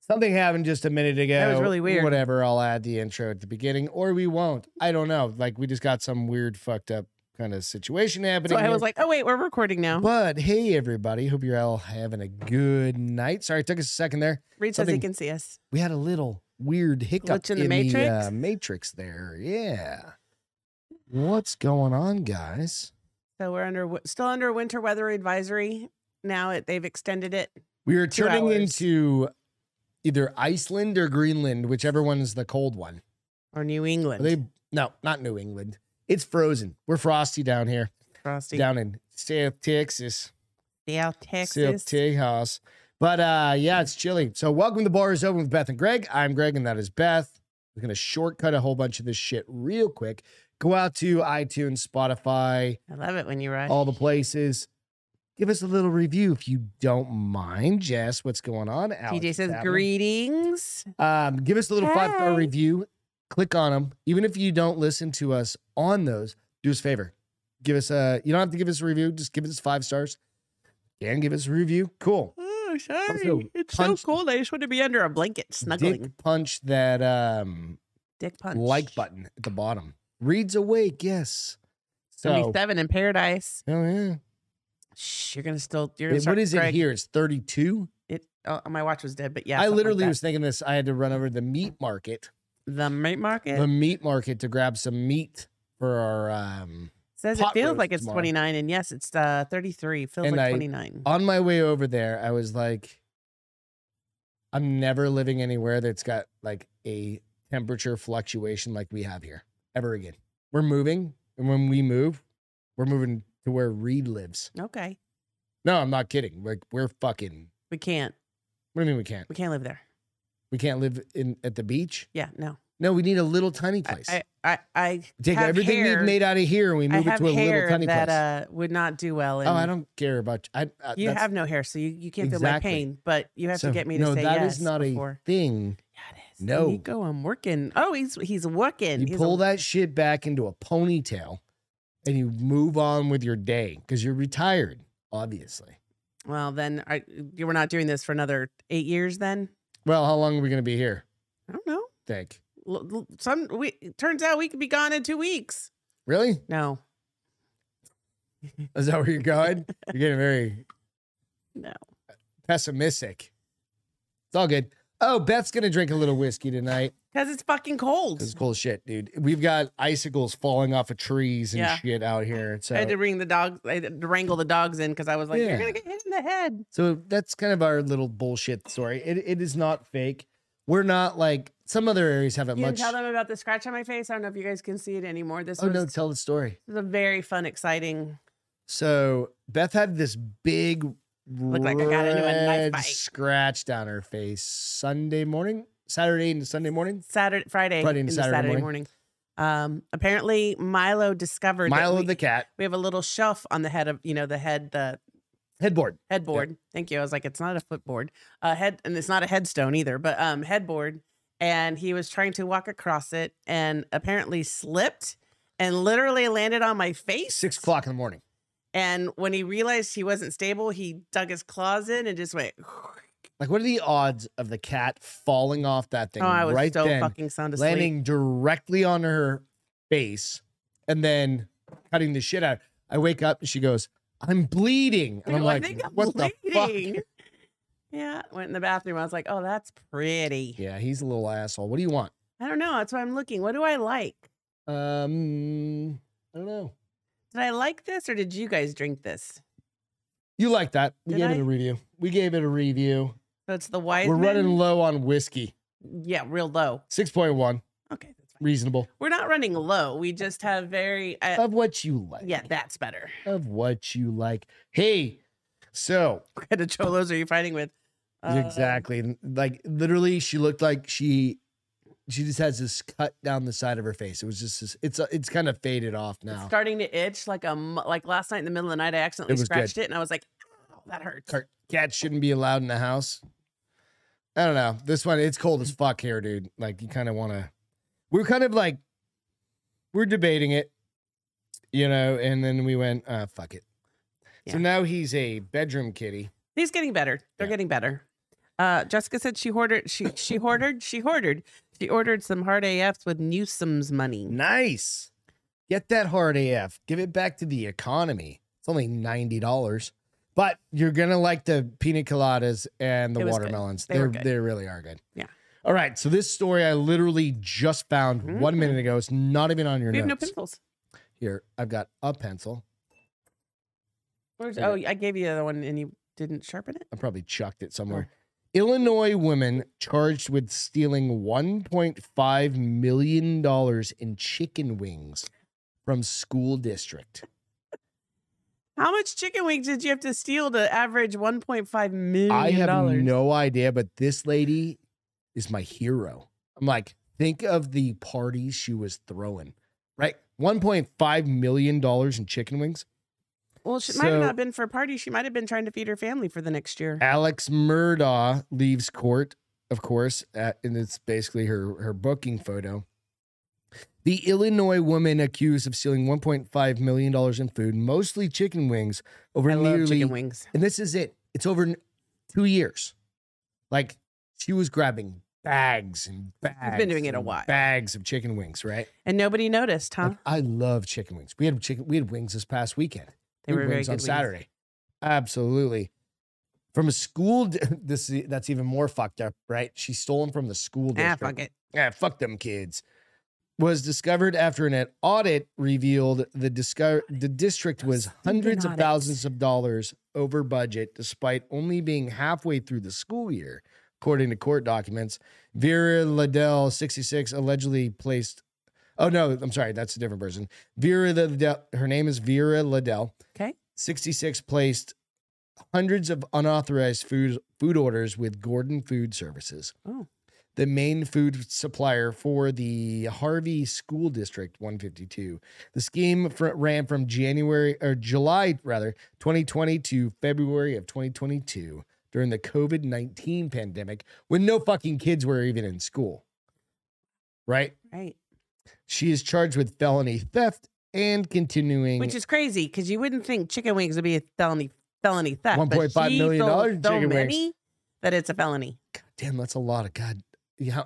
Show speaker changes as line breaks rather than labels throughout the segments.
Something happened just a minute ago.
Um, That was really weird.
Whatever, I'll add the intro at the beginning, or we won't. I don't know. Like we just got some weird, fucked up kind of situation happening.
So I
here.
was like, oh wait, we're recording now.
but hey, everybody, hope you're all having a good night. Sorry, it took us a second there.
Reed says he
something-
can see us.
We had a little weird hiccup
Glitch in the matrix?
uh, matrix there. Yeah. What's going on, guys?
So we're under wi- still under winter weather advisory. Now it, they've extended it.
We are
Two
turning
hours.
into either Iceland or Greenland, whichever one is the cold one.
Or New
Are
England.
they no, not New England. It's frozen. We're frosty down here,
Frosty.
down in South Texas,
South Texas.
South Texas. But uh, yeah, it's chilly. So welcome to Bar is Open with Beth and Greg. I'm Greg, and that is Beth. We're gonna shortcut a whole bunch of this shit real quick. Go out to iTunes, Spotify,
I love it when you rush.
all the places. Give us a little review if you don't mind, Jess. What's going on? Alex
TJ says
Chapman.
greetings.
Um, give us a little five star
Hey.
review. Click on them. Even if you don't listen to us on those, do us a favor. Give us a. You don't have to give us a review. Just give us five stars. And give us a review. Cool.
Oh, sorry.
Also,
it's
punch-
so cold. I just want to be under a blanket snuggling. Dick,
Dick punch that um
punch.
like button at the bottom. Reads awake. Yes. So.
77 in paradise.
Oh yeah.
Shh, you're gonna still. You're gonna
Wait, what
start-
is it
Greg,
here? It's thirty two.
It, oh, my watch was dead, but yeah.
I
something like
literally
that.
was thinking this. I had to run over to the meat market,
the meat market
the meat market, to grab some meat for our um
says it
pot
feels
roast
like it's
tomorrow.
29, and yes, it's uh 33. Feels
And
like
I-
29.
on my way over there, I was like, I'm never living anywhere that's got like a temperature fluctuation like we have here ever again. We're moving, and when we move, we're moving to where Reed lives.
okay,
No, I'm not kidding. Like we're fucking.
we can't.
What do you mean we can't?
We can't live there.
We can't live in at the beach.
Yeah, no.
No, we need a little tiny
I-
place.
I I I
Take
have
everything
hair,
we've made out of here and we
I
move it
have
to a little
hair
tiny
that
place.
uh would not do well. In,
oh, I don't care about you. I, uh,
You
that's-
have no hair, so you, you can't feel my
Exactly.
pain. But you have
so,
to get me to
no,
say
that
yes.
is not
before.
a thing.
Yeah, it is.
No.
Nico, I'm working. Oh, he's he's working.
You
he's
pull
a,
that shit back into a ponytail and you move on with your day because you're retired, obviously.
Well, then I you were not doing this for another eight years. Then
Well, how long are we going to be here?
I don't know.
Think.
L- l- Some we it turns out we could be gone in two weeks.
Really?
No,
Is that where you're going? you're getting very
no.
pessimistic. It's all good. Oh, Beth's going to drink a little whiskey tonight.
Because it's fucking cold.
This is cool as shit, dude. We've got icicles falling off of trees and
Yeah.
shit out here. So,
I had to bring the dogs, I had to wrangle the dogs in because I was like,
Yeah.
you're going to get hit in the head.
so that's kind of our little bullshit story. It, it is not fake. We're not like some other areas have it
You can
much.
tell them about the scratch on my face. I don't know if you guys can see it anymore. This
oh,
was,
no, tell the story.
this was a very fun, exciting.
So Beth had this big
Looked like I got into a knife
red
fight.
scratch down her face Sunday morning, Saturday and Sunday morning.
Saturday, Friday,
Friday and
into
Saturday
Saturday morning. Um, apparently, Milo discovered that
Milo
we,
the cat
we have a little shelf on the head of, you know, the head, the
headboard.
headboard. Thank you. I was like, it's not a footboard, uh, head, and it's not a headstone either, but um, headboard. And he was trying to walk across it, and apparently slipped, and literally landed on my face.
Six o'clock in the morning.
And when he realized he wasn't stable, he dug his claws in and just went. "Oh,
Like, what are the odds of the cat falling off that thing
Oh, I was
right
so
then,
fucking sound asleep.
landing directly on her face, and then cutting the shit out? I wake up and she goes, "I'm bleeding," and I'm
I
like,
think I'm
"What the fuck?"
bleeding. Yeah, went in the bathroom. I was like, "Oh, that's pretty."
Yeah, he's a little asshole. What do you want?
I don't know. That's why I'm looking. What do I like?
Um, I don't know.
Did I like this, or did you guys drink this?
You like that? We
Did
gave it
I?
a review. We gave it a review.
So it's the wise.
We're running
Men-
low on whiskey.
yeah, real low.
Six point one,
Okay, that's fine.
reasonable.
We're not running low. We just have very. Uh,
Of what you like.
yeah, that's better.
Of what you like. Hey, so
What kind of cholos are you fighting with? Uh,
exactly, n- like literally, she looked like she, she just has this cut down the side of her face. It was just, this, it's uh, it's kind of faded off
It's
now.
starting to itch like a mu- like last night in the middle of the night. I accidentally
was good.
scratched it, and I was like, "Ow, "That hurts."
Car- Cats shouldn't be allowed in the house. I don't know. This one, it's cold as fuck here, dude. Like you kind of want to. We're kind of like, we're debating it, you know, and then we went, uh, fuck it.
Yeah.
So now he's a bedroom kitty.
He's getting better. They're
Yeah.
getting better. Uh, Jessica said she hoarded. She she hoarded. She hoarded. She ordered some hard AFs with Newsom's money.
Nice. Get that hard AF. Give it back to the economy. It's only ninety dollars, but you're gonna like the pina coladas and the
It was good.
watermelons.
They were
They're
good.
they really are good.
Yeah.
All right. So this story I literally just found one
Mm.
minute ago. It's not even on your
We have no
notes.
pencils.
Here, I've got a pencil.
Where's,
Okay.
oh, I gave you the other one and you didn't sharpen it.
I probably chucked it somewhere. Illinois woman charged with stealing $1.5 million in chicken wings from school district.
How much chicken wings did you have to steal to average one point five million
I have
dollars?
no idea, but this lady is my hero. I'm like, think of the parties she was throwing, right? $1.5 million in chicken wings.
Well, she might have
So-
not been for a party. She might have been trying to feed her family for the next year.
Alex Murdaugh leaves court, of course, at, and it's basically her her booking photo. The Illinois woman accused of stealing 1.5 million dollars in food, mostly chicken wings, over
I
nearly
love chicken wings.
and this is it. It's over n- two years. Like she was grabbing bags and bags.
doing it a
and
while.
Bags of chicken wings, right?
And nobody noticed, huh?
Like, I love chicken wings. We had chicken. We had wings this past weekend.
They
Food
were very
wings
good
on
wings.
Saturday. Absolutely. From a school, di- this that's even more fucked up, right? She stole them from the school
Ah,
district.
fuck it.
Ah, fuck them kids. Was discovered after an audit revealed the disco- the district
Those
was
stinking
hundreds of
audits.
thousands of dollars over budget, despite only being halfway through the school year, according to court documents. Vera Liddell, 66, allegedly placed. Oh no, I'm sorry, that's a different person. Vera Liddell. Her name is Vera Liddell.
Okay.
66 placed hundreds of unauthorized food food orders with Gordon Food Services
Oh,
the main food supplier for the Harvey School District 152. The scheme fr- ran from January or July rather 2020 to February of 2022 during the COVID-19 pandemic when no fucking kids were even in school. Right?
right.
She is charged with felony theft and continuing
Which is crazy because you wouldn't think chicken wings would be a felony felony theft. but
1.5
she
million
sold
dollars in
so
chicken wings.
many that it's a felony.
damn that's a lot of god yeah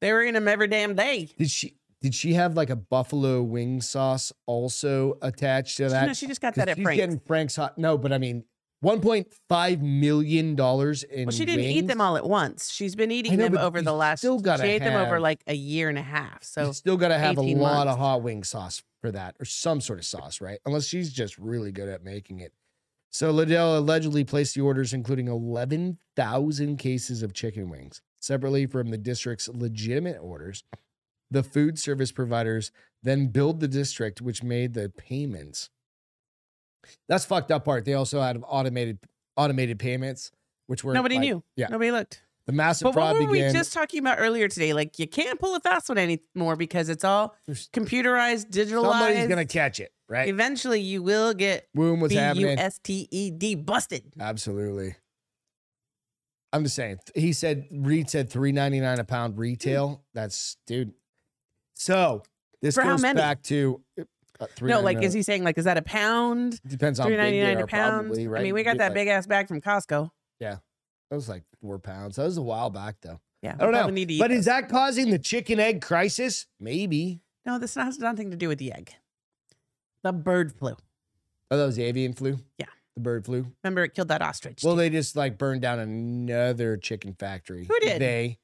They were in them every damn day.
did she did she have like a buffalo wing sauce also attached to that
no, she just got
'Cause
that at
she's
Frank's.
getting Frank's hot. No, but I mean, one point five million dollars in.
well, she didn't eat them
wings.
all at once. She's been eating
know,
them
but
over
you
the last.
still gotta
she ate them over
have-
like a year and a half. So
you still got to have a
18
lot of
months.
hot wing sauce for that, or some sort of sauce, right? Unless she's just really good at making it. So Liddell allegedly placed the orders, including eleven thousand cases of chicken wings, separately from the district's legitimate orders. The food service providers then billed the district, which made the payments. That's fucked up part. They also had automated automated payments, which were
nobody
like,
knew.
yeah.
Nobody looked.
The massive
But
fraud
what were we
began.
just talking about earlier today? Like you can't pull a fast one anymore because it's all
There's-
computerized, digitalized.
Somebody's gonna catch it, right?
Eventually, you will get
Boom was
B U
happening.
S T E D busted.
Absolutely. I'm just saying. th- He said Reed said 3.99 a pound retail. That's dude. So this
Mm. For how
goes
many?
back to uh, three.
No, like is he saying like is that a pound?
depends on
Three ninety nine
are,
a pound.
Probably, right?
I mean, we
You
got
get,
that
like-
big ass bag from Costco.
That was like four pounds. That was a while back though.
Yeah, we
I don't know.
probably Need to eat
But
those.
is that causing the chicken egg crisis? Maybe.
no, this has nothing to do with the egg. The bird flu.
Oh, that was the avian flu.
Yeah.
the bird flu.
Remember, it killed that ostrich.
Well,
too.
they just like burned down another chicken factory.
Who did?
They,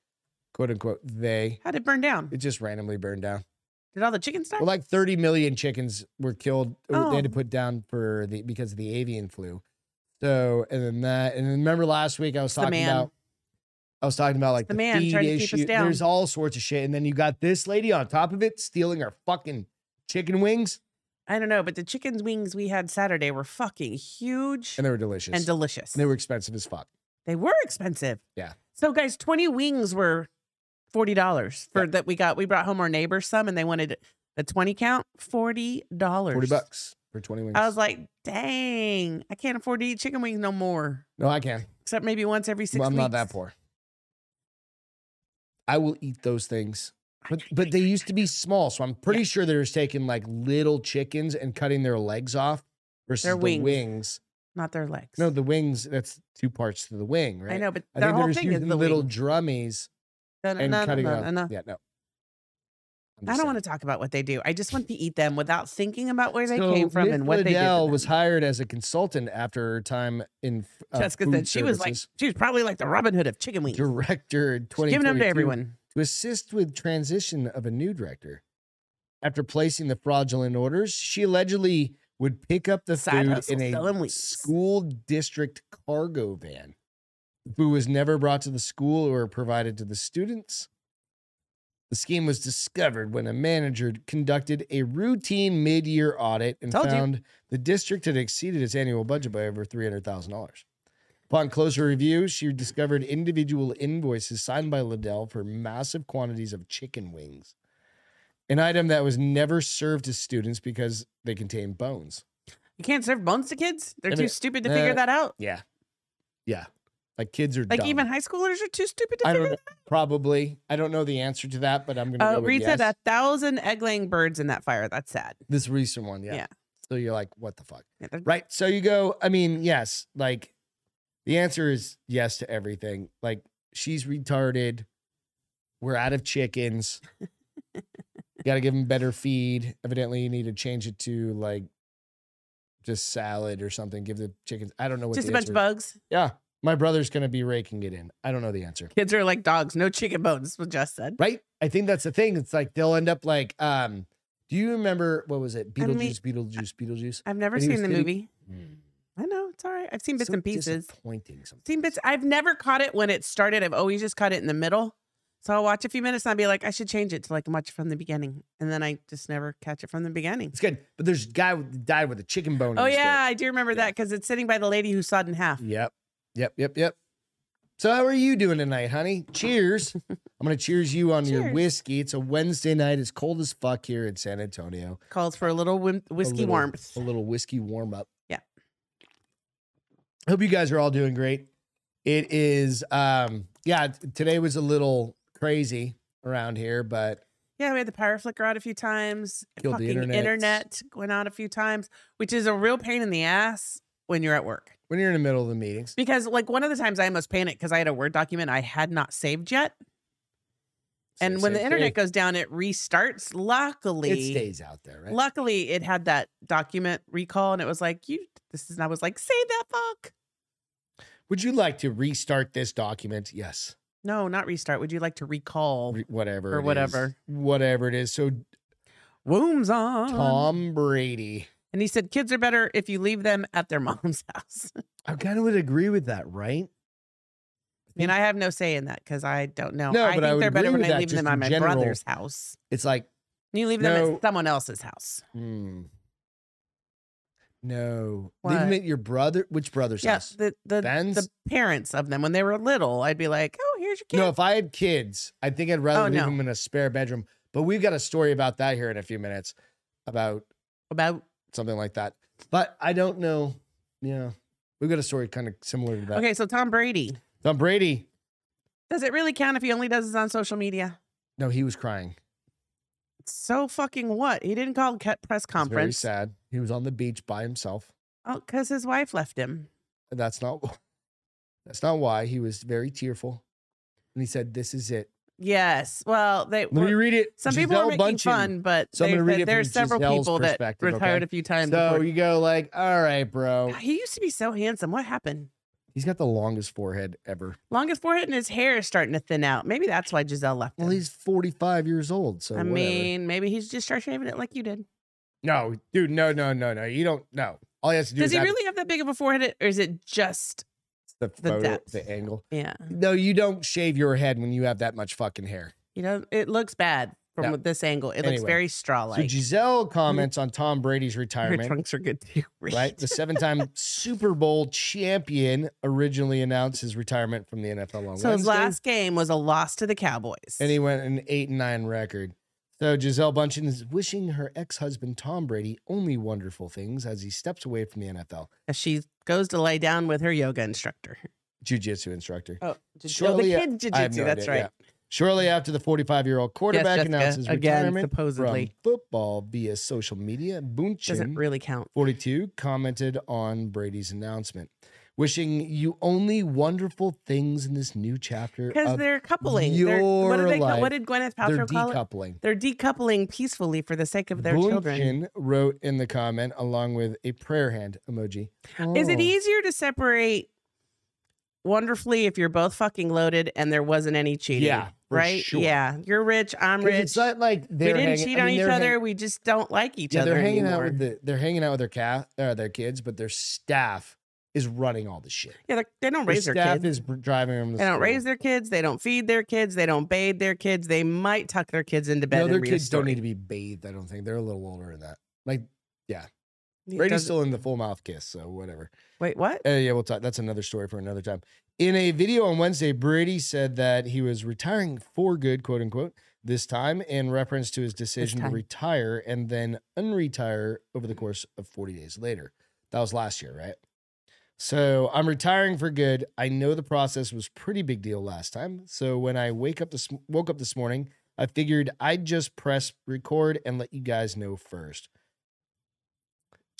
quote unquote, they.
How'd it burn down?
It just randomly burned down.
Did all the chickens die?
Well, like 30 million chickens were killed. uh, They had to
Oh.
put down for the because of the avian flu. So, and then that, and then remember last week I was
It's the
talking
man.
about, I was talking about like
the man
feed
trying to keep us
issue.
down.
There's all sorts of shit, and then you got this lady on top of it stealing our fucking chicken wings,
I don't know, but the chicken's wings we had Saturday were fucking huge
and they were delicious.
and delicious.
And they were expensive as fuck.
They were expensive.
Yeah.
So guys, 20 wings were $40 for that we got. We brought home our neighbors some and they wanted a 20 count, $40.
40 bucks for 20 wings.
I was like, dang, I can't afford to eat chicken wings no more.
no, I can.
Except maybe once every six
Well, I'm
weeks.
not that poor. I will eat those things. But but they used to be small, so I'm pretty sure they're just taking like little chickens and cutting their legs off versus
Their
the
wings.
wings
not their legs.
No, the wings. That's two parts to the wing, right?
I know, but
I
their
think they're
whole
just
thing is
using
the
little
wing.
drummies
No, no,
and
no, no,
cutting
no,
it
no,
up.
no.
Yeah, no.
I don't want to talk about what they do. I just want to eat them without thinking about where they came from and what they did.
Liddell
to
was
them.
hired as a consultant after her time in. f- Uh,
Jessica
food
said she was like
services,
she was probably like the Robin Hood of chicken wings,
director in
She's giving them
2022
to everyone.
to assist with transition of a new director. After placing the fraudulent orders, she allegedly would pick up the
Side
food
hustle,
in
selling
a
wings.
school district cargo van. The food was never brought to the school or provided to the students. The scheme was discovered when a manager conducted a routine mid-year audit and
Told you.
found the district had exceeded its annual budget by over three hundred thousand dollars. Upon closer review, she discovered individual invoices signed by Liddell for massive quantities of chicken wings, an item that was never served to students because they contained bones.
You can't serve bones to kids. They're
I
too
mean,
stupid to
uh,
figure that out.
Yeah, yeah, like kids are
Like
dumb.
even high schoolers are too stupid to
I
figure
don't probably. I don't know the answer to that, but I'm gonna
Uh,
go with
Reed
yes.
said a thousand egg laying birds in that fire. That's sad.
This recent one, yeah.
Yeah.
So you're like, what the fuck?
Yeah, they're-
Right. So you go, I mean, yes, like the answer is yes to everything. Like she's retarded. We're out of chickens. Got to give them better feed. Evidently, you need to change it to like just salad or something. Give the chickens. I don't know what
Just
the
a bunch
answer
of
is.
bugs.
Yeah. My brother's going to be raking it in. I don't know the answer.
Kids are like dogs. No chicken bones. is What Jess said.
Right? I think that's the thing. It's like they'll end up like, um, do you remember what was it?
I mean-
Beetlejuice, Beetlejuice, Beetlejuice.
I've never
And he was
seen the
getting-
movie. I know it's all right. I've seen bits
So
and pieces.
Disappointing. Sometimes.
Seen bits. I've never caught it when it started. I've always just caught it in the middle. So I'll watch a few minutes and I'll be like, I should change it to like watch it from the beginning. And then I just never catch it from the beginning.
It's good. But there's a guy with, died with a chicken bone. in
Oh
his throat.
yeah, I do remember that because it's sitting by the lady who sawed in half.
Yep. Yep. Yep. Yep. So how are you doing tonight, honey? Cheers. I'm gonna cheers you on your
Cheers.
whiskey. It's a Wednesday night. It's cold as fuck here in San Antonio.
Calls for a little whim-
A
whiskey
little-
warmth.
A little whiskey warm up.
Yeah.
Hope you guys are all doing great. It is. um Yeah. t- Today was a little crazy around here, but
Yeah, we had the power flicker out a few times.
Killed the
Fucking
internets.
internet went out a few times, which is a real pain in the ass when you're at work.
when you're in the middle of the meetings,
Because like one of the times I almost panicked because I had a Word document I had not saved yet. and when the internet goes down, it restarts. Luckily,
it stays out there, right?
luckily it had that document recall, and it was like, "You, this is." And I was like, "Say that fuck."
Would you like to restart this document? Yes.
No, not restart. Would you like to recall?
Re- whatever.
Or
it is.
whatever.
Whatever it is. So
Wombs on.
Tom Brady.
And he said, "Kids are better if you leave them at their mom's house." I
I kind of would agree with that, right?
mean, I have no say in that because I don't know.
No,
I
but
think
I would
they're better
agree
when
with
I
that
leave
just
them
in
at my
general.
brother's house.
It's like,
You leave them
No.
at someone else's house.
hmm. No. Leave him
What?
at your brother. Which brother's
Yeah,
house?
the the, the
Ben's?
parents of them when they were little, I'd be like, "Oh, here's your kid."
No, if I had kids, I think I'd rather
Oh,
leave
no.
them in a spare bedroom. But we've got a story about that here in a few minutes about
About
something like that. But I don't know. Yeah. We've got a story kind of similar to that.
okay, so Tom Brady.
Tom Brady.
Does it really count if he only does this on social media?
No, he was crying.
So fucking what? He didn't call a press
He was Very
conference.
sad. He was on the beach by himself.
Oh, because his wife left him.
that's not that's not why he was very tearful and he said this is it
Yes. Well, they.
let me
were-
read it
some people
Gisele
are making
Bundchen.
fun, but
So I'm
they
gonna read
said
it
there are
from
several
Giselle's
people that
perspective,
retired
okay?
a few times.
so
before-
you go like all right bro
God, he used to be so handsome. What happened?
he's got the longest forehead ever
Longest forehead and his hair is starting to thin out. Maybe that's why Giselle left him.
well he's 45 years old so
I
whatever.
mean, maybe he's just start shaving it like you did.
no dude no no no no you don't no all he has to do
Does
is
he
have
really have that big of a forehead, or is it just
the photo
depth?
the angle
yeah?
no you don't shave your head when you have that much fucking hair
You know, it looks bad from
No.
this angle. It looks
Anyway,
very straw
so
like.
giselle comments on tom brady's
Her
retirement
trunks are good too. Reed.
right? The seven time Super Bowl champion originally announced his retirement from the NFL on
So his
Wednesday.
last game was a loss to the Cowboys.
and he went an eight and nine record. So Giselle Bundchen is wishing her ex husband Tom Brady only wonderful things as he steps away from the NFL.
As Uh, she goes to lay down with her yoga instructor.
Jiu jitsu instructor.
Oh, jiu- oh, the
Shortly a-
kid jiu
uh, I have
jitsu.
no
that's
idea,
right.
Shortly after the 45 year old quarterback
Jessica,
announced his
again,
retirement from
supposedly.
football via social media, Boonchen
Doesn't really count.
42 commented on Brady's announcement, wishing you only wonderful things in this new chapter
Because
of
they're coupling. They're-
your
what, did they, call-
life.
what did Gwyneth
their
Paltrow call it?
decoupling.
They're decoupling peacefully for the sake of their children.
Boonchen wrote in the comment along with a prayer hand emoji.
Is it
Oh.
easier to separate wonderfully if you're both fucking loaded and there wasn't any cheating?
Yeah, for
Right?
sure.
Yeah. You're rich. I'm
'Cause
rich.
It's not like
We
they're
didn't
hanging,
cheat
I
on
mean,
each
they're hang-
other. we just don't like each
yeah,
other
they're hanging
anymore.
out with the, they're hanging out with their cat, uh, their kids, but their staff is running all the shit.
yeah, they're- they don't raise their
staff
kids.
is br- driving them. to
They don't
school.
raise their kids. They don't feed their kids. They don't bathe their kids. They might tuck their kids into bed.
No,
and
their
read a
kids don't
story.
need to be bathed. I don't think they're a little older than that. Like
It
Brady's
doesn't-
still in the full mouth kiss, so whatever.
Wait, what?
Uh, yeah, we'll talk. That's another story for another time. In a video on Wednesday, Brady said that he was retiring for good, quote unquote, this time in reference to his decision to
time.
retire and then unretire over the course of 40 days later. That was last year, right? So I'm retiring for good. I know the process was pretty big deal last time. So when I wake up this woke up this morning, I figured I'd just press record and let you guys know first.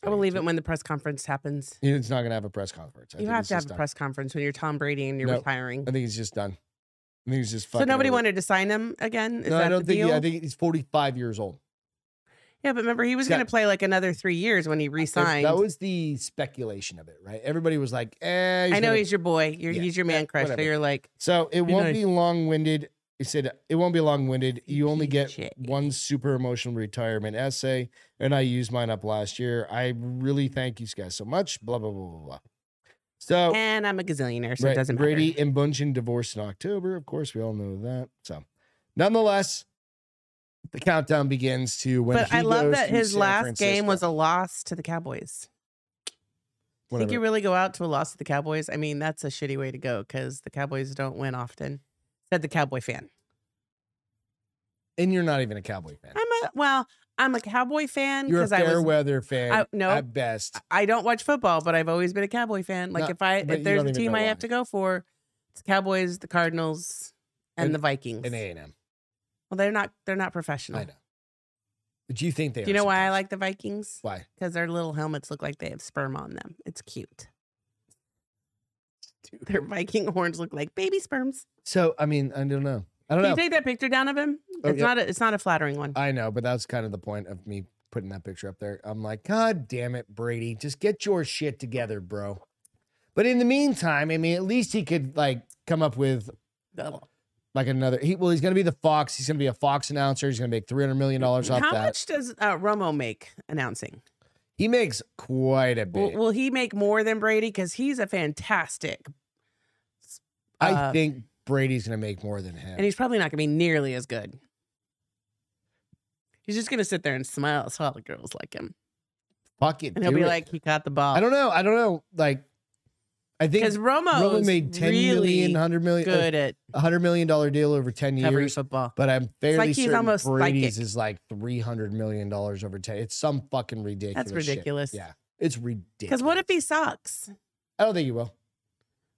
I will leave it when the press conference happens.
It's not gonna have a press conference. I
You
think
have
it's
to have
just
a
done.
press conference when you're Tom Brady and you're
No.
retiring.
I think he's just done. I think he's just
So
fucking
nobody
over it.
wanted to sign him again. Is
No,
that
I don't
the
think.
deal?
He, I think he's 45 years old.
yeah, but remember he was
Yeah.
going to play like another three years when he re-signed.
That was the speculation of it, right? Everybody was like, "Eh."
I know
gonna-
he's your boy. You're,
Yeah,
He's your
yeah,
man crush. So
whatever.
you're like,
So it
Be
won't
nice.
be long winded. He said it won't be long winded. You only get
Shit.
one super emotional retirement essay, and I used mine up last year. I really thank you guys so much. Blah blah blah blah blah. So
and I'm a gazillionaire, so
Oh. Right,
it doesn't matter.
Brady and Bunchen divorced in October. Of course, we all know that. So, nonetheless, the countdown begins to when.
but
he
I love
goes
that
to
his
San
last game
Francisco.
was a loss to the Cowboys. Do you Think
Whatever.
you really go out to a loss to the Cowboys? I mean, that's a shitty way to go because the Cowboys don't win often. Said the Cowboy fan.
and you're not even a Cowboy fan.
I'm a well, I'm a Cowboy fan
You're a
because I
fair
was
weather fan.
I- no.
at best.
I don't watch football, but I've always been a Cowboy fan. Like
No,
if I
but
if
you
there's
don't
a
even
team
know
I
why.
have to go for, it's Cowboys, the Cardinals, and,
And-
the Vikings.
An A and M.
Well, they're not they're not
I
professional.
know. But you think they?
Do you
are
know why I
sometimes.
like the Vikings?
Why?
Because their little helmets look like they have sperm on them. It's cute. Their Viking horns look like baby sperms.
So I mean, I don't know. I don't
Can you
know.
take that picture down of him?
Oh,
It's
yeah.
not a, it's not a flattering one.
I know, but that's kind of the point of me putting that picture up there. I'm like, God damn it, Brady, just get your shit together, bro. But in the meantime, I mean, at least he could like come up with like another. He well, he's gonna be the Fox. He's gonna be a Fox announcer. He's gonna make three hundred million dollars off
How
that.
much does uh, Romo make announcing?
He makes quite a
Will,
bit.
will he make more than Brady? Because he's a fantastic,
I
uh,
think Brady's gonna make more than him.
and he's probably not going to be nearly as good. He's just going to sit there and smile at all the girls like him,
Fuck it,
and he'll
do
be
it.
like, "He caught the ball."
I don't know. I don't know. Like, I think
because Romo
Roman made ten million,
really
100 million, uh,
good at
$100 million dollar deal over ten
covering
years.
football.
But I'm fairly
he's
certain
almost
Brady's
psychic.
is like three hundred million dollars over ten. It's some fucking ridiculous.
That's
shit.
ridiculous.
Yeah, it's ridiculous.
Because what if he sucks?
I don't think he will.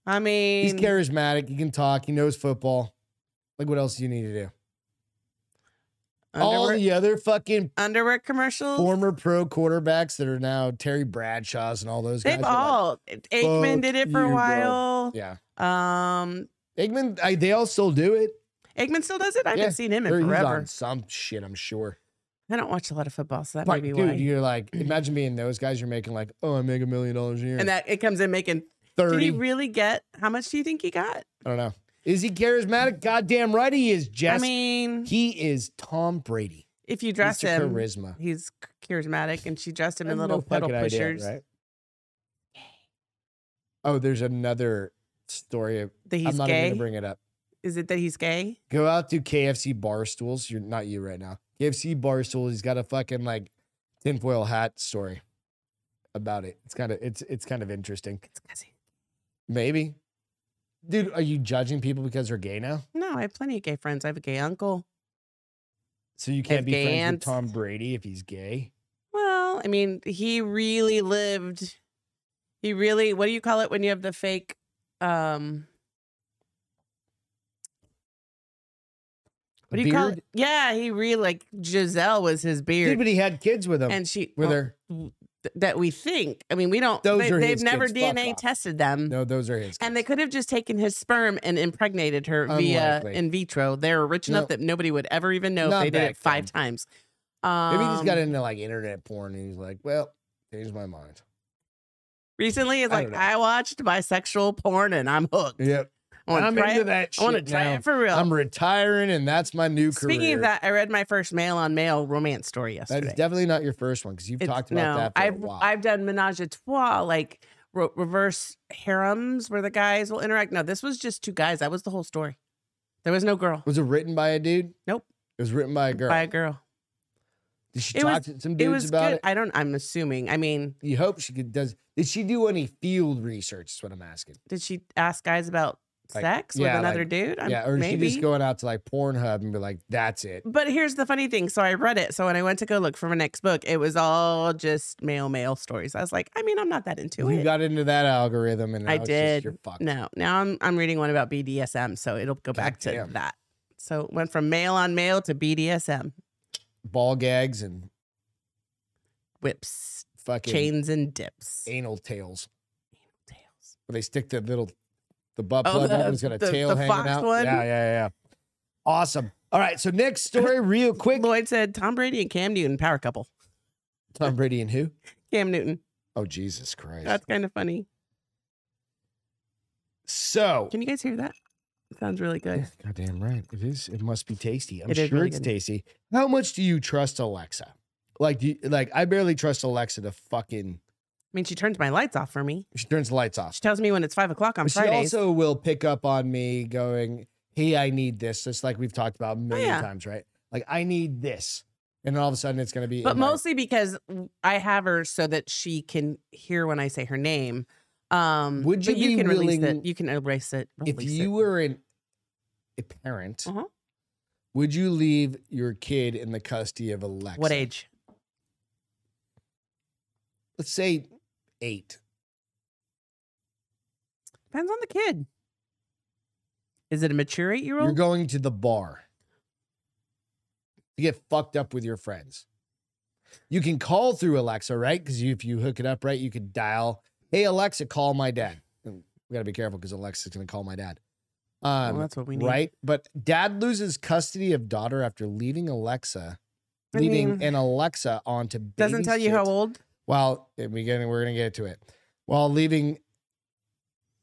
I mean,
He's charismatic. He can talk. He knows football. Like, what else do you need to do? All
underwear,
the other fucking
underwear commercials.
former pro quarterbacks that are now Terry Bradshaws and all those guys.
They've
are like-
all Aikman
"Fuck
did it for
you,
a
bro."
while.
yeah,
Um,
Eggman. I, they all still do it.
Aikman still does it. I
Yeah,
haven't seen him in
Or he's
forever.
on some shit, I'm sure.
I don't watch a lot of football, so that
But
might be
dude,
why.
you're like, imagine being those guys. You're making like, oh, I make a million dollars a year.
And that it comes in making. Did
thirty.
he really get? How much do you think he got?
I don't know. Is he charismatic? Goddamn right he is, Jess.
I mean,
he is Tom Brady.
if you dress
Mr.
him,
Charisma.
he's charismatic, and she dressed him
I
in
have
little
no
pedal
fucking idea,
pushers.
right? Oh, there's another story. of-
That he's
I'm not even
gay.
gonna bring it up.
Is it that he's gay?
Go out to KFC Barstools. You're not you right now. KFC Barstools. He's got a fucking like tinfoil hat story about it. It's kind of it's it's kind of interesting.
It's 'cause he-
Maybe. Dude, are you judging people because they're gay now?
No, I have plenty of gay friends. I have a gay uncle.
So you can't be
gay
friends with
aunts.
Tom Brady if he's gay.
Well, I mean, he really lived. He really. What do you call it when you have the fake? um What do you call
Beard?
it? Yeah, he really like Giselle was his
Dude,
beard,
but uh, he had kids with him.
and oh. she
with
well,
her.
th- that we think. I mean, we don't.
Those
they,
are
they've
his
never
kids. Fuck
DNA
off.
tested them,
No, those are his.
and they
kids.
could have just taken his sperm and impregnated her via
Unlikely.
in vitro. They were rich enough
No.
that nobody would ever even know
Not
if they did
back
it five
then.
times. Um,
Maybe he just got into like internet porn, and he's like, "Well, changed my mind."
recently. It's
I
like
don't know.
I watched bisexual porn and I'm hooked.
Yep,
I want
I'm
to try
into
it.
that.
I want to
shit
try
now.
it for real.
I'm retiring, and that's my new career.
Speaking of that, I read my first male on male romance story yesterday.
that's definitely not your first one because you've
It's-
talked about
no,
that for
I've,
a while.
I've done menage a trois, like re- reverse harems where the guys will interact. No, this was just two guys. That was the whole story. There was no girl
was it written by a dude?
Nope.
It was written by a girl.
by a girl.
Did she
It
talk
was-
to some
It
dudes
was
about
good.
it?
I don't. I'm assuming. I mean,
You hope she could, does. Did she do any field research? Is what I'm asking.
did she ask guys about
Like,
sex with
yeah,
another
like-
dude? I'm,
yeah, or is
Um, maybe.
she just going out to like Pornhub and be like, "That's it."
but here's the funny thing. So I read it. So when I went to go look for my next book, it was all just male male stories. I was like, I mean, I'm not that into
you
it.
got into that algorithm, and
I
now it's
did.
Just, you're fucked.
No, now I'm I'm reading one about BDSM, so it'll go back to
Goddamn.
that. So it went from male on male to BDSM,
Ball gags and
whips,
fucking
chains, and dips.
anal tails.
Tails.
where they stick the little the butt
Oh,
plug
the-
up and it's got a
the-
tail
the
hanging
fox
out.
one?
Yeah, yeah, yeah. Awesome. All right, so next story, real quick.
Lloyd said Tom Brady and Cam Newton power couple.
Tom Brady and who?
Cam Newton.
Oh Jesus Christ!
That's kind of funny.
so
Can you guys hear that? It sounds really good.
Yeah, goddamn right, it is. It must be tasty. I'm
It
sure
is really
it's
good.
tasty. How much do you trust Alexa? Like, do you, like I barely trust Alexa to fucking.
I mean, she turns my lights off for me.
She turns the lights off.
She tells me when it's five o'clock on
But she
Fridays.
also will pick up on me going, "Hey, I need this." Just like we've talked about a million
Oh, yeah.
times, right? Like I need this, and all of a sudden it's going to be.
but
in my-
mostly because I have her so that she can hear when I say her name. Um,
Would you
but you
be
can release
willing-
it. You can erase it.
if
release
you
it.
were an a parent,
Uh-huh.
would you leave your kid in the custody of Alexa?
what age?
Let's say eight.
Depends on the kid. Is it a mature eight year
You're
old?
going to the bar to get fucked up with your friends. You can call through Alexa, right? Because you, if you hook it up right, you could dial, "Hey Alexa, call my dad." And we got to be careful because Alexa's going to call my dad. Um,
well, that's what we need.
right? But dad loses custody of daughter after leaving Alexa,
I
leaving
mean,
an Alexa on to
Doesn't tell you how
babysit
old.
while and we gonna we're gonna get to it. While leaving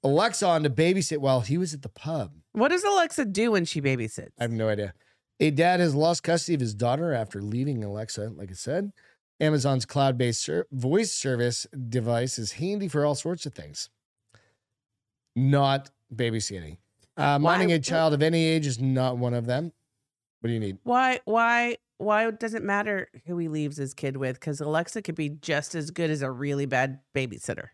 Alexa on to babysit while he was at the pub.
What does Alexa do when she babysits?
I have no idea. A dad has lost custody of his daughter after leaving Alexa, like I said. Amazon's cloud based ser- voice service device is handy for all sorts of things, not babysitting. Uh,
Why-
minding a child of any age is not one of them. What do you need?
why? Why? Why does it matter who he leaves his kid with? Because Alexa could be just as good as a really bad babysitter.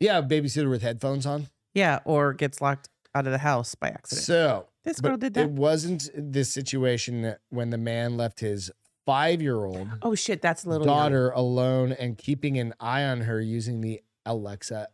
Yeah, a babysitter with headphones on.
Yeah, or gets locked out of the house by accident.
So
this
But
girl did that.
It wasn't this situation that when the man left his five year old
oh shit, that's a little young.
daughter alone and keeping an eye on her using the Alexa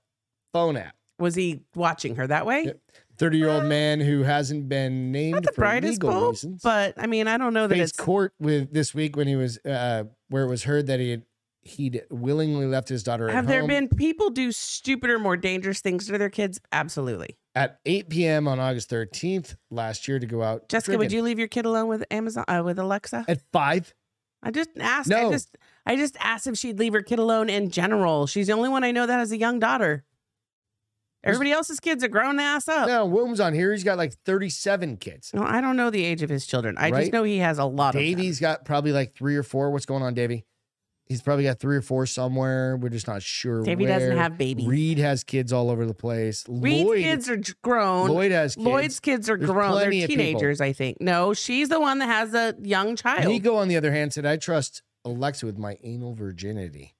phone app.
Was he watching her that way?
Yep. 30 year old man who hasn't been
Um, Not
named
the
for
brightest
legal
bulb,
reasons
but I mean, I don't know that
faced
it's.
court with this week when he was uh, where it was heard that he had he'd willingly left his daughter at
Have there
home
been people do stupider, more dangerous things to their kids? Absolutely.
at 8 p.m. on August 13th last year to go out.
Jessica, would
drinking.
you leave your kid alone with Amazon uh, with Alexa?
At five,
I just asked. I
No.
just I just asked if she'd leave her kid alone in general. She's the only one I know that has a young daughter.
There's-
Everybody else's kids are grown ass up.
no, Wilms on here. He's got like 37 kids.
No, I don't know the age of his children. I just
Right?
know he has a lot of them.
Davey's got probably like three or four. What's going on, Davey? He's probably got three or four somewhere. We're just not sure.
Davey doesn't
where.
have babies.
Reed has kids all over the place.
Reed's
Lloyd,
kids are j- grown.
Lloyd has kids.
Lloyd's kids are
There's
grown. They're
plenty of people.
teenagers, I think. No, she's the one that has a young child.
Nico, on the other hand, said, I trust Alexa with my anal virginity.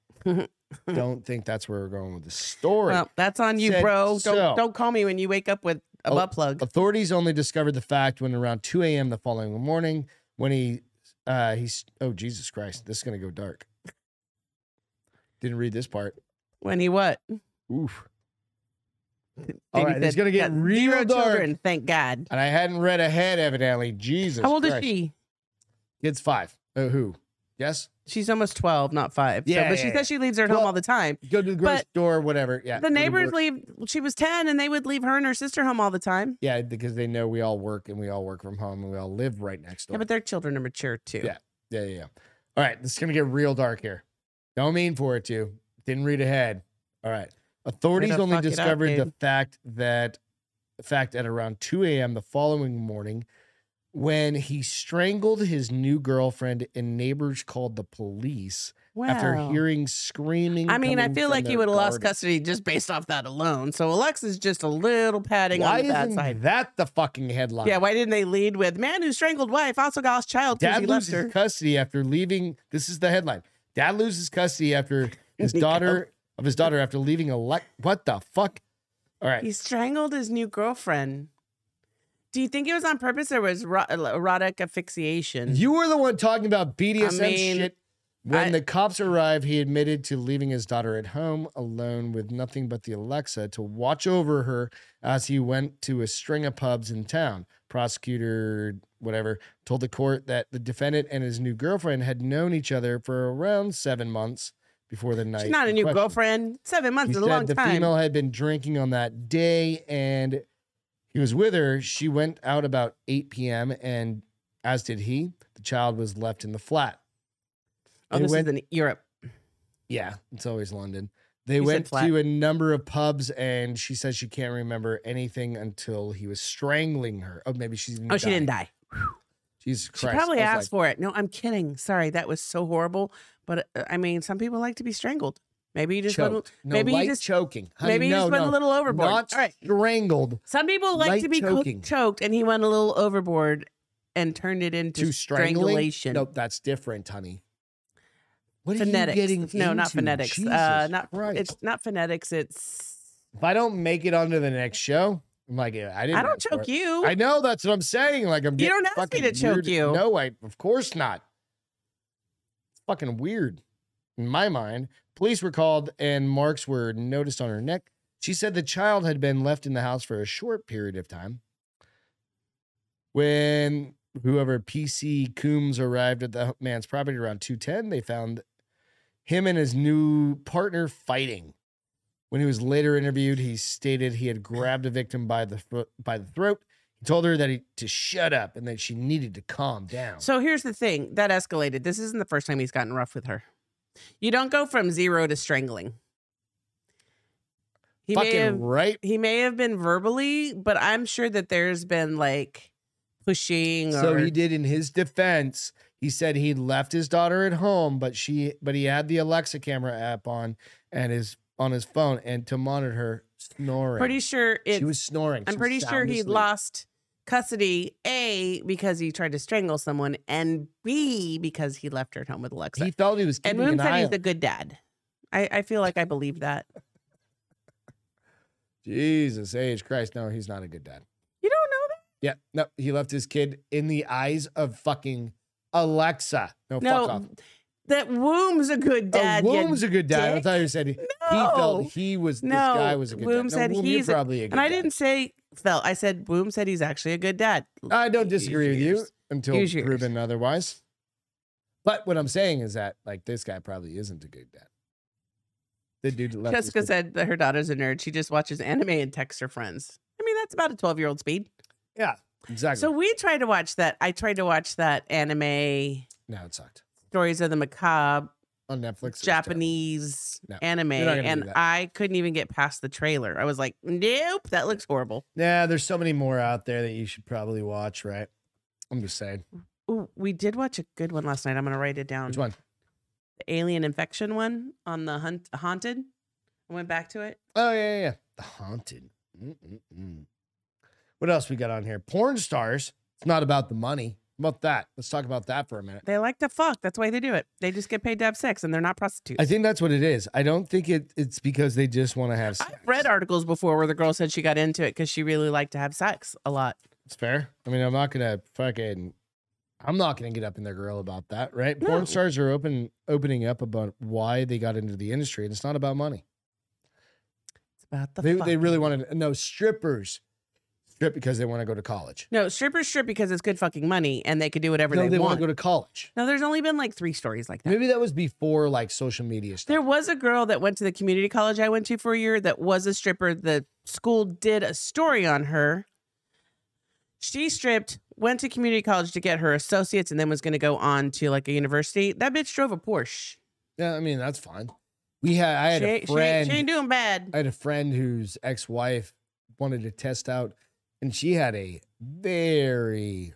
Don't think that's where we're going with the story.
Well, that's on you,
Said
bro. Don't
so.
don't call me when you wake up with a
Oh,
butt plug.
Authorities only discovered the fact when around 2 a.m. the following morning when he, uh, he's, oh, Jesus Christ, this is going to go dark. Didn't read this part.
When he what?
Oof. All
Jamie
right, it's
said,
gonna get
"Got
real
zero
dark."
children. Thank God.
And I hadn't read ahead, evidently. Jesus.
How old
Christ.
is she?
It's five. Uh, who? Yes?
She's almost twelve, not five. So-
Yeah,
but
yeah,
she
yeah.
says she leaves her at home
Well,
all the time.
Go to the grocery
But
store, whatever. Yeah. go
the
to
neighbors
work.
leave. She was ten, and they would leave her and her sister home all the time.
Yeah, because they know we all work and we all work from home and we all live right next door.
Yeah, but their children are mature too.
Yeah. Yeah, yeah, yeah. All right, this is gonna get real dark here. Don't mean for it to. Didn't read ahead. All right. Authorities
Gonna
only
fuck it up,
discovered the
dude.
fact that the fact at around 2 a.m. the following morning when he strangled his new girlfriend and neighbors called the police
Wow.
after hearing screaming.
I mean, I
coming
feel
from
like
their
he would have lost
garden.
custody just based off that alone. So Alexa's just a little padding
Why
on the bad
isn't
side.
that the fucking headline?
Yeah, why didn't they lead with man who strangled wife also got lost child because he
Dad
left
loses
her?
custody after leaving. This is the headline. Dad loses custody after his
Nico.
daughter of his daughter after leaving a le- What the fuck? All right.
He strangled his new girlfriend. Do you think it was on purpose or was ro- erotic asphyxiation?
You were the one talking about BDSM
I mean,
shit. When
I-
the cops arrived, he admitted to leaving his daughter at home alone with nothing but the Alexa to watch over her as he went to a string of pubs in town. Prosecutor, whatever, told the court that the defendant and his new girlfriend had known each other for around seven months before the night.
She's not a
in
new
question.
girlfriend. Seven months
He
is a
said
long
the
time.
female had been drinking on that day and he was with her. She went out about 8 p.m. and as did he, the child was left in the flat.
oh,
They
this
went-
is in Europe.
Yeah, it's always London. They
You said
went
flat.
to a number of pubs and she says she can't remember anything until he was strangling her. Oh, maybe she's
Oh, she didn't die.
Jesus
She
Christ.
probably
I was
asked for it. No, I'm kidding. Sorry, that was so horrible. But uh, I mean, some people like to be strangled. Maybe you
like,
just went,
choked. No,
maybe you
light
just-
choking. Honey,
maybe you
no,
just went
no.
a little overboard.
Not
All right.
strangled
Some people like
light
to be co-
choking.
choked, and he went a little overboard and turned it into
to strangling.
strangulation.
Nope, that's different, honey. What are you
phonetics.
getting
no, not
into?
phonetics. Uh,
Jesus
not
Christ.
it's not phonetics. It's
if I don't make it onto the next show, I'm like, yeah, I didn't.
I don't
ask for
choke
it.
you.
I know that's what I'm saying. Like I'm.
You
getting
don't ask me
fucking
to choke
weird-
you.
No, I of course not. It's fucking weird, in my mind. Police were called and marks were noticed on her neck. She said the child had been left in the house for a short period of time. When whoever PC Coombs arrived at the man's property around 210, they found him and his new partner fighting. When he was later interviewed, he stated he had grabbed a victim by the thro- by the throat. He told her that he to shut up and that she needed to calm down.
So here's the thing that escalated. This isn't the first time he's gotten rough with her. You don't go from zero to strangling. He may
Fucking
have
right.
he may have been verbally, but I'm sure that there's been like pushing
So
or
he did in his defense. He said he left his daughter at home, but she but he had the Alexa camera app on and his on his phone and to monitor her snoring.
pretty sure
she
it's
was snoring. She
I'm
was
pretty sure
sound
he
asleep.
lost custody A because he tried to strangle someone and B because he left her at home with Alexa.
He felt he was keeping
and Moon
an
said
eye
he's
on.
a good dad. I, I feel like I believe that.
Oh, Jesus, age Christ, no, he's not a good dad.
You don't know that?
Yeah, no, he left his kid in the eyes of fucking Alexa. No, fuck off.
no, that Womb's a good dad.
oh,
you
Womb's a good dad. I
dick.
thought you said he, he
No.
felt he was this
No,
guy was a good
Woom
dad. No,
said
Woom,
he's a-
you're probably a good
Oh. And I
dad.
didn't say felt. I said Boom said he's actually a good dad.
I don't disagree with you
Years.
until
Use yours.
proven otherwise. But what I'm saying is that like this guy probably isn't a good dad. The dude left his
Jessica
kid-
said that her daughter's a nerd. She just watches anime and texts her friends. I mean, that's about a 12 year old speed.
Yeah, exactly.
So we tried to watch that. I tried to watch that anime,
no, it sucked
Stories of the Macabre,
on Netflix. it was terrible.
Japanese
No,
anime,
you're not gonna do
and
that.
I couldn't even get past the trailer. I was like, nope, that looks horrible.
Nah, there's so many more out there that you should probably watch, right? I'm just saying.
Ooh, we did watch a good one last night. I'm going to write it down.
Which one?
The Alien Infection one on the hunt- Haunted. I went back to it.
Oh yeah, yeah, yeah. The Haunted. Mm-mm-mm. What else we got on here? Porn stars. It's not about the money. How about that. Let's talk about that for a minute.
They like to fuck. That's why they do it. They just get paid to have sex and they're not prostitutes.
I think that's what it is. I don't think it, it's because they just want to have
I've
sex.
read articles before where the girl said she got into it because she really liked to have sex a lot.
It's fair. I mean, I'm not gonna fucking. I'm not gonna get up in their grill about that, right?
No.
Porn stars are open opening up about why they got into the industry, and it's not about money.
It's about the
They, they really
fucking-
wanted no strippers strip because they want to go to college.
No, strippers strip because it's good fucking money and they could do whatever
No,
they,
they, want
want.
to go to college.
no, there's only been like three stories like that.
Maybe that was before like social media stuff.
There was a girl that went to the community college I went to for a year that was a stripper. The school did a story on her. She stripped, went to community college to get her associates, and then was going to go on to like a university. That bitch drove a Porsche.
yeah, I mean that's fine. We had I had
she,
a
ain't- she ain't,
friend.
she ain't doing bad.
I had a friend whose ex-wife wanted to test out, and she had a very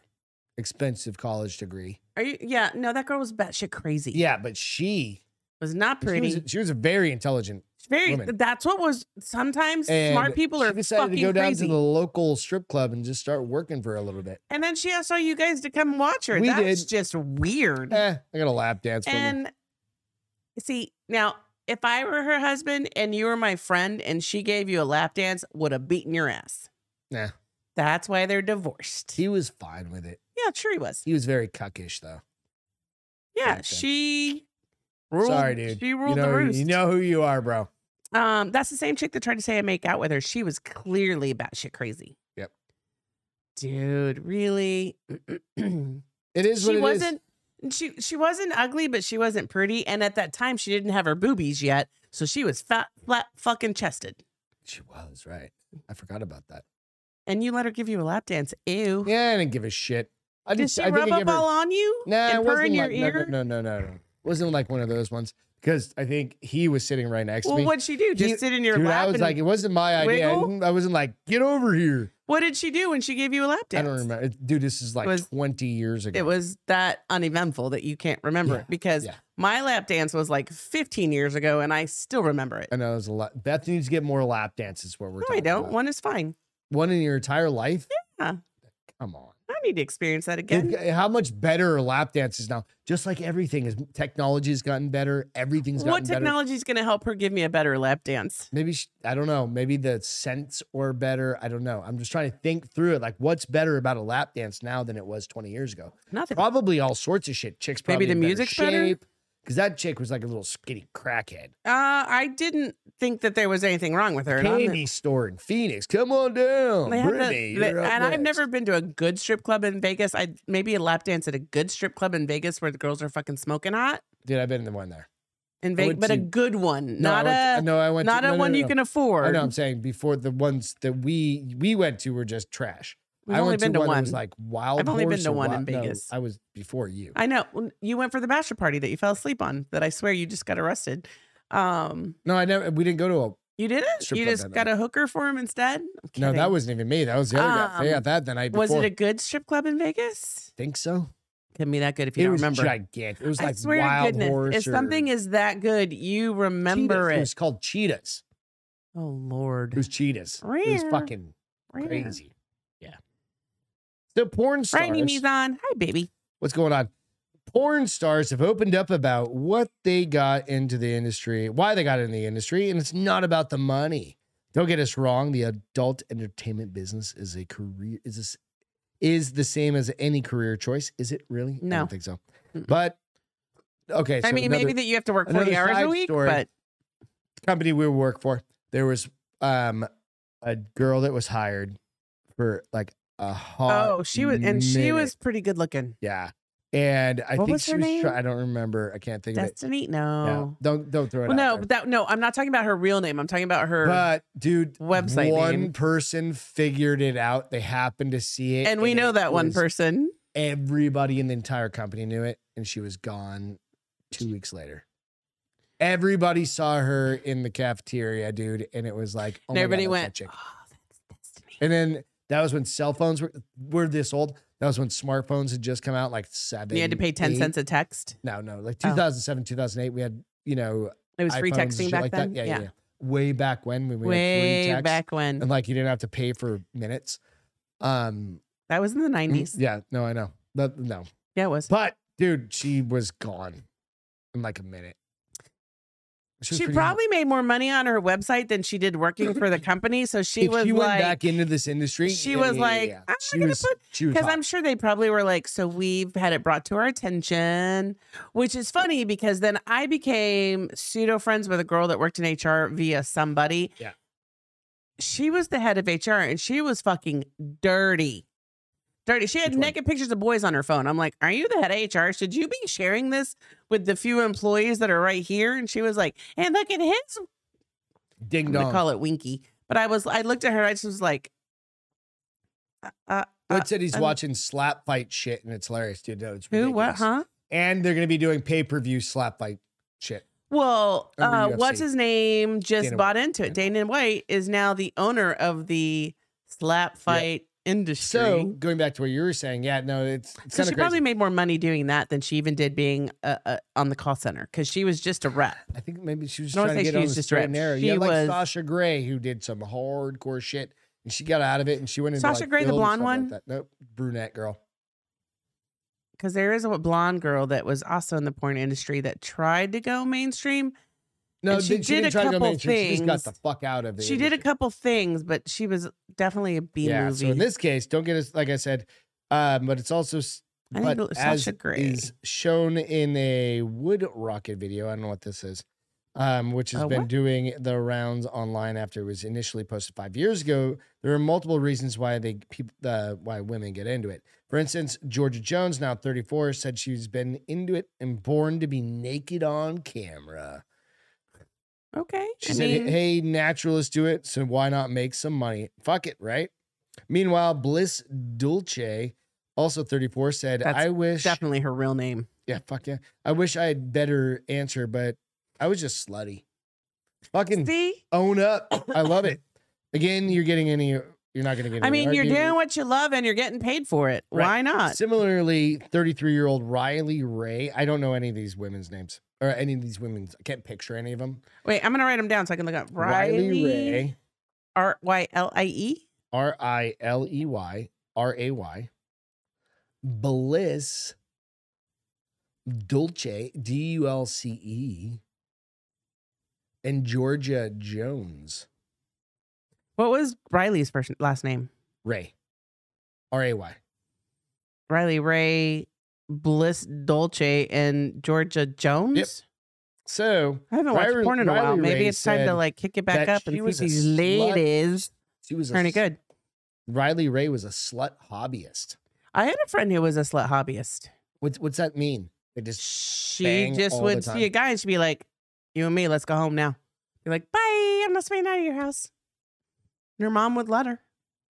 expensive college degree.
Are you? Yeah, no, that girl was batshit crazy.
Yeah, but she
was not
she
pretty.
was, she was a very intelligent.
It's very.
woman.
That's what was sometimes smart
and
people are
she decided
fucking
to go down
crazy.
to the local strip club and just start working for a little bit.
and then she asked all you guys to come watch her.
We
that's
did.
just weird.
Eh, I got a lap dance. for me.
And see, now if I were her husband and you were my friend and she gave you a lap dance, would have beaten your ass.
Nah.
That's why they're divorced.
He was fine with it.
yeah, sure he was.
He was very cuckish though.
Yeah,
Okay.
she ruled.
Sorry, dude.
She
you
ruled
know,
the
who-
roost.
You know who you are, bro.
Um, that's the same chick that tried to say I make out with her. She was clearly batshit crazy.
Yep.
Dude, really?
It is what
she
it is.
wasn't she she wasn't ugly, but she wasn't pretty. And at that time she didn't have her boobies yet. So she was fat, flat, fucking chested.
She was right. I forgot about that.
And you let her give you a lap dance. Ew.
Yeah, I didn't give a shit. I
Did
just
she
I
rub
think I
up
gave her.
all on you?
nah, it
and purr
wasn't
in your
like, no,
ear?
No, no, no, no, no. It wasn't like one of those ones because I think he was sitting right next to
Well,
me.
what'd she do? Just
He-
sit in your
Dude,
lap?
I was
and-
like, it wasn't my idea. I
wiggle?
didn't- I wasn't like, get over here.
what did she do when she gave you a lap
I
dance?
don't remember. It- Dude, this is like
was-
20 years ago.
It was that uneventful that you can't remember
Yeah,
it because
yeah.
my lap dance was like 15 years ago and I still remember it.
I know it was a lot. Beth needs to get more lap dances where we're
No,
talking
I don't.
about.
One is fine.
One in your entire life?
Yeah.
Come on.
I need to experience that again.
It- How much better are lap dances now? Just like everything is technology has gotten better. Everything's gotten
What
better.
technology is going to help her give me a better lap dance?
Maybe sh I don't know. Maybe the scents are better. I don't know. I'm just trying to think through it. Like, what's better about a lap dance now than it was 20 years ago?
Nothing.
Probably all sorts of shit. Chicks
Maybe
probably
the
in
music's
better
better?
because that chick was like a little skinny crackhead.
Uh, I didn't think that there was anything wrong with her. and I'm-
Candy store in Phoenix. Come on down,
They had the-
Brittany.
the-
you're up
and I've
next.
never been to a good strip club in Vegas. I maybe a lap dance at a good strip club in Vegas where the girls are fucking smoking hot
Dude, I've been in the one there.
in
went
Vegas, but a
to-
good one,
No, I went
not
to-
a
no, I went.
not
to,
a
no, no,
one
no,
you
no.
can afford.
I know. I'm saying before the ones that we we went to were just trash.
We've
I
only
went
been to
one. that
one.
was like wild.
I've only been
Horse
to
or
one in
Wild- no,
Vegas.
I was before you.
I know Well, you went for the bachelor party that you fell asleep on. That I swear you just got arrested. Um,
No, I never. We didn't go to a
you didn't.
Strip
You
club
just
that
got a hooker for him instead. I'm
No, that
kidding.
wasn't even me. That was the other guy. They
Um,
got that the night before.
was it a good strip club in Vegas?
think so?
Couldn't be that good if
it
you don't
was
remember.
gigantic. It was
I
like
swear
wild
to goodness,
horse.
if
or
something is that good, you
Cheetahs.
remember
It
it.
was called cheetahs.
Oh Lord,
It was cheetahs. It was
Rare.
fucking
Rare.
crazy. Yeah. The porn stars.
Brittany Mizan. Hi, baby.
What's going on? Porn stars have opened up about what they got into the industry, why they got in the industry, and it's not about the money. Don't get us wrong. The adult entertainment business is a career is this is the same as any career choice. Is it really? I
No.
don't think so.
Mm-mm.
But okay, so
I mean,
another
maybe that you have to work
another
40 hours
side
a week,
story.
but
company we work for, there was um a girl that was hired for like a hot.
oh, she was, and she
minute.
was pretty good looking.
yeah. And I
What
think
was
she
her
was.
name?
Try- I don't remember. I can't think of it.
Destiny?
Yeah.
No.
Don't don't throw it
oh. Well,
out
no,
there.
but that, no, I'm not talking about her real name. I'm talking about her.
But dude,
Website
one
name.
person figured it out. They happened to see it.
and we know
it
that one
was- oh
person.
Everybody in the entire company knew it, and she was gone two weeks later. Everybody saw her in the cafeteria, dude, and it was like oh
and
my God,
everybody
that's that
went,
chick.
oh, that's Destiny.
And then that was when cell phones were were this old. That was when smartphones had just come out, like seven.
You had to pay 10
eight-
cents a text.
No, no, like
Oh.
2007, 2008. We had you know
It was free
iPhones and
texting
shit
back
like
then.
That. Yeah, yeah, yeah. Way back when when we had free
Way
text
back when.
and like you didn't have to pay for minutes. Um
that was in the 90s.
yeah, no, I know. But no.
Yeah, it was.
But dude, she was gone in like a minute. was
she
pretty hot.
probably made more money on her website than she did working for the company. So she
if
was
she went
like,
back into this industry.
she was like, "I'm not
She
gonna
was,
put-
she was
Because
hot.
I'm sure they probably were like, so we've had it brought to our attention, which is funny because then I became pseudo friends with a girl that worked in HR via somebody.
Yeah.
she was the head of HR and she was fucking dirty. Dirty. She had
Which one?
naked pictures of boys on her phone. I'm like, are you the head of HR? Should you be sharing this with the few employees that are right here? And she was like, and look at his.
Ding
I'm gonna
dong.
call it Winky. But I was, I looked at her. I just was like, "Uh,
What said he's
I'm-
watching slap fight shit and it's hilarious, dude. No, it's
who? What?
ridiculous.
Huh?
And they're gonna be doing pay per view slap fight shit.
Well,
Over
uh,
UFC.
what's his name just
Dana
bought into it.
Yeah.
Dana White is now the owner of the slap fight industry.
So going back to what you were saying, yeah, no, it's, it's kind
So she
of crazy.
probably made more money doing that than she even did being uh, uh, on the call center because she was just a rep.
I think maybe she was
I don't
trying to
think
get
she
on
was
the
just
straight and
ripped.
narrow.
She
Yeah, like
was-
Sasha Grey, who did some hardcore shit, and she got out of it, and she went into
Sasha
like,
Grey, the
film and
blonde
stuff like
one?
that. Nope, brunette girl.
Because there is a blonde girl that was also in the porn industry that tried to go mainstream.
No,
And she
did- she
did
didn't
a
try to go
couple
mainstream. She just got the
things.
fuck out of it.
She did a couple things, but she was definitely a B
yeah.
movie.
So in this case, don't get us like I said, um, but it's also s-
I
but
think it was
as
Sasha Grey.
is shown in a Wood Rocket video. I don't know what this is, um, which has
A
been
what?
doing the rounds online after it was initially posted five years ago. There are multiple reasons why they people uh, why women get into it. For instance, Georgia Jones, now 34, said she's been into it and born to be naked on camera.
okay.
She
I
said,
mean,
"Hey, naturalists do it, so why not make some money? Fuck it, right?" Meanwhile, Bliss Dulce, also 34, said,
That's
"I wish,
definitely her real name.
yeah, fuck yeah, I wish I had better answer, but I was just slutty. Fucking
See?
own up. I love it. Again, you're getting any. You're not gonna get.
I
any
mean, you're doing
argument.
what you love and you're getting paid for it.
Right.
Why not?
Similarly, 33 year old Riley Ray. I don't know any of these women's names or any of these women's. I can't picture any of them.
Wait, I'm going to write them down so I can look up. Riley
Ray.
R Y L I E.
R I L E Y R A Y. Bliss Dulce D U L C E and Georgia Jones
What was Riley's first last name?
Ray R A Y.
Riley Ray, Bliss Dolce, and Georgia Jones.
So
I haven't watched
Riley-
porn in a while.
Riley
Maybe
Ray
it's time
said
to like kick it back
that
up and
she
see
was
if
a
these
slut.
ladies
she was a
turn it
slut-
good.
Riley Ray was a slut hobbyist.
I had a friend who was a slut hobbyist.
What's what's that mean? They just
She
bang
just
all the
would see a
time.
guy and she'd be like, "You and me, let's go home now." Be like, "Bye, I'm not staying out of your house." And her mom would let her.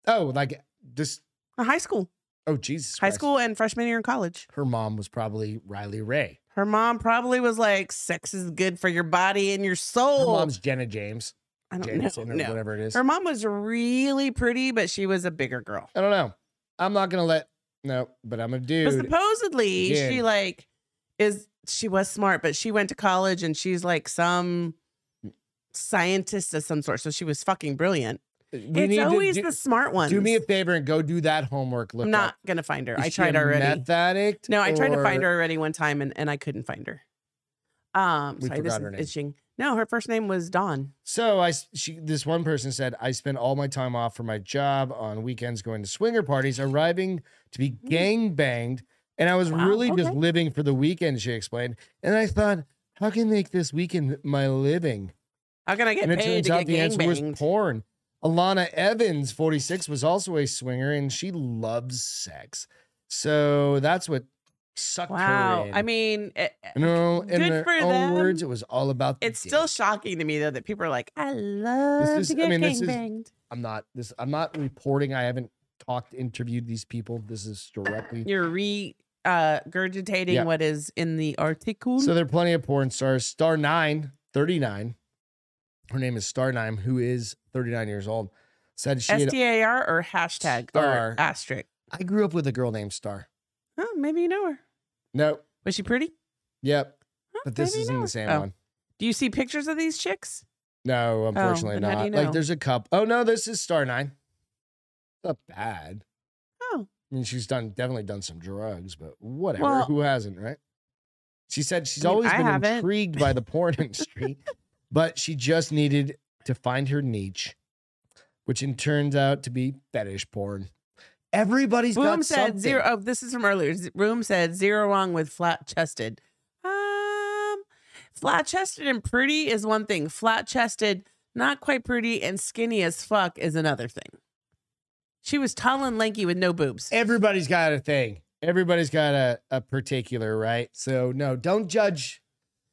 oh like just
In high school,
oh Jesus
high
Christ.
school, and freshman year in college.
Her mom was probably Riley Ray.
Her mom probably was like, "Sex is good for your body and your
Her
soul."
mom's Jenna James,
I don't
Jameson
know.
or
No.
whatever it is.
Her mom was really pretty, but she was a bigger girl.
I don't know. I'm not gonna let no, but I'm a
But
dude.
supposedly she
again.
like is she was smart, but she went to college and she's like some scientist of some sort. So she was fucking brilliant.
We need
it's
to
always
do,
the smart ones.
do me a favor and go do that homework. Look
I'm not
up.
gonna find her.
Is
I
she
tried
a
already.
Meth addict?
No, I tried to find
or-
her already one time and, and I couldn't find her. Um
We
sorry, this
forgot
is
her name.
itching. No, her first name was Dawn.
So I, s- she, this one person said, I spend all my time off for my job on weekends, going to swinger parties, arriving to be gang banged, and I was
Mm. Wow,
really just
okay.
living for the weekend. She explained, and I thought, how can I make this weekend my living?
How can I get
and it
paid
turns
to
out
get
the answer was
gangbanged?
porn. Alana Evans, 46, was also a swinger and she loves sex. So that's what sucked her
Wow.
in.
I mean it-
you know, in
good
her
for
own
them.
words, it was all about the
it's still
dick.
shocking to me though that people are like, I love
is- I
to get
mean, this is-
gangbanged.
I'm not this I'm not reporting. I haven't talked, interviewed these people. This is directly
You're re uh gurgitating
Yeah.
what is in the article.
So there are plenty of porn stars. Star 9, 39. Her name is Star 9, who is 39 years old. Said she had,
STAR or hashtag
Star.
or asterisk.
I grew up with a girl named Star.
Oh, maybe you know her.
Nope.
Was she pretty?
Yep.
Huh,
But this
maybe you
isn't
know
the
her.
same
Oh.
one.
Do you see pictures of these chicks?
No, unfortunately
then Oh, how do
not.
you
Like
know?
there's a cup. Oh no, this is Star Nine. Not bad.
Oh.
I mean, she's done definitely done some drugs, but whatever.
Well-
Who hasn't, right? She said she's
I mean,
always
I
been
haven't.
intrigued by the porn industry, but she just needed to find her niche, which in turns out to be fetish porn. Everybody's
Room
got
said
something.
zero. Oh, this is from earlier. Z- Room said zero wrong with flat chested. Um, flat chested and pretty is one thing. Flat chested not quite pretty, and skinny as fuck is another thing. She was tall and lanky with no boobs.
Everybody's got a thing. Everybody's got a, a particular, right? So no, don't judge.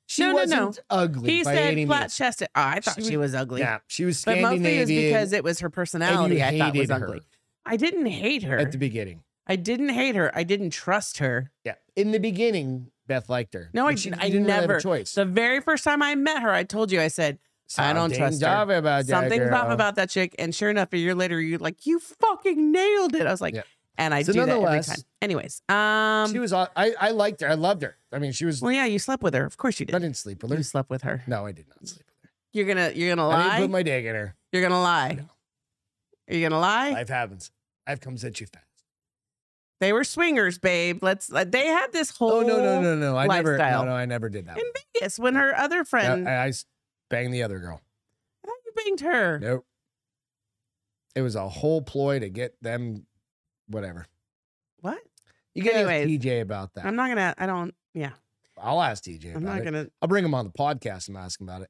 She
No, no,
wasn't
no.
ugly
He
by any
said flat
means.
chested. Oh, I thought
She
she
was-
was, ugly.
Yeah, she was
But mostly it
Scandinavian.
was because it was her
and
personality
you
I thought was
hated her
ugly. I didn't hate her.
at the beginning.
I didn't hate her. I didn't trust her.
Yeah, in the beginning, Beth liked her.
No, I
but she,
didn't.
you
I
didn't Really have
never-
a choice.
The very first time I met her, I told you, I said, I don't
Something's
trust her.
off About that
something's
girl.
off about that chick. And sure enough, a year later, you're like, you fucking nailed it. I was like,
Yeah.
and I
So
do that every
nonetheless-
time. Anyways, um,
she was. aw- I I liked her. I loved her. I mean, she was.
well, yeah, you slept with her. Of course you
I
did.
didn't sleep with her.
You slept with her.
No, I did not sleep with her.
You're gonna, you're gonna
I didn't
lie.
put my dick in her.
you're gonna lie.
No.
Are you gonna lie?
Life happens. Life comes at you fast.
They were swingers, babe. Let's. like, they had this whole.
Oh no no no no! I never no
lifestyle.
no I never did that.
In Vegas when her other friend.
No, I, I s- banged the other girl.
I thought you banged her.
Nope. It was a whole ploy to get them, whatever.
What?
You can
Anyways,
ask TJ about that.
I'm not gonna. I don't. Yeah.
I'll ask TJ about
I'm not
it.
gonna.
I'll bring him on the podcast and ask him about it.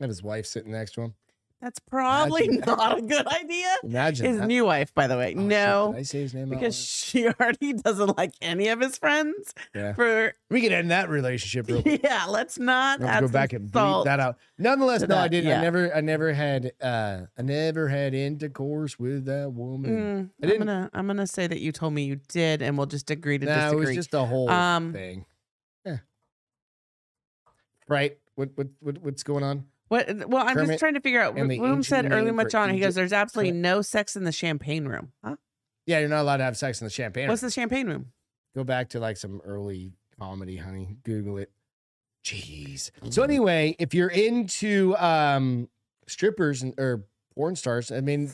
I have his wife sitting next to him.
That's probably
do that.
not a good idea.
Imagine
His
that.
new wife, by the way.
Oh, shit,
no.
did I say his name out
because
loud?
she already doesn't like any of his friends.
Yeah.
For
we could end that relationship real quick.
yeah, let's not
We'll have
add
to go
some
back and bleep
salt.
that out. Nonetheless,
to
no, I
that,
didn't. I
yeah.
never, I never had, uh, I never had intercourse with that woman.
Mm,
I
I'm
didn't-
gonna I'm gonna say that you told me you did, and we'll just agree to
no, it was
disagree.
just a whole
Um,
thing. Yeah. Right. What, what, what, what's going on?
what? Well, I'm
Kermit
just trying to figure out.
and the
Bloom said
ancient
early
name for
much on. He
Egypt-
goes, "There's absolutely no sex in the champagne room." Huh?
Yeah, you're not allowed to have sex in the champagne.
What's
room.
the champagne room?
Go back to like some early comedy, honey. Google it. Jeez. So
Mm-hmm.
anyway, if you're into um strippers and or porn stars, I mean,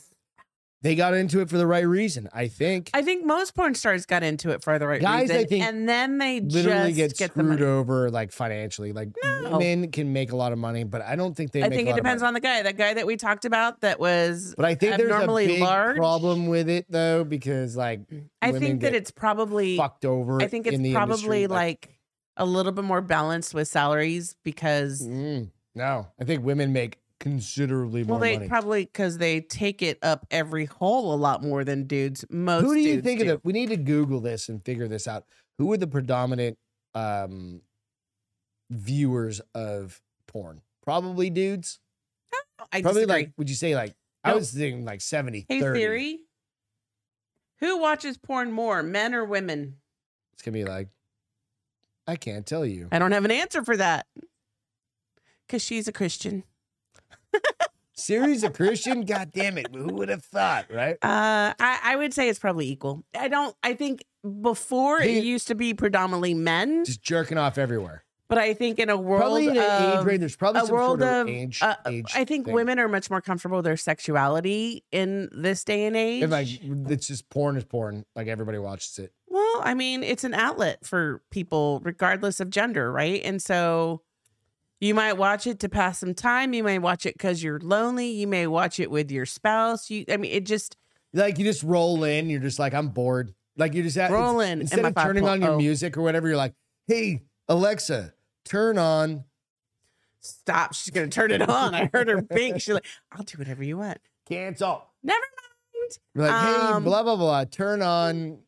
they got into it for the right reason, I think.
I think most porn stars got into it for the right
Guys, I
reason,
think,
and then they
Literally get,
just get the
screwed
money.
over like financially. Like
No.
women can make a lot of money, but I don't think they.
I
make
think
a
it
lot of
depends
money.
on the guy. That guy that we talked about that was
But I think there's a
abnormally
big
large.
problem with it though, because like
I
women
think that
get
it's probably
fucked over.
I think it's
in the
probably
industry,
like, a little bit more balanced with salaries because
Mm, no, I think women make considerably more
well they
money.
probably because they take it up every hole a lot more than dudes. Most
Who do you
dudes
think
do.
of the? We need to Google this and figure this out. Who are the predominant um, viewers of porn? Probably dudes.
I
Probably
disagree.
like, would you say like? I
Nope.
was thinking like 70,
hey
30.
theory. Who watches porn more, men or women?
It's gonna be like, I can't tell you.
I don't have an answer for that. Cause she's a Christian.
Series of Christian? God damn it! Who would have thought, right?
Uh, I, I would say it's probably equal. I don't. I think before
He-
it used to be predominantly men,
Just jerking off everywhere.
but I think in a world
Probably in an age
of
range. There's probably
a
some
world
sort of,
of,
age.
uh,
age
I think
thing.
women are much more comfortable with their sexuality in this day and age.
And like, it's just porn is porn. Like everybody watches it.
well, I mean, it's an outlet for people, regardless of gender, right? And so you might watch it to pass some time. You may watch it because you're lonely. You may watch it with your spouse. You, I mean, it just
Like you just roll in, you're just like, I'm bored. Like you just at, it's-
Roll in in
instead
my oh.
of turning on your
5.0.
music or whatever. You're like, hey Alexa, turn on.
stop. She's gonna turn it on. I heard her bing. She's like, "I'll do whatever you want."
Cancel.
Never mind.
You're like, hey,
Um,
blah blah blah. Turn on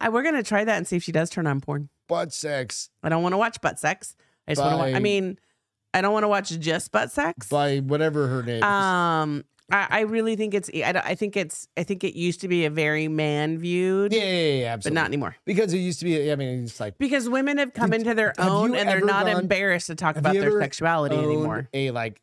I, we're gonna try that and see if she does turn on porn.
butt sex
I don't want to watch butt sex. I just want to. Wa-
By-
I mean, I don't want to watch just butt sex.
by whatever her name. is.
Um, I, I really think it's. I, don't- I think it's. I think it used to be a very man viewed,
yeah, yeah, yeah, yeah,
but
absolutely.
not anymore
because it used to be. I mean, it's like
because women have come
Did-
into their
have
own
you
and they're
ever
not
gone-
embarrassed to talk
have
about
you
their
ever
sexuality
owned
anymore.
a like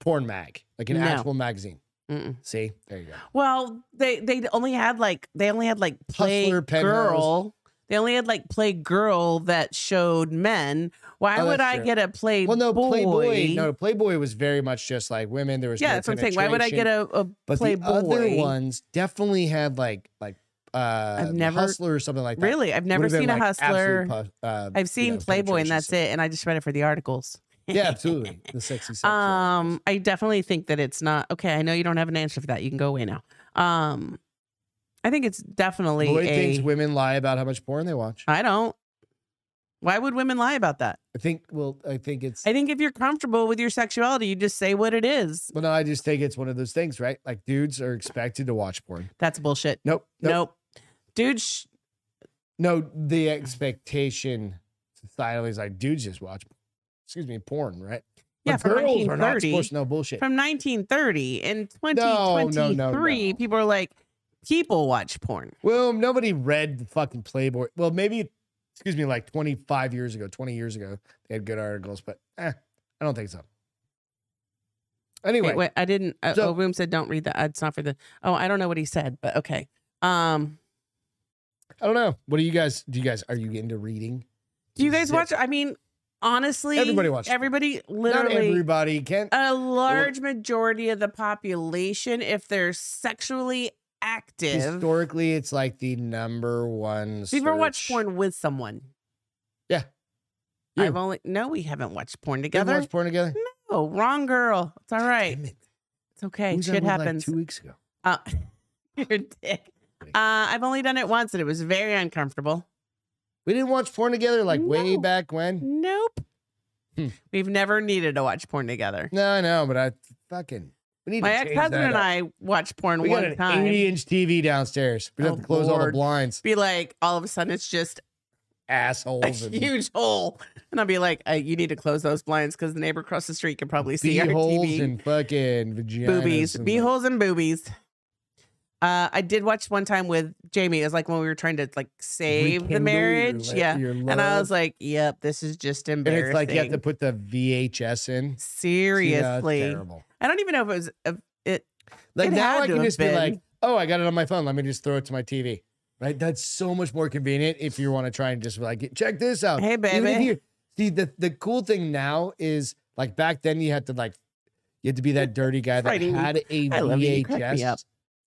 porn mag, like an
No.
actual magazine.
Mm-mm.
See, there you go.
Well, they they only had like they only had like play
Hustler, Penthouse.
girl. They only had like play girl that showed men. Why
Oh,
would
that's
I
true.
get a play?
Well, no, Playboy. No, Playboy was very much just like women. There was
yeah,
no
that's what I'm saying. Why would I
penetration.
get a, a
But
Playboy?
the other ones definitely had like like uh the
never-
hustler or something like that.
really, I've never
Would've been,
seen a
like, absolute
hustler.
pu- uh,
I've seen
you know,
Playboy
penetration
and that's
scene.
it. And I just read it for the articles.
Yeah, absolutely. The sexy sex.
um, I definitely think that it's not okay. I know you don't have an answer for that. You can go away now. Um, I think it's definitely
Lloyd
a. Uh,
thinks women lie about how much porn they watch.
I don't. Why would women lie about that?
I think well, I think it's
I think if you're comfortable with your sexuality, you just say what it is.
well no, I just think it's one of those things, right? Like dudes are expected to watch porn.
That's bullshit.
Nope. Nope.
Nope. Dude, sh-
No, the expectation societally is like dudes just watch excuse me, porn, right?
Yeah,
but
from
girls are not
1930
supposed to know bullshit.
from 1930 and
no, no,
2023, people are like, people watch porn.
Well, nobody read the fucking Playboy. Well, maybe, excuse me, like 25 years ago, 20 years ago, they had good articles, but eh, I don't think so. Anyway,
Wait, wait, I didn't. Uh,
So-
oh, Boom said, don't read that. It's not for the. Oh, I don't know what he said, but okay. Um,
I don't know. What do you guys, do you guys, are you into reading?
do you guys
Zip.
watch? uh, I mean, honestly,
Everybody watches porn.
Everybody,
Not
literally.
everybody can.
a large majority of the population, if they're sexually active,
Historically, it's like the number one.
we've ever watched
search.
porn with someone.
Yeah. You.
I've only no, we haven't watched porn
We've
together.
watched porn together.
Oh, wrong girl. It's all right.
Damn it.
It's okay.
Who's on
Shit
with, like,
happens.
two weeks ago.
Uh, your dick. Uh, I've only done it once, and it was very uncomfortable.
We didn't watch porn together like way
No.
back when.
Nope.
Hmm.
We've never needed to watch porn together.
No, I know, but I fucking. We need
My
to
ex
change
husband
that
and
up.
I watched porn
We got
one
an
time.
80 inch TV downstairs. We have
Oh,
to close all the
Lord.
blinds.
Be like, all of a sudden, it's just a
assholes and
huge hole, and I'll be like, uh, "You need to close those blinds because the neighbor across the street can probably see our
holes
TV,
and fucking vaginas.
boobies,
and-
bee holes, and boobies." Uh, I did watch one time with Jamie. It was like when we were trying to like save the
Rekindle your
marriage,
la-
yeah.
your
And I
love.
was like, "Yep, this is just
and
embarrassing."
it's like you have to put the VHS in. See, no, it's
Seriously,
terrible.
I don't even know if it was if it.
Like
It
now
had
I
to
can
have
just be like,
been.
oh, I got it on my phone. Let me just throw it to my TV. Right? That's so much more convenient if you want to try and just be like, check this out.
Hey,
Even if
baby.
you- see, the, the cool thing now is like back then you had to like, you had to be that dirty guy that
Frightening.
had a
I love you. You crack me up.
VHS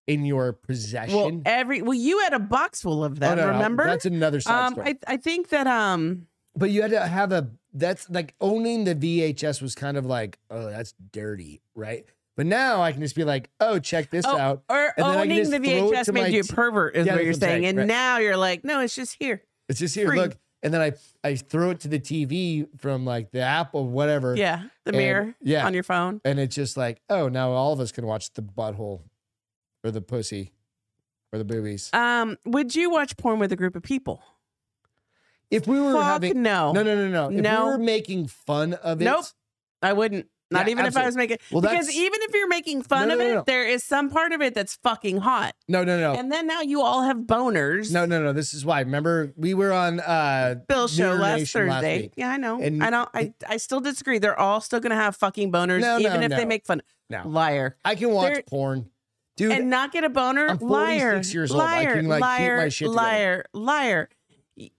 in your possession.
Well, every well, you had a box full of
Oh,
them.
no, no,
remember?
That's another side
um,
story.
I I think that um,
But you had to have a that's like owning the VHS was kind of like, oh, that's dirty, right? But now I can just be like, oh, check this
Oh,
out.
or
And then I can
owning
just
the
throw it to
VHS
my
made you a
t-
pervert, is
Yeah,
what
that's
you're
what I'm
saying,
saying,
and
right.
now you're like, no, it's just here.
It's just here,
free.
look. And then I I throw it to the TV from like the app or whatever.
Yeah, the
and-
mirror
Yeah.
on your phone.
and it's just like, oh, now all of us can watch the butthole or the pussy or the boobies.
Um, would you watch porn with a group of people?
if we were
Fuck
having
no.
no, no, no, no. If
No.
we were making fun of it,
Nope. I wouldn't. Not
Yeah,
even if I was making
Well,
because
that's-
even if you're making fun
No,
of
no,
it,
no, no.
there is some part of it that's fucking hot,
no, no, no.
and then now you all have boners.
No, no, no. This is why. Remember, we were on uh
Bill show
Mirror
last
Nation
Thursday.
last week.
yeah, I know.
And-
I don't. I, I still disagree. They're all still gonna have fucking boners,
No, no,
even if
no.
they make fun.
No.
Liar.
I can watch
There-
porn. Dude,
and not get a boner.
I'm
liar.
46 years old. I
liar.
can, like, keep
liar.
my shit together.
liar. Liar. Y-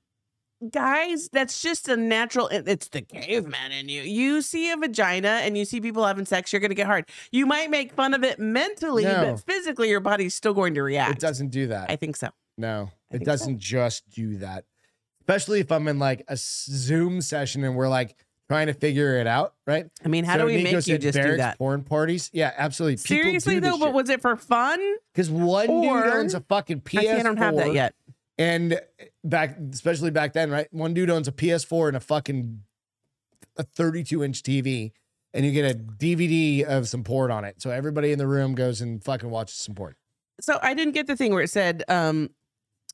Guys, that's just a natural. it- It's the caveman in you. You see a vagina and you see people having sex, you're going to get hard. You might make fun of it mentally,
No.
but physically, your body's still going to react.
it doesn't do that.
I think so.
no,
I
it
think so.
doesn't just do that. Especially if I'm in like a s- Zoom session and we're like trying to figure it out, right?
I mean, how
So
do we
Nico
make you
said
just do
Barrett's
that?
Porn parties. Yeah, absolutely.
Seriously, though, but was it for fun?
because one dude
Or-
owns a fucking PS4.
I see I don't have that yet.
And back, especially back then, right? One dude owns a PS4 and a fucking a 32 inch TV, and you get a DVD of some porn on it. So everybody in the room goes and fucking watches some porn.
So I didn't get the thing where it said, um,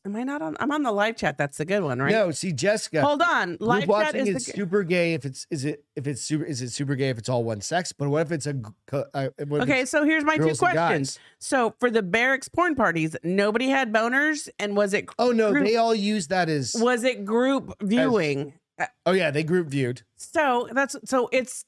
Am I not on? I'm on the live chat. That's the good one, right?
No, see, Jessica,
Hold on.
group
Live chat
watching
is
is,
the good.
super gay. If it's is it if it's super is it super gay if it's all one sex? But what if it's a g- co- uh, what if
Okay,
it's
so here's my two
girls and
questions.
guys?
So for the barracks porn parties, nobody had boners, and was it
Oh no,
Group-
they all use that as
was it group viewing? Uh,
oh yeah, they group viewed.
So that's so it's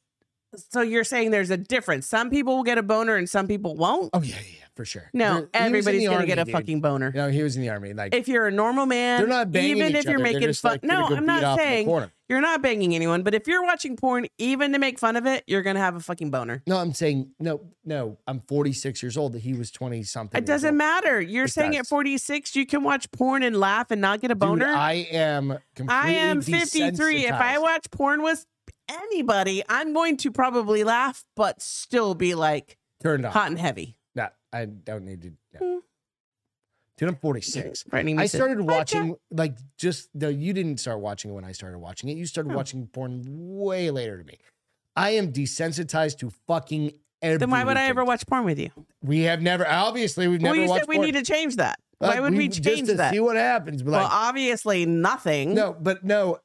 so you're saying there's a difference. Some people will get a boner and some people won't.
Oh yeah, yeah, yeah, for sure. He was
No,
in
everybody's
the
gonna
army,
get a
dude.
fucking boner.
No, he was in the army. Like
If you're a normal man,
they're not banging
even
each
if you're
other, they're
making
just,
fun.
like, gonna
no,
go
I'm
beat
not
off in the
saying
corner.
you're not banging anyone, but if you're watching porn, even to make fun of it, you're gonna have a fucking boner.
No, I'm saying no, no. I'm 46 years old. He was 20 something.
It doesn't matter. You're
It
saying
does.
at 46 you can watch porn and laugh and not get a boner.
Dude, I am.
I am 53. If I
desensitized.
watch porn with anybody, I'm going to probably laugh, but still be like
turned off,
hot and heavy. Hmm.
no, I don't need to. no.
Mm.
Dude, I'm 46.
Frightening me
I
too.
started watching like just no, you didn't start watching it when I started watching it. You started
No.
watching porn way later to me. I am desensitized to fucking everything.
Then why would I ever watch porn with you?
We have never obviously we've
well,
never
you
watched
said we
porn.
need to change that.
Like,
why would we change
just to
that?
See what happens. But
well,
like,
obviously nothing.
no, but no.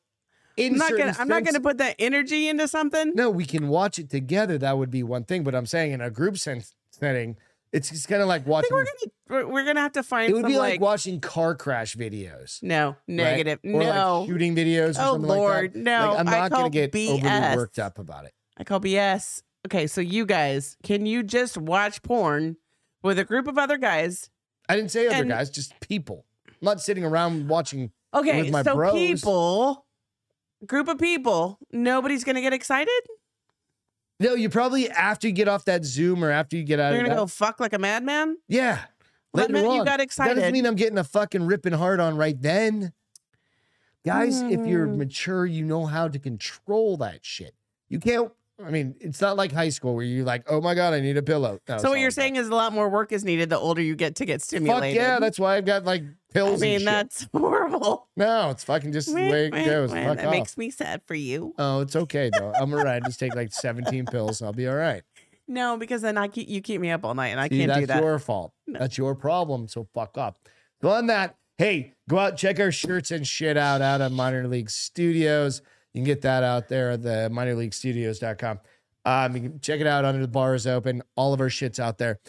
In
I'm not
certain
gonna. I'm not
sense-
gonna put that energy into something.
No, we can watch it together. That would be one thing. But I'm saying in a group sense setting, it's just kind of like
I think
watching.
we're gonna. We're, we're gonna have to find.
it would
some,
be like,
like,
watching car crash videos.
no
right?
negative.
Or
No.
like shooting videos or
oh
something like
Lord,
that.
no.
Like, I'm
I
not
call
going to get
BS.
overly worked up about it.
I call BS. Okay, so you guys, can you just watch porn with a group of other guys?
I didn't say other
And-
guys, just people. I'm not sitting around watching.
Okay,
With my
so
bros.
people, group of people, nobody's gonna get excited.
No, you probably after you get off that Zoom or after you get out
They're
of
gonna
that.
go fuck like a madman.
yeah.
Well, that
later
meant you
on.
got
That doesn't
excited.
mean I'm getting a fucking ripping hard on right then. Guys, if you're
Mm.
mature, you know how to control that shit. You can't. I mean, it's not like high school where you're like, oh my god, I need a pillow. No, it's
so
not
what you're
like that.
saying is a lot more work is needed the older you get to get
Fuck
stimulated.
yeah, that's why I've got like
I
pills.
mean
and shit.
that's horrible.
no, it's fucking just the way it goes. Fuck
That
off.
makes me sad for you.
Oh, it's okay though. I'm alright. Just take like 17 pills. and I'll be all right.
No, because then I keep you keep me up all night and I
See,
can't
that's
do that.
your fault.
No.
That's your problem. So fuck up. So on that, hey, go out check our shirts and shit out out on Minor League Studios. You can get that out there at the minorleaguestudios.com. Um, you can check it out under the bars open. All of our shits out there.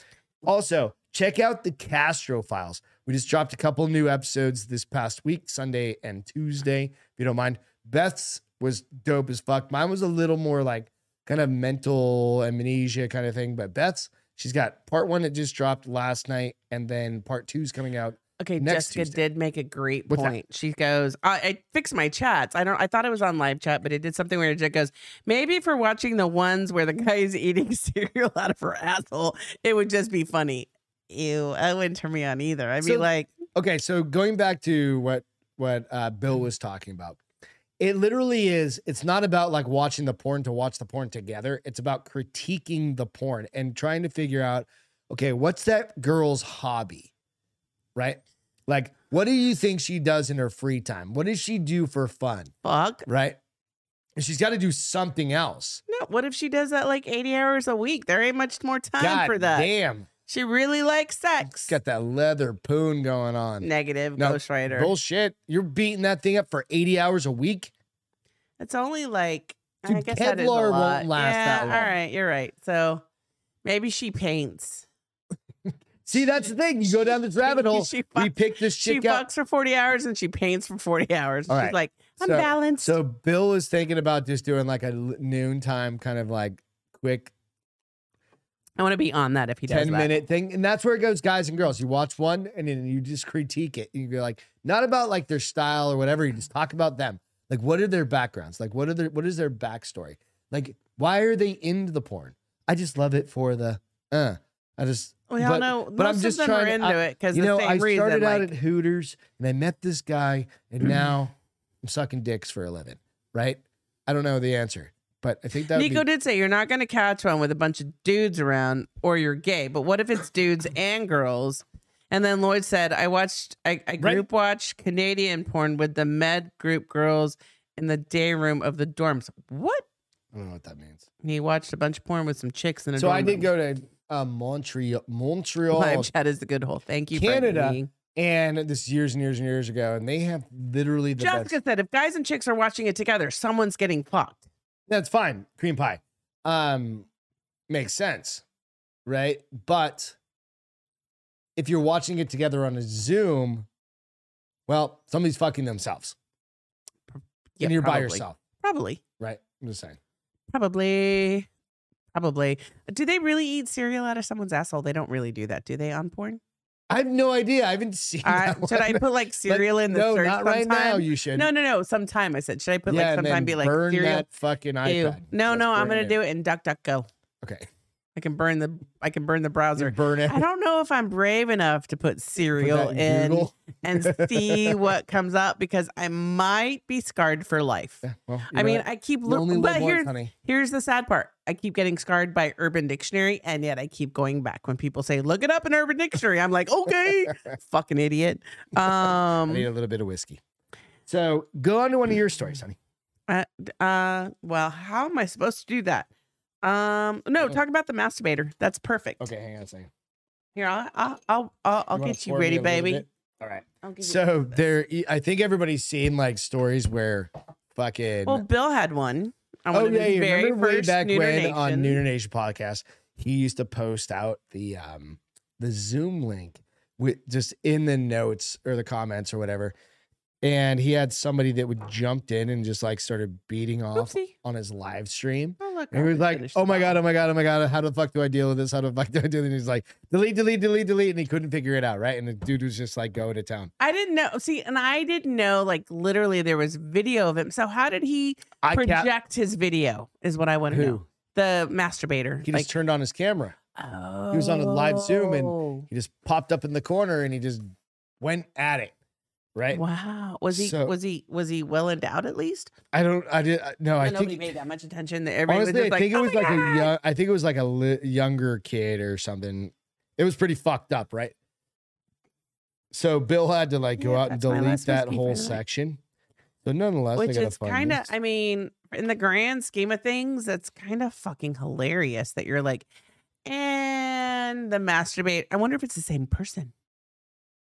Also, check out the Castro Files. We just dropped a couple new episodes this past week, Sunday and Tuesday. If you don't mind, Beth's was dope as fuck. Mine was a little more like kind of mental amnesia kind of thing, but Beth's She's got part one that just dropped last night, and then part two's coming out.
Okay,
Next
Jessica
Tuesday.
did make a great
What's that?
point. She goes, I, I fixed my chats. I don't. I thought it was on live chat, but it did something weird. It goes, maybe for watching the ones where the guy is eating cereal out of her asshole, it would just be funny. Ew, that wouldn't turn me on either. I'd be
So-
like,
Okay, so going back to what what uh, Bill was talking about, it literally is. It's not about like watching the porn to watch the porn together. It's about critiquing the porn and trying to figure out, okay, what's that girl's hobby, right? Like, what do you think she does in her free time? What does she do for fun,
fuck.
right? And she's got to do something else.
No, what if she does that like 80 hours a week? There ain't much more time
God
for that.
damn,
She really likes sex.
got that leather poon going on.
Negative
No,
ghostwriter.
Bullshit. You're beating that thing up for 80 hours a week.
It's only like I
Dude,
guess that is a
Kevlar won't
lot.
last
yeah,
that long.
All right, you're right. So maybe she paints.
See, that's the thing. You go down this rabbit hole.
She, fuck-
We pick this
she
chick up.
fucks for 40 hours and she paints for 40 hours.
All
She's
right.
like, I'm
So-
balanced.
So Bill is thinking about just doing like a l- noontime kind of like quick
I want to be on that if he does
10
that.
minute thing. And that's where it goes, guys and girls. You watch one and then you just critique it. You go like, not about like their style or whatever. You just talk about them. Like, what are their backgrounds? Like, what are their, what is their backstory? Like, why are they into the porn? I just love it for the, uh, I just,
We all
but-
know
but I'm
most
just
of them are
trying to-
into
I-
it because
you
the
know,
same
I
reason.
started out
like, Mm-hmm.
at Hooters and I met this guy, and now I'm sucking dicks for a living, right? I don't know the answer, but I think that would
Nico
be,
did say you're not going to catch one with a bunch of dudes around or you're gay, but what if it's dudes and girls? And then Lloyd said, I watched, I, I
Right.
group watched Canadian porn with the med group girls in the day room of the dorms. What?
I don't know what that means.
And he watched a bunch of porn with some chicks in a
So
dorm
I did
room.
go to uh, Montreal, Montreal,
Live chat is the good hole. Thank you,
Canada.
Brittany.
and this years and years and years ago, and they have literally the best.
Jessica said, if guys and chicks are watching it together, someone's getting fucked.
That's fine, cream pie. Um, makes sense, right? But if you're watching it together on a Zoom, well, somebody's fucking themselves,
Yeah,
and you're by
probably.
yourself.
Probably,
Right. I'm just saying.
probably, probably. Do they really eat cereal out of someone's asshole? They don't really do that, do they? On porn?
I have no idea. I haven't seen.
Uh,
that
should I
one.
put like cereal in the
no,
search
not right now.
sometime?
You should.
No, no, no. Sometime I said, should I put
yeah,
like
and
sometime
then
be like
burn
cereal?
that fucking
Ew.
iPad.
No,
Just
no. I'm
burn
gonna do it in DuckDuckGo.
Okay.
I can burn the I can burn the browser.
Burn it.
I don't know if I'm brave enough to put
Put
cereal
that
in
Google.
and see what comes up because I might be scarred for life.
Yeah, well, you
I
know
mean,
what?
I keep
You only live
looking, but
once,
here's
honey.
here's the sad part. I keep getting scarred by Urban Dictionary, and yet I keep going back when people say, "Look it up in Urban Dictionary." I'm like, "Okay, fucking idiot."
I need
Um,
a little bit of whiskey. So go on to one of your stories, honey.
uh, d- uh, well, how am I supposed to do that? Um, no, talk about the masturbator. That's perfect.
Okay, hang on a second.
Here, I'll, I'll, I'll, I'll, I'll
wanna
get you
pour me
ready,
a little
baby.
bit? All right.
I'll give you-
So there, e, I think everybody's seen like stories where fucking.
well, Bill had one. I
oh
wanted
yeah,
his
you
very
remember way
first
back
Nooner
when on
Nation.
Nooner Nation podcast, he used to post out the um the Zoom link with just in the notes or the comments or whatever, and he had somebody that would jumped in and just like started beating off
Oopsie.
on his live stream.
Oh, look,
And he
I
was like,
finished the
"Oh my
bottle.
god, oh my god, oh my god! How the fuck do I deal with this? How the fuck do I do this?" And he's like, "Delete, delete, delete, delete," and he couldn't figure it out. Right, and the dude was just like going to town.
I didn't know. See, and I didn't know. Like literally, there was video of him. So how did he
I
project
ca-
his video? Is what I want to know.
who
The masturbator.
he just
like,
turned on his camera.
oh,
was on a live Zoom and- He just popped up in the corner and he just went at it. Right?
Wow. Was he?
So-
was he? Was he well endowed at least?
I don't. I did. I- No, I
No, nobody
think.
paid that much attention. That everybody
Honestly, I
was just
think
like,
it was
"Oh
like
my
a
God!"
young, I think it was like a li- younger kid or something. It was pretty fucked up, right? So Bill had to like go
Yeah,
out and
that's my
delete
last
that
whiskey for
whole
the night.
section. But nonetheless,
Which
they got
is kind of. I mean, in the grand scheme of things, that's kind of fucking hilarious. That you're like, and the masturbate. I wonder if it's the same person.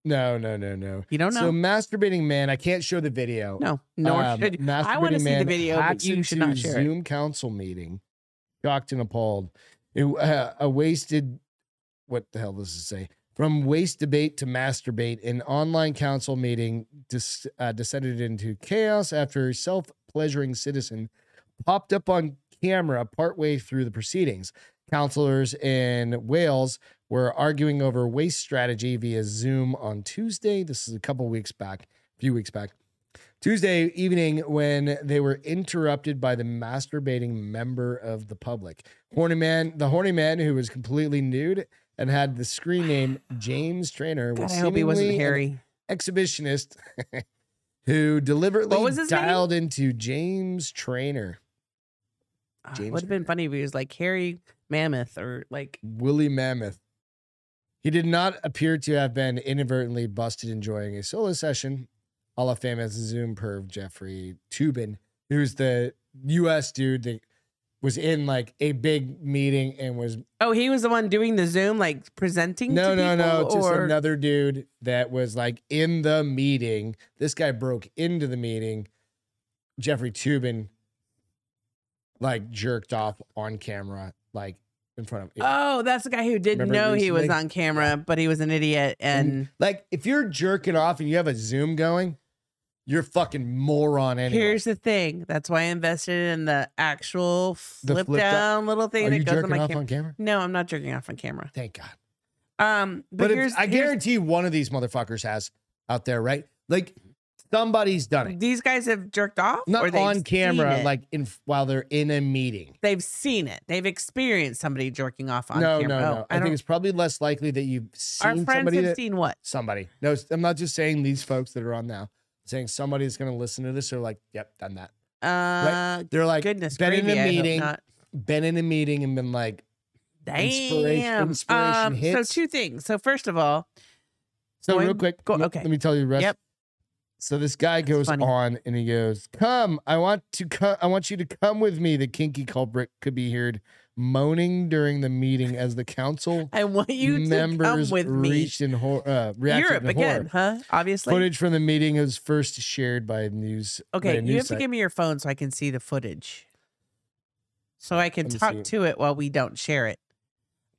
no, no, no, no.
You don't know.
So masturbating man, I can't show the video.
no, nor
Um,
should you. I
masturbating
wanna see the
man
video, but
hacks
you should
into
not share it.
Zoom council meeting, shocked and appalled. It, uh, a wasted, what the hell does it say? From waste debate to masturbate, an online council meeting dis, uh, descended into chaos after a self-pleasuring citizen popped up on camera partway through the proceedings. Counselors in Wales were arguing over waste strategy via Zoom on Tuesday. This is a couple weeks back, a few weeks back. Tuesday evening when they were interrupted by the masturbating member of the public. Horny man, the horny man who was completely nude and had the screen name James Trainer
God,
was
I hope he wasn't
seemingly an
hairy.
exhibitionist who deliberately
What was his name?
dialed into James Trainer,
Ah,
James
It would have been
Turner.
funny if he was like hairy mammoth or like
Willie Mammoth. He did not appear to have been inadvertently busted enjoying a solo session, a la famous Zoom perv Jeffrey Tubin, who's the U.S. dude that was in like a big meeting and was
oh he was the one doing the Zoom like presenting.
no,
to
no, no,
people,
just
or-
another dude that was like in the meeting. This guy broke into the meeting. Jeffrey Tubin like jerked off on camera, like in front of.
Oh, that's the guy who didn't
Remember
know he was
recently?
on camera, but he was an idiot. And
Like if you're jerking off and you have a Zoom going, you're a fucking moron anyway.
here's the thing. That's why I invested in the actual
The
flip,
flip
down little thing
Are
that
you
goes on
jerking
my
off
camera.
on camera?
No, I'm not jerking off on camera.
Thank God.
Um, but,
But, if-
here's,
I
here's-
guarantee one of these motherfuckers has out there, right? Like somebody's done it.
these guys have jerked off or
Not
they've
on
seen
camera,
it.
like in while they're in a meeting.
they've seen it. They've experienced somebody jerking off on
no,
camera.
No,
Oh,
no,
I,
I,
don't.
think it's probably less likely that you've seen
Our friends
somebody
have
that
seen what?
somebody. No, s- I'm not just saying these folks that are on now. I'm saying somebody that's going to listen to this. They're like, yep, done that.
Uh,
They're like,
goodness,
been in
gravy,
a
I hope
meeting.
not.
been in a meeting and been like, Inspiration-
Damn.
inspiration
um,
hits.
So two things. So first of all,
so
Going-
real quick.
go-
let-
okay.
Let me tell you the rest.
Yep.
So this guy
That's
goes
funny.
on and he goes, "Come, I want to come. I want you to come with me." The kinky culprit could be heard moaning during the meeting as the council
I want you to come
members
with me.
reached in hor- uh, reacted
Europe
in horror.
again, huh? Obviously.
Footage from the meeting was first shared by news. by
okay,
a
you
news
have to
site.
give me your phone so I can see the footage, so I can
Let me
talk
see.
to it while we don't share it.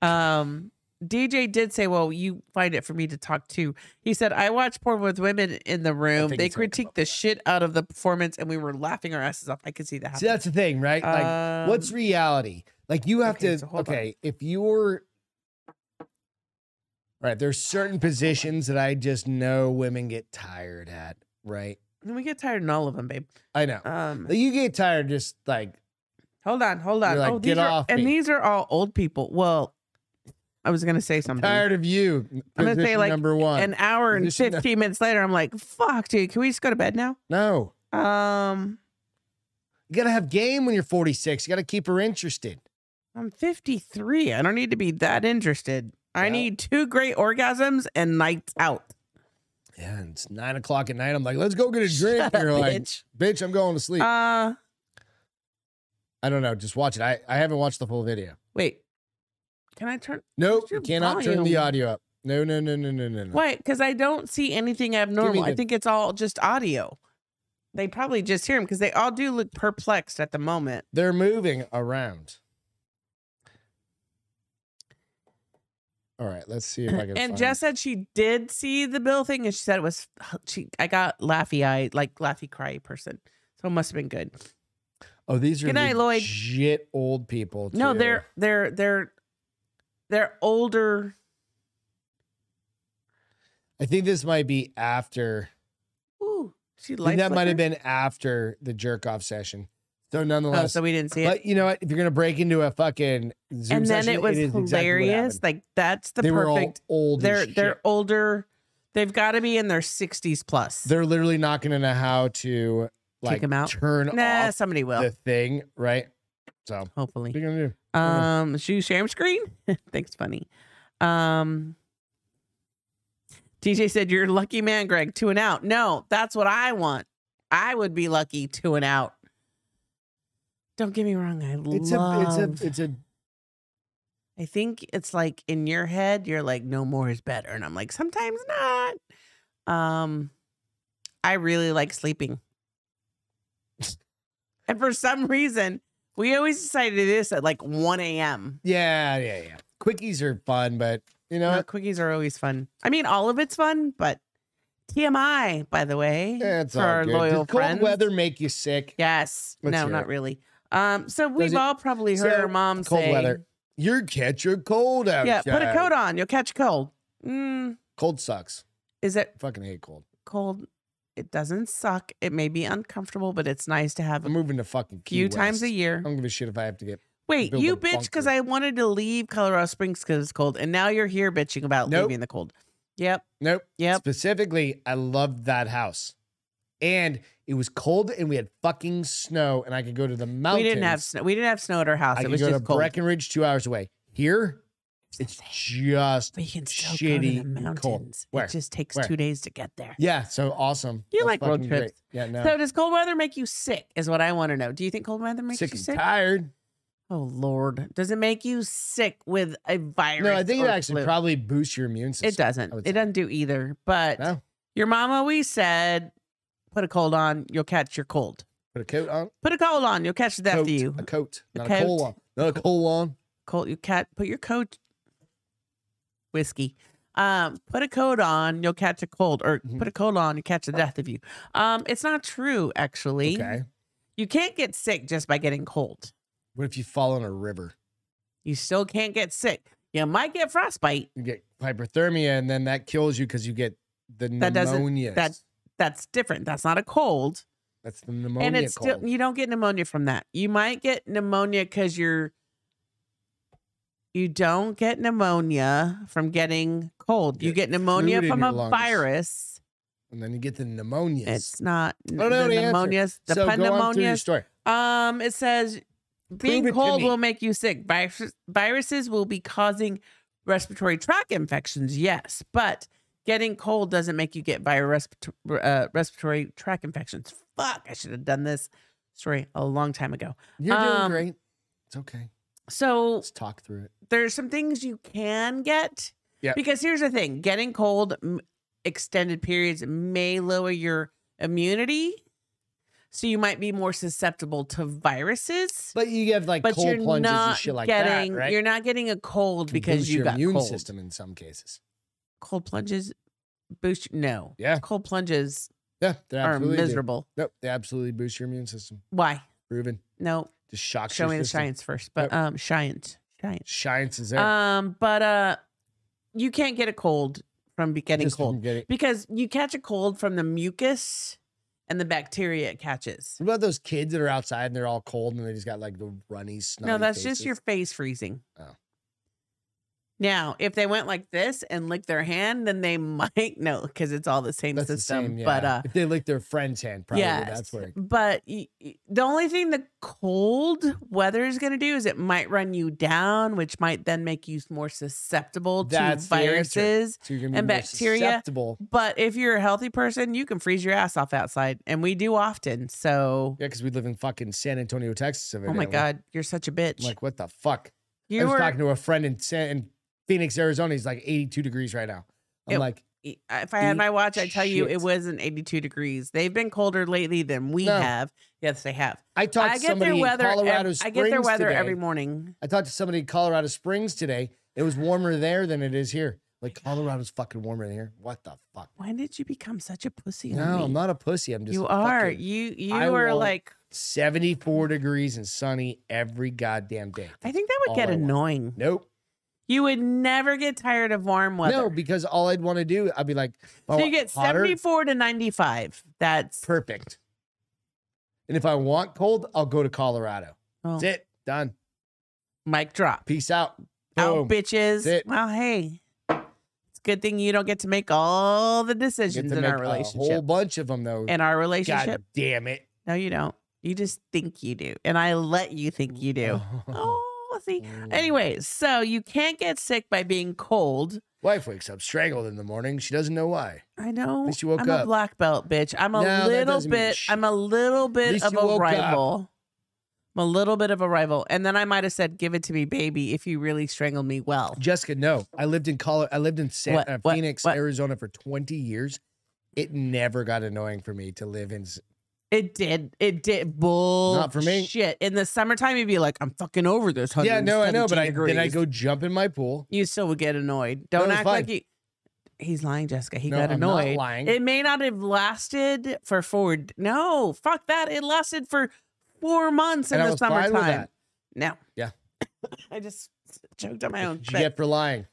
Um, DJ did say, "Well, you find it for me to talk to." He said, "I watched porn with women in the room.
think
They
it's gonna come
critiqued
up
the
with that.
shit out of the performance, and we were laughing our asses off. I could see that.
See, that's the thing, right? Like, what's reality? Like, you have
Um, okay,
to.
so hold on.
okay, if you're. Right, there's certain positions that I just know women get tired at. Right,
And we get tired in all of them, babe.
I know.
Um, mm-hmm.
Like, you get tired just like
Hold on, hold on.
You're like,
oh,
"Get
these are,
off me."
and these are all old people. Well, I was gonna say something.
tired of you.
I'm gonna say,
position
like,
number one.
An hour and
Position-
fifteen minutes later, I'm like, "Fuck, dude, can we just go to bed now?"
no,
Um,
you gotta have game when you're 46. You gotta keep her interested.
I'm 53. I don't need to be that interested. I
Yeah.
need two great orgasms and nights out.
Yeah, and it's nine o'clock at night. I'm like, let's go get a drink. and you're like, bitch.
Bitch.
I'm going to sleep.
Uh,
I don't know. Just watch it. I, I haven't watched the full video.
wait. Can I turn?
Nope.
Where's
You
your
cannot turn the
volume?
audio up. No, no, no, no, no, no, no.
Why? Because I don't see anything abnormal. I
the-
think it's all just audio. They probably just hear him because they all do look perplexed at the moment.
They're moving around. All right, let's see if I can.
And
find-
Jess said she did see the bill thing, and she said it was she. I got laughy eye, like laughy cry person. So it must have been good.
oh, these are
Good night, Lloyd.
legit old people.
No,
too.
they're they're they're they're older.
I think this might be after.
Ooh, she
I think
likes
that might have been after the jerk off session. So
Oh,
nonetheless,
so we didn't see it.
but you know what? If you're gonna break into a fucking Zoom
and then
session,
it was
is exactly what
hilarious.
happened.
like that's the
they
perfect.
were all old.
They're
as shit.
they're older. They've got to be in their sixties plus.
they're literally not gonna know how to like
'em out?
turn
nah,
off
somebody will.
the thing, right? So what are
Hopefully.
you gonna do?
Um, shoe sham screen. Thanks, funny. Um, DJ said you're a lucky man, Greg. Two and out. No, that's what I want. I would be lucky two and out. Don't get me wrong. I
It's
love.
a it's a it's a
I think it's like in your head, you're like, no more is better. And I'm like, sometimes not. Um, I really like sleeping. and for some reason, we always decided to do this at like 1 a.m.
yeah yeah yeah. Quickies are fun, but you know
No, quickies are always fun. I mean, all of it's fun, but TMI, by the way,
eh, it's
for
all
our
good.
loyal
Does cold
friends.
weather make you sick?
Yes.
Let's
no,
hear
not
it.
really. Um, so we've
it-
all probably heard
so,
our mom
cold
say,
weather. You catch a cold outside.
"Yeah, put a coat on, you'll catch a cold." Mm,
Cold sucks.
is it
Fucking hate cold.
cold. It doesn't suck. It may be uncomfortable, but it's nice to have
I'm
a
moving to fucking Key
few times a
West.
year.
I don't give a shit if I have to get.
Wait,
build
you
a
bitch, because
bunker.
I wanted to leave Colorado Springs because it's cold, and now you're here bitching about
Nope.
leaving in the cold. Yep,
Nope.
yep.
Specifically, I loved that house, and it was cold, and we had fucking snow, and I could go to the mountains.
We didn't have snow. We didn't have snow at our house.
I
it
could
was
go to
just cold.
Breckenridge, two hours away. Here, it's just
but you can still
shitty
go to the
and
mountains.
cold. Where?
It just takes
Where?
two days to get there.
yeah, so awesome.
You
That's
like road
fucking
trips.
Great. Yeah, no.
So does cold weather make you sick? Is what I want to know. Do you think cold weather makes
sick
you
and
sick?
tired.
Oh Lord, does it make you sick with a virus?
No, I think
or
it actually
flu?
probably boosts your immune system.
It doesn't.
I would
It
say.
doesn't do either. But
No,
your mom always said, "Put a cold on, you'll catch your cold.
put a coat on.
Put a cold on, you'll catch the death
coat,
of you.
A coat,
A
not a coal
coat.
on. Not a coal on.
Cold, you cat. Put your coat, whiskey. Um, put a coat on, you'll catch a cold, or
Mhm.
put a coat on, you catch the death of you. Um, it's not true, actually.
Okay.
You can't get sick just by getting cold.
What if you fall in a river?
You still can't get sick. You might get frostbite.
You get hyperthermia, and then that kills you because you get the
That doesn't-
pneumonia.
that- That's different. That's not a cold.
that's the pneumonia.
and it's
cold.
still you don't get pneumonia from that. You might get pneumonia because you're you don't get pneumonia from getting cold. You
Get
get pneumonia
food in
from
your
a
lungs.
virus.
and then you get the pneumonia.
It's not
don't know
the
the answer.
pneumonias. The
so go on through your
pneumonias.
story.
Um, it says being
it to
cold
me.
will make you sick. Virus, viruses will be causing respiratory tract infections. Yes, but getting cold doesn't make you get virus uh, respiratory tract infections. Fuck, I should have done this story a long time ago.
You're doing
Um,
great. It's okay.
So
Let's talk through it.
there's some things you can get.
Yep.
Because here's the thing: getting cold m- extended periods may lower your immunity, so you might be more susceptible to viruses.
But you have like
but
cold
you're
plunges
not
and shit like
getting
that, right?
you're not getting a cold
Can
because
boost
you
your
got
immune
cold.
system in some cases.
Cold plunges boost no.
Yeah.
Cold plunges
Yeah, they
are
absolutely do.
miserable.
Nope, they absolutely boost your immune system.
Why?
Proven.
No.
Just shocks
Show me
your
the
system.
science first, but
Yep.
um science, science.
Science is there.
Um, but uh, you can't get a cold from be- getting
Just from
cold
getting-
because you catch a cold from the mucus and the bacteria it catches.
What about those kids that are outside and they're all cold and they just got like the runny snot?
No, that's just your face freezing.
Oh.
Now, if they went like this and licked their hand, then they might know because it's all the same
That's
system.
the same. Yeah.
But uh,
if they lick their friend's hand, probably
yes. Mm.
that's where. It,
But y- y- the only thing the cold weather is going to do is it might run you down, which might then make you more susceptible
That's
to
the answer.
viruses.
so you're gonna be
And
more
bacteria.
susceptible.
But if you're a healthy person, you can freeze your ass off outside, and we do often. So,
Yeah, because we live in fucking San Antonio, Texas.
oh my
evidently.
god, you're such a bitch.
I'm like, what the fuck? I
you
was
were.
talking to a friend in San in Phoenix, Arizona. He's like 82 degrees right now. I'm
Ew.
like,
if e, I had my watch, I'd tell you
shit.
it wasn't 82 degrees. They've been colder lately than we
No.
have. Yes, they have.
I talked
I
to
get
somebody
their weather.
in
ev-
Colorado Springs
I get their weather
today.
every morning.
I talked to somebody in Colorado Springs today. It was warmer there than it is here. Like Colorado's fucking warmer than here. What the fuck?
When did you become such a pussy? on
No,
me?
I'm not a pussy. I'm just
You are.
fucking
You you
I
are
want-
like.
74 degrees and sunny every goddamn day.
I think that
all
would get
I want.
annoying.
Nope.
You would never get tired of warm weather.
No, because all I'd want to do, I'd be like,
so
"Oh,
you get
hotter?
74 to 95. That's
perfect. And if I want cold, I'll go to Colorado.
oh,
That's it. Done.
mic drop.
Peace out. Boom.
Out, bitches.
That's it.
Well, hey, it's a good thing you don't get to make all the
Get to
decisions in
make
our
A whole
relationship.
bunch of them though.
In our relationship,
God damn it.
no, you don't. You just think you do, and I let you think you do. Oh, see. Anyways, so you can't get sick by being cold.
Wife wakes up strangled in the morning. She doesn't know why.
I know.
least you woke
I'm
up.
a black belt, bitch. I'm
No,
a
that
little
doesn't mean
bit.
shit.
I'm a little bit
least
of
you woke
a
up.
rival. I'm a little bit of a rival, and then I might have said, "Give it to me, baby," if you really strangled me well.
Jessica, no. I lived in Colorado. I lived in San,
What,
uh,
what,
Phoenix,
what?
Arizona for 20 years. It never got annoying for me to live in. s-
It did. It did. Bull.
for me.
Shit. In the summertime, you'd be like, "I'm fucking over this."
Yeah, no, I know, but I,
117
then I
degrees."
go jump in my pool.
You still would get annoyed.
No,
Don't
it's
act like you. He's lying, Jessica. He
no,
got
I'm
annoyed.
Not lying.
It may not have lasted for four. d- No, fuck that. It lasted for four months in
And I
the
was fine with
summertime.
that.
No.
Yeah.
I just choked on my own.
Did you
But
get for lying?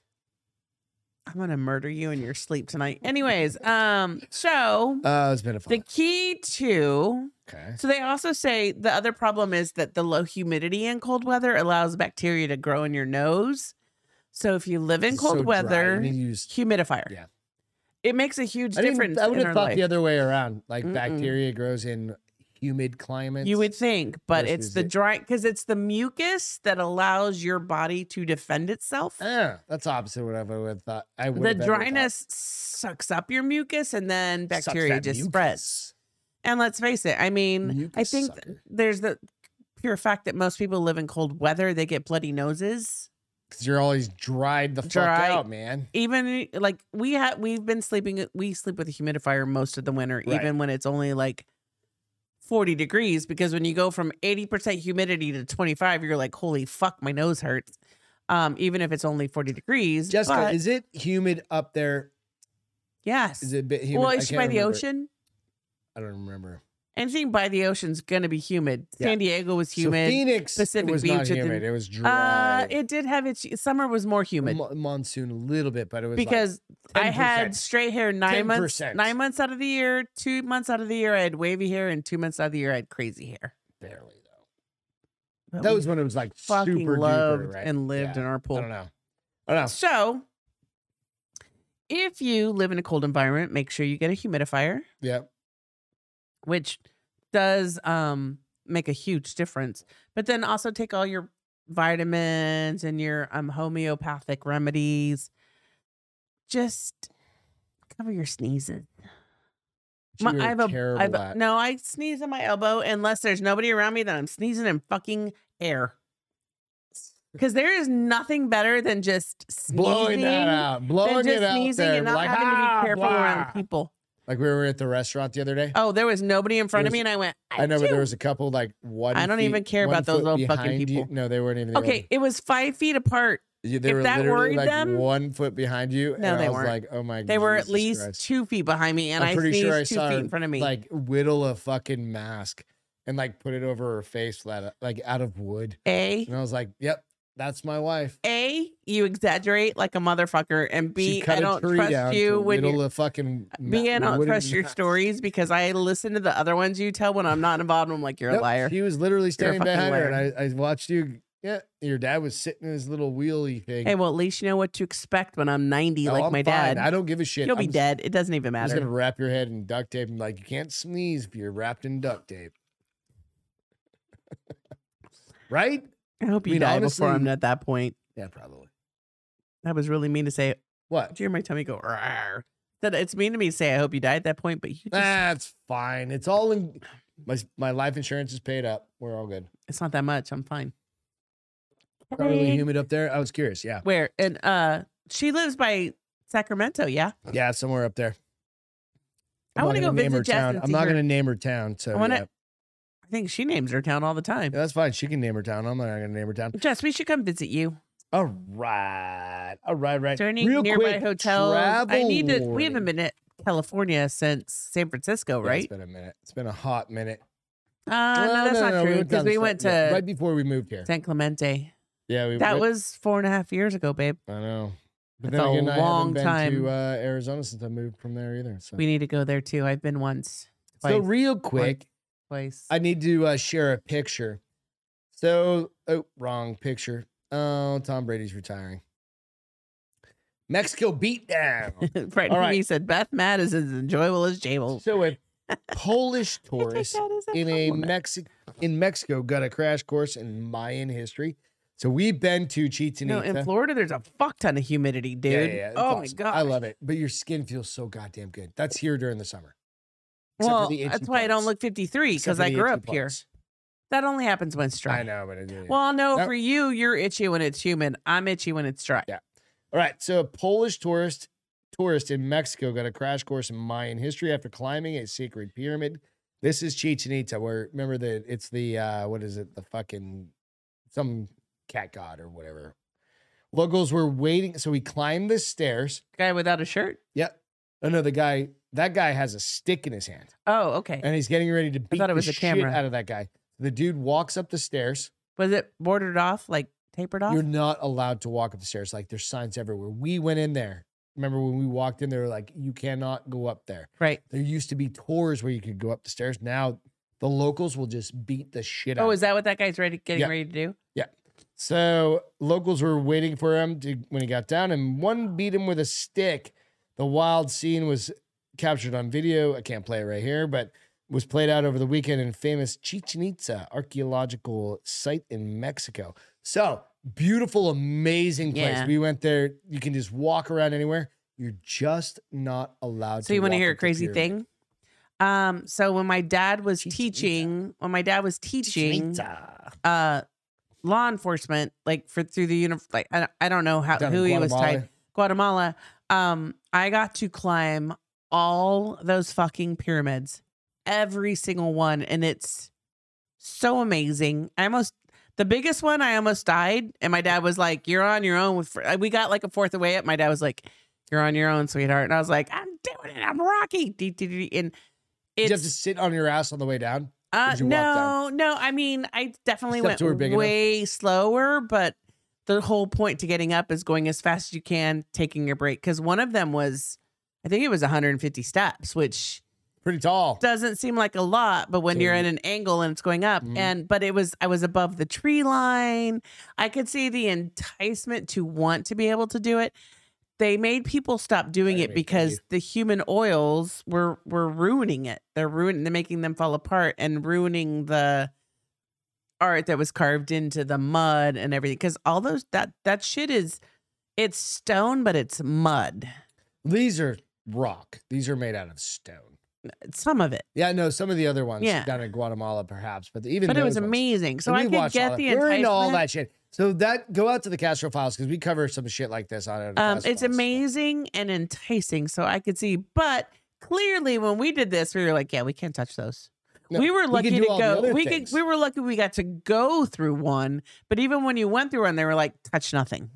I'm gonna murder you in your sleep tonight. Anyways, um, so
Uh, it's been a fun.
the key to
okay.
so they also say the other problem is that the low humidity in cold weather allows bacteria to grow in your nose. So if you live in
It's
cold
so dry.
weather,
I mean, you just-
humidifier.
Yeah.
It makes a huge
I
difference.
didn't- I would
in
have
our
thought
life.
the other way around. Like
Mm-mm.
bacteria grows in humid climates.
You would think, but it's
versus
the
it-
dry because it's the mucus that allows your body to defend itself.
Ah, that's opposite of what I would have thought. I would
The
have ever thought.
dryness sucks up your mucus and then
Sucks
bacteria
that
just
mucus.
spreads. And let's face it, I mean, I
Mucus
think
sucker.
there's the pure fact that most people live in cold weather, they get bloody noses.
Because you're always dried the fuck
Dry.
out, man.
Even like we have we've been sleeping uh, we sleep with a humidifier most of the winter,
Right.
even when it's only like 40 degrees because when you go from 80% humidity to 25 you're like holy fuck my nose hurts um even if it's only 40 degrees
Jessica,
but-
is it humid up there?
yes
Is it a bit humid?
well
I
it's
can't
by the
remember.
ocean
I don't remember.
anything by the ocean's gonna be humid
Yeah.
san diego was
So
humid
Phoenix
Pacific
it was
Beach
not
at the-
humid. It was dry.
uh it did have its summer was more humid
Mo- monsoon a little bit, but it was like-
because I had
10%.
straight hair nine months
10%.
nine months out of the year, two months out of the year I had wavy hair, and two months out of the year I had crazy hair.
barely though.
But
That
we
was when it was like
fucking
super
loved
duper, right?
and lived
Yeah.
in our
I
pool.
don't know. I don't know.
So, if you live in a cold environment, make sure you get a humidifier,
Yeah.
which does um, make a huge difference. But then also take all your vitamins and your um, homeopathic remedies. Just cover your sneezes.
She
My-
was
I have a,
terrible
I have a
at-
no. I sneeze on my elbow unless there's nobody around me. Then I'm sneezing in fucking air. Because there is nothing better than just sneezing
blowing that out,
than
blowing
just
it out
sneezing
there,
and not
like,
having to
"Ah,
be careful
blah."
around people.
Like we were at the restaurant the other day.
Oh, there was nobody in front of
was-
me, and I went.
I know, but
"Achoo."
there was a couple like one.
I don't even
feet-
care
one
about those
foot
little fucking
behind
people.
You. No, they weren't even.
Okay, it was five feet apart.
they were, they
if
were
that
literally
worried
like
them-
one foot behind you.
No,
and
they
I was
weren't.
Like, oh my.
They were at
Jesus
least
Christ.
two feet behind me, and
I'm
I
pretty
sneezed
sure I
two
saw
feet
her,
in front of me.
like whittle a fucking mask and like put it over her face flat, like out of wood.
a
And I was like, yep, that's my wife.
a you exaggerate like a motherfucker, and
she
b
cut
I
a
don't
tree down
trust
to
you when you're
whittle a fucking. ma-
B, I don't
wooden
trust your
mask.
stories because I listen to the other ones you tell when I'm not involved. and I'm like, you're
Nope,
a liar.
She was literally standing
fucking
behind her,
liar.
and I, I watched you Yeah, your dad was sitting in his little wheelie thing.
Hey, well, at least you know what to expect when I'm 90,
No,
like
I'm
my
fine.
dad.
I don't give a shit.
You'll be
I'm s-
dead. It doesn't even
I'm
matter.
just gonna wrap your head in duct tape and like you can't sneeze if you're wrapped in duct tape. right?
I hope you
mean,
die
honestly-
before I'm at that point.
Yeah, probably.
That was really mean to say.
What?
Do you hear my tummy go? Rawr. That it's mean to me to say I hope you die at that point, but you just,
That's fine. It's all in my my life insurance is paid up. We're all good.
it's not that much. I'm fine.
Probably humid up there. I was curious. Yeah,
Where and uh, she lives by Sacramento. Yeah,
yeah, somewhere up there.
I
not
wanna
gonna
go
name her
visit Jess
town.
and
I'm
see
not
her-
gonna name her town. So
I wanna-
yeah.
I think she names her town all the time.
Yeah, that's fine. She can name her town. I'm not gonna name her town.
Jess, we should come visit you.
All right, all right, right.
Journey nearby hotels. I need to. We haven't been at California since San Francisco,
Yeah,
right?
it's been a minute. It's been a hot minute.
Uh,
Well,
no, that's not true
went
because
down
we
the
went
sta-
to
yeah, right before we moved here.
San Clemente.
Yeah, we
That
went-
was four and a half years ago, babe.
I know. But
That's
then
a
again, I haven't
long
been
time.
to uh, Arizona since I moved from there either. So,
We need to go there too. I've been once, twice,
so real quick,
twice.
I need to uh, share a picture. So, oh, wrong picture. Oh, Tom Brady's retiring. Mexico beat down.
right,
all right.
he said Beth Matt is as enjoyable as Jable.
So a Polish
I take
tourist
that as
in a
compliment.
Mexi- in Mexico got a crash course in Mayan history. So we've been to Chichen
no, in
Itza.
Florida, there's a fuck ton of humidity, dude.
Yeah, yeah, yeah, it's
oh my
awesome.
god,
I love it. But your skin feels so goddamn good. That's here during the summer. Except for
Well,
the
that's
itchy
why I don't
parts.
look 53
Except
because
for
I
the
grew
itchy
up here.
parts.
That only happens when it's dry.
I know, but it is.
Well, no,
That-
for you, you're itchy when it's humid. I'm itchy when it's dry.
Yeah. All right. So a Polish tourist tourist in Mexico got a crash course in Mayan history after climbing a sacred pyramid. This is Chichen Itza, where remember that it's the uh, what is it? The fucking some cat god or whatever. Locals were waiting, so he climbed the stairs.
Guy without a shirt.
Yep. Oh no, the guy that guy has a stick in his hand.
Oh, okay.
and he's getting ready to beat
thought it was
the
a camera.
shit out of that guy. The dude walks up the stairs.
Was it bordered off, like tapered off?
You're not allowed to walk up the stairs. Like there's signs everywhere. We went in there. Remember when we walked in? They were like, "You cannot go up there."
right.
There used to be tours where you could go up the stairs. Now the locals will just beat the shit out.
Oh,
of
is that what that guy's ready getting
Yeah.
ready to do?
So locals were waiting for him to, when he got down, and one beat him with a stick. The wild scene was captured on video. I can't play it right here, but was played out over the weekend in famous Chichen Itza archaeological site in Mexico. So beautiful, amazing place.
Yeah.
We went there. You can just walk around anywhere. You're just not allowed.
So you
want to
hear a
walk up the
crazy
pyramid.
thing? Um, so when my dad was
Chichen Itza.
teaching, when my dad was
Chichen
teaching
Itza.
uh law enforcement, like for through the univ like I don't, I don't know how
Down in
who he was
Guatemala.
tied Guatemala. Um, I got to climb all those fucking pyramids, every single one, and it's so amazing. I almost the biggest one, I almost died, and my dad was like, "You're on your own." With fr-. we got like a fourth away up. My dad was like, "You're on your own, sweetheart," and I was like, "I'm doing it. I'm Rocky." Dee, dee, dee, dee. And
Did you have to
it's
sit on your ass on the way down?
uh,
did you walk
no,
down?
no. I mean, I definitely
Steps were
went
big enough?
way slower, but the whole point to getting up is going as fast as you can, taking your break. Because one of them was, I think it was 150 steps, which
Pretty tall.
doesn't seem like a lot, but when you're
Dude.
in an angle and it's going up,
Mhm.
and but it was I was above the tree line. I could see the enticement to want to be able to do it. They made people stop doing
Gotta
it
make
because
believe.
the human oils were were ruining it. They're ruining they're making them fall apart and ruining the art that was carved into the mud and everything. Because all those that that shit is it's stone, but it's mud.
These are rock. These are made out of stone.
Some of it.
Yeah, no, some of the other ones
Yeah.
down in Guatemala, perhaps, but even
But it was
those ones.
amazing. So
And
I
we
could
watched all
get
that.
the
We're
enticement.
into all that shit. So that go out to the Castro Files because we cover some shit like this on it.
Um, it's amazing and enticing, so I could see. But clearly, when we did this, we were like, "Yeah, we can't touch those."
No,
we were
can
lucky
do
to
all the
go.
other
We
things.
could, we were lucky we got to go through one. But even when you went through one, they were like, "Touch nothing."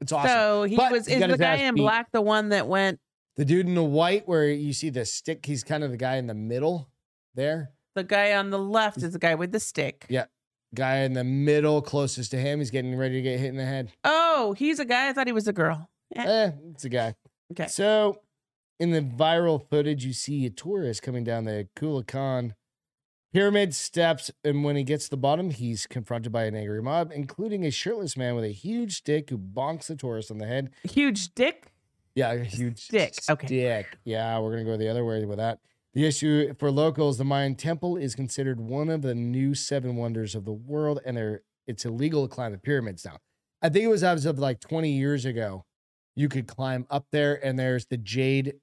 It's awesome.
So he
But
was
he
is
got
the
his
guy
ass
in
beat.
black the one that went
the dude in the white, where you see the stick, he's kind of the guy in the middle there.
the guy on the left is the guy with the stick.
Yeah. Guy in the middle closest to him, he's getting ready to get hit in the head.
Oh, he's a guy. I thought he was a girl. Eh,
Eh, it's a guy.
Okay.
So, in the viral footage, you see a tourist coming down the Kulakan Pyramid steps, and when he gets to the bottom, he's confronted by an angry mob, including a shirtless man with a huge dick who bonks the tourist on the head.
Huge dick.
Yeah, a huge
Dick, okay.
Dick. Yeah, we're gonna go the other way with that. The issue for locals, the Mayan temple is considered one of the new seven wonders of the world, and they're, it's illegal to climb the pyramids now. I think it was as of like 20 years ago, you could climb up there, and there's the jade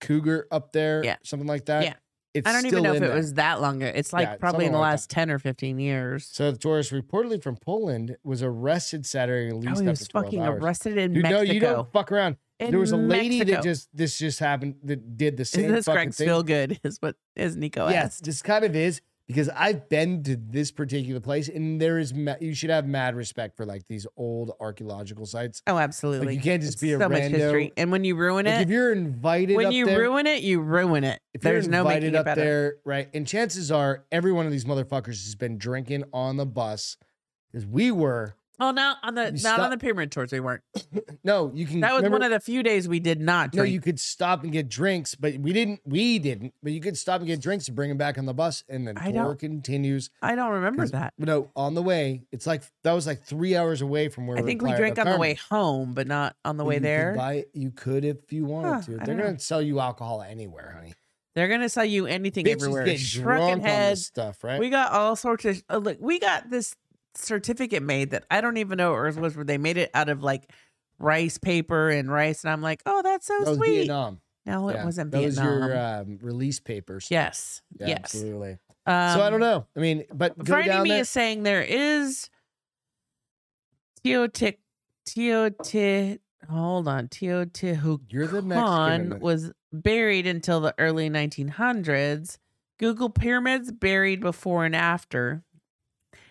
cougar up there,
Yeah.
something like that.
Yeah.
It's
I don't even
still
know if
in
it
there.
was that long ago. It's like
Yeah, it's
probably in
something
the
like
last 10 or 15 years.
So the tourist reportedly from Poland was arrested Saturday and
Oh,
released
he was
after 12
fucking
hours.
arrested in
You know,
Mexico.
you don't fuck around.
In
there was a lady
Mexico.
that just this just happened that did the same
Is this
fucking
Greg's
thing.
feel good? Is what is Nico
yes,
asked?
this kind of is because I've been to this particular place and there is ma- you should have mad respect for like these old archaeological sites.
Oh, absolutely.
Like you can't just
It's
be a
so much
rando.
history, and when you ruin
Like,
it,
if you're invited
when
up
you
there,
ruin it, you ruin it.
if
There's
you're
no
invited
making it
up
better.
there, right? And chances are every one of these motherfuckers has been drinking on the bus because we were.
Oh, no, on the
You
not
stop-
on the pyramid tours we weren't.
No, you can.
That was
remember-
one of the few days we did not
No,
drink.
you could stop and get drinks, but we didn't. We didn't. But you could stop and get drinks and bring them back on the bus, and the
I
tour
don't-
continues.
I don't remember
'Cause-
that.
No, on the way, it's like that was like three hours away from where
I
we're
think we
Playa
drank
del
on the way
Carmen.
home, but not on the
But
way
you could
there.
buy- you could if you wanted
Huh,
to.
I
They're
don't know.
gonna sell you alcohol anywhere, honey.
They're gonna sell you anything
Bitches
everywhere.
get
Shrunken
drunk on this
heads.
stuff, right?
We got all sorts of uh, look. We got this certificate made that I don't even know what Earth was. Where they made it out of like rice paper and rice, and I'm like, oh, that's so
that was
sweet.
Vietnam.
No, it
Yeah,
wasn't
that
Vietnam.
was your um, release papers.
yes,
Yeah,
yes.
absolutely.
Um,
so I don't know. I mean, but go
Finding
down
me
there.
is saying there is Teotic Teotic. Hold on, Teotihuacan
You're the Mexican. in this.
was buried until the early 1900s. Google pyramids buried before and after.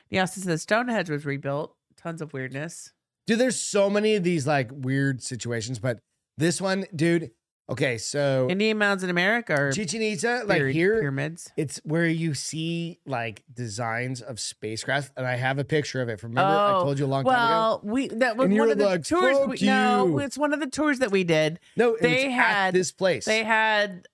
He also says Stonehenge was rebuilt. Tons of weirdness.
Dude, there's so many of these like weird situations, but this one, dude. Okay, so
Indian mounds in America are
Chichen Itza, Oh. like
buried
here,
pyramids.
it's where you see like designs of spacecraft, and I have a picture of it. From remember, I
Oh,
told you a long time ago.
Well, we that was
And
one
you're
of the
like,
tours.
"Fuck
We, no,
you."
it's one of the tours that we did.
No, it was
they
at
had-
this place.
They had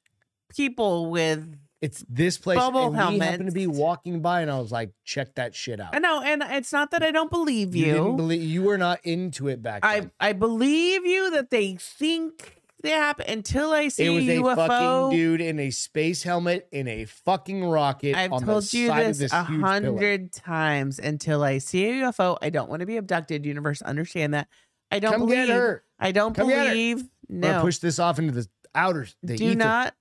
people with
it's this place.
bubble
and We happened to
helmets.
be walking by, and I was like, "Check that shit out."
I know, and it's not that I don't believe
you
you.
didn't believe you were not into it back
I
then.
I believe you that they think they happen until I see
It was a
UFO.
fucking dude in a space helmet in a fucking rocket
I've
on
told
the
you
side of
this
this
a
huge pillar.
hundred times. Until I see a UFO, I don't want to be abducted. Universe, understand that. I don't
Come
believe.
get her.
I don't
Come get her.
believe.
We're gonna
No,
push this off into the outer. The
do
ether.
not.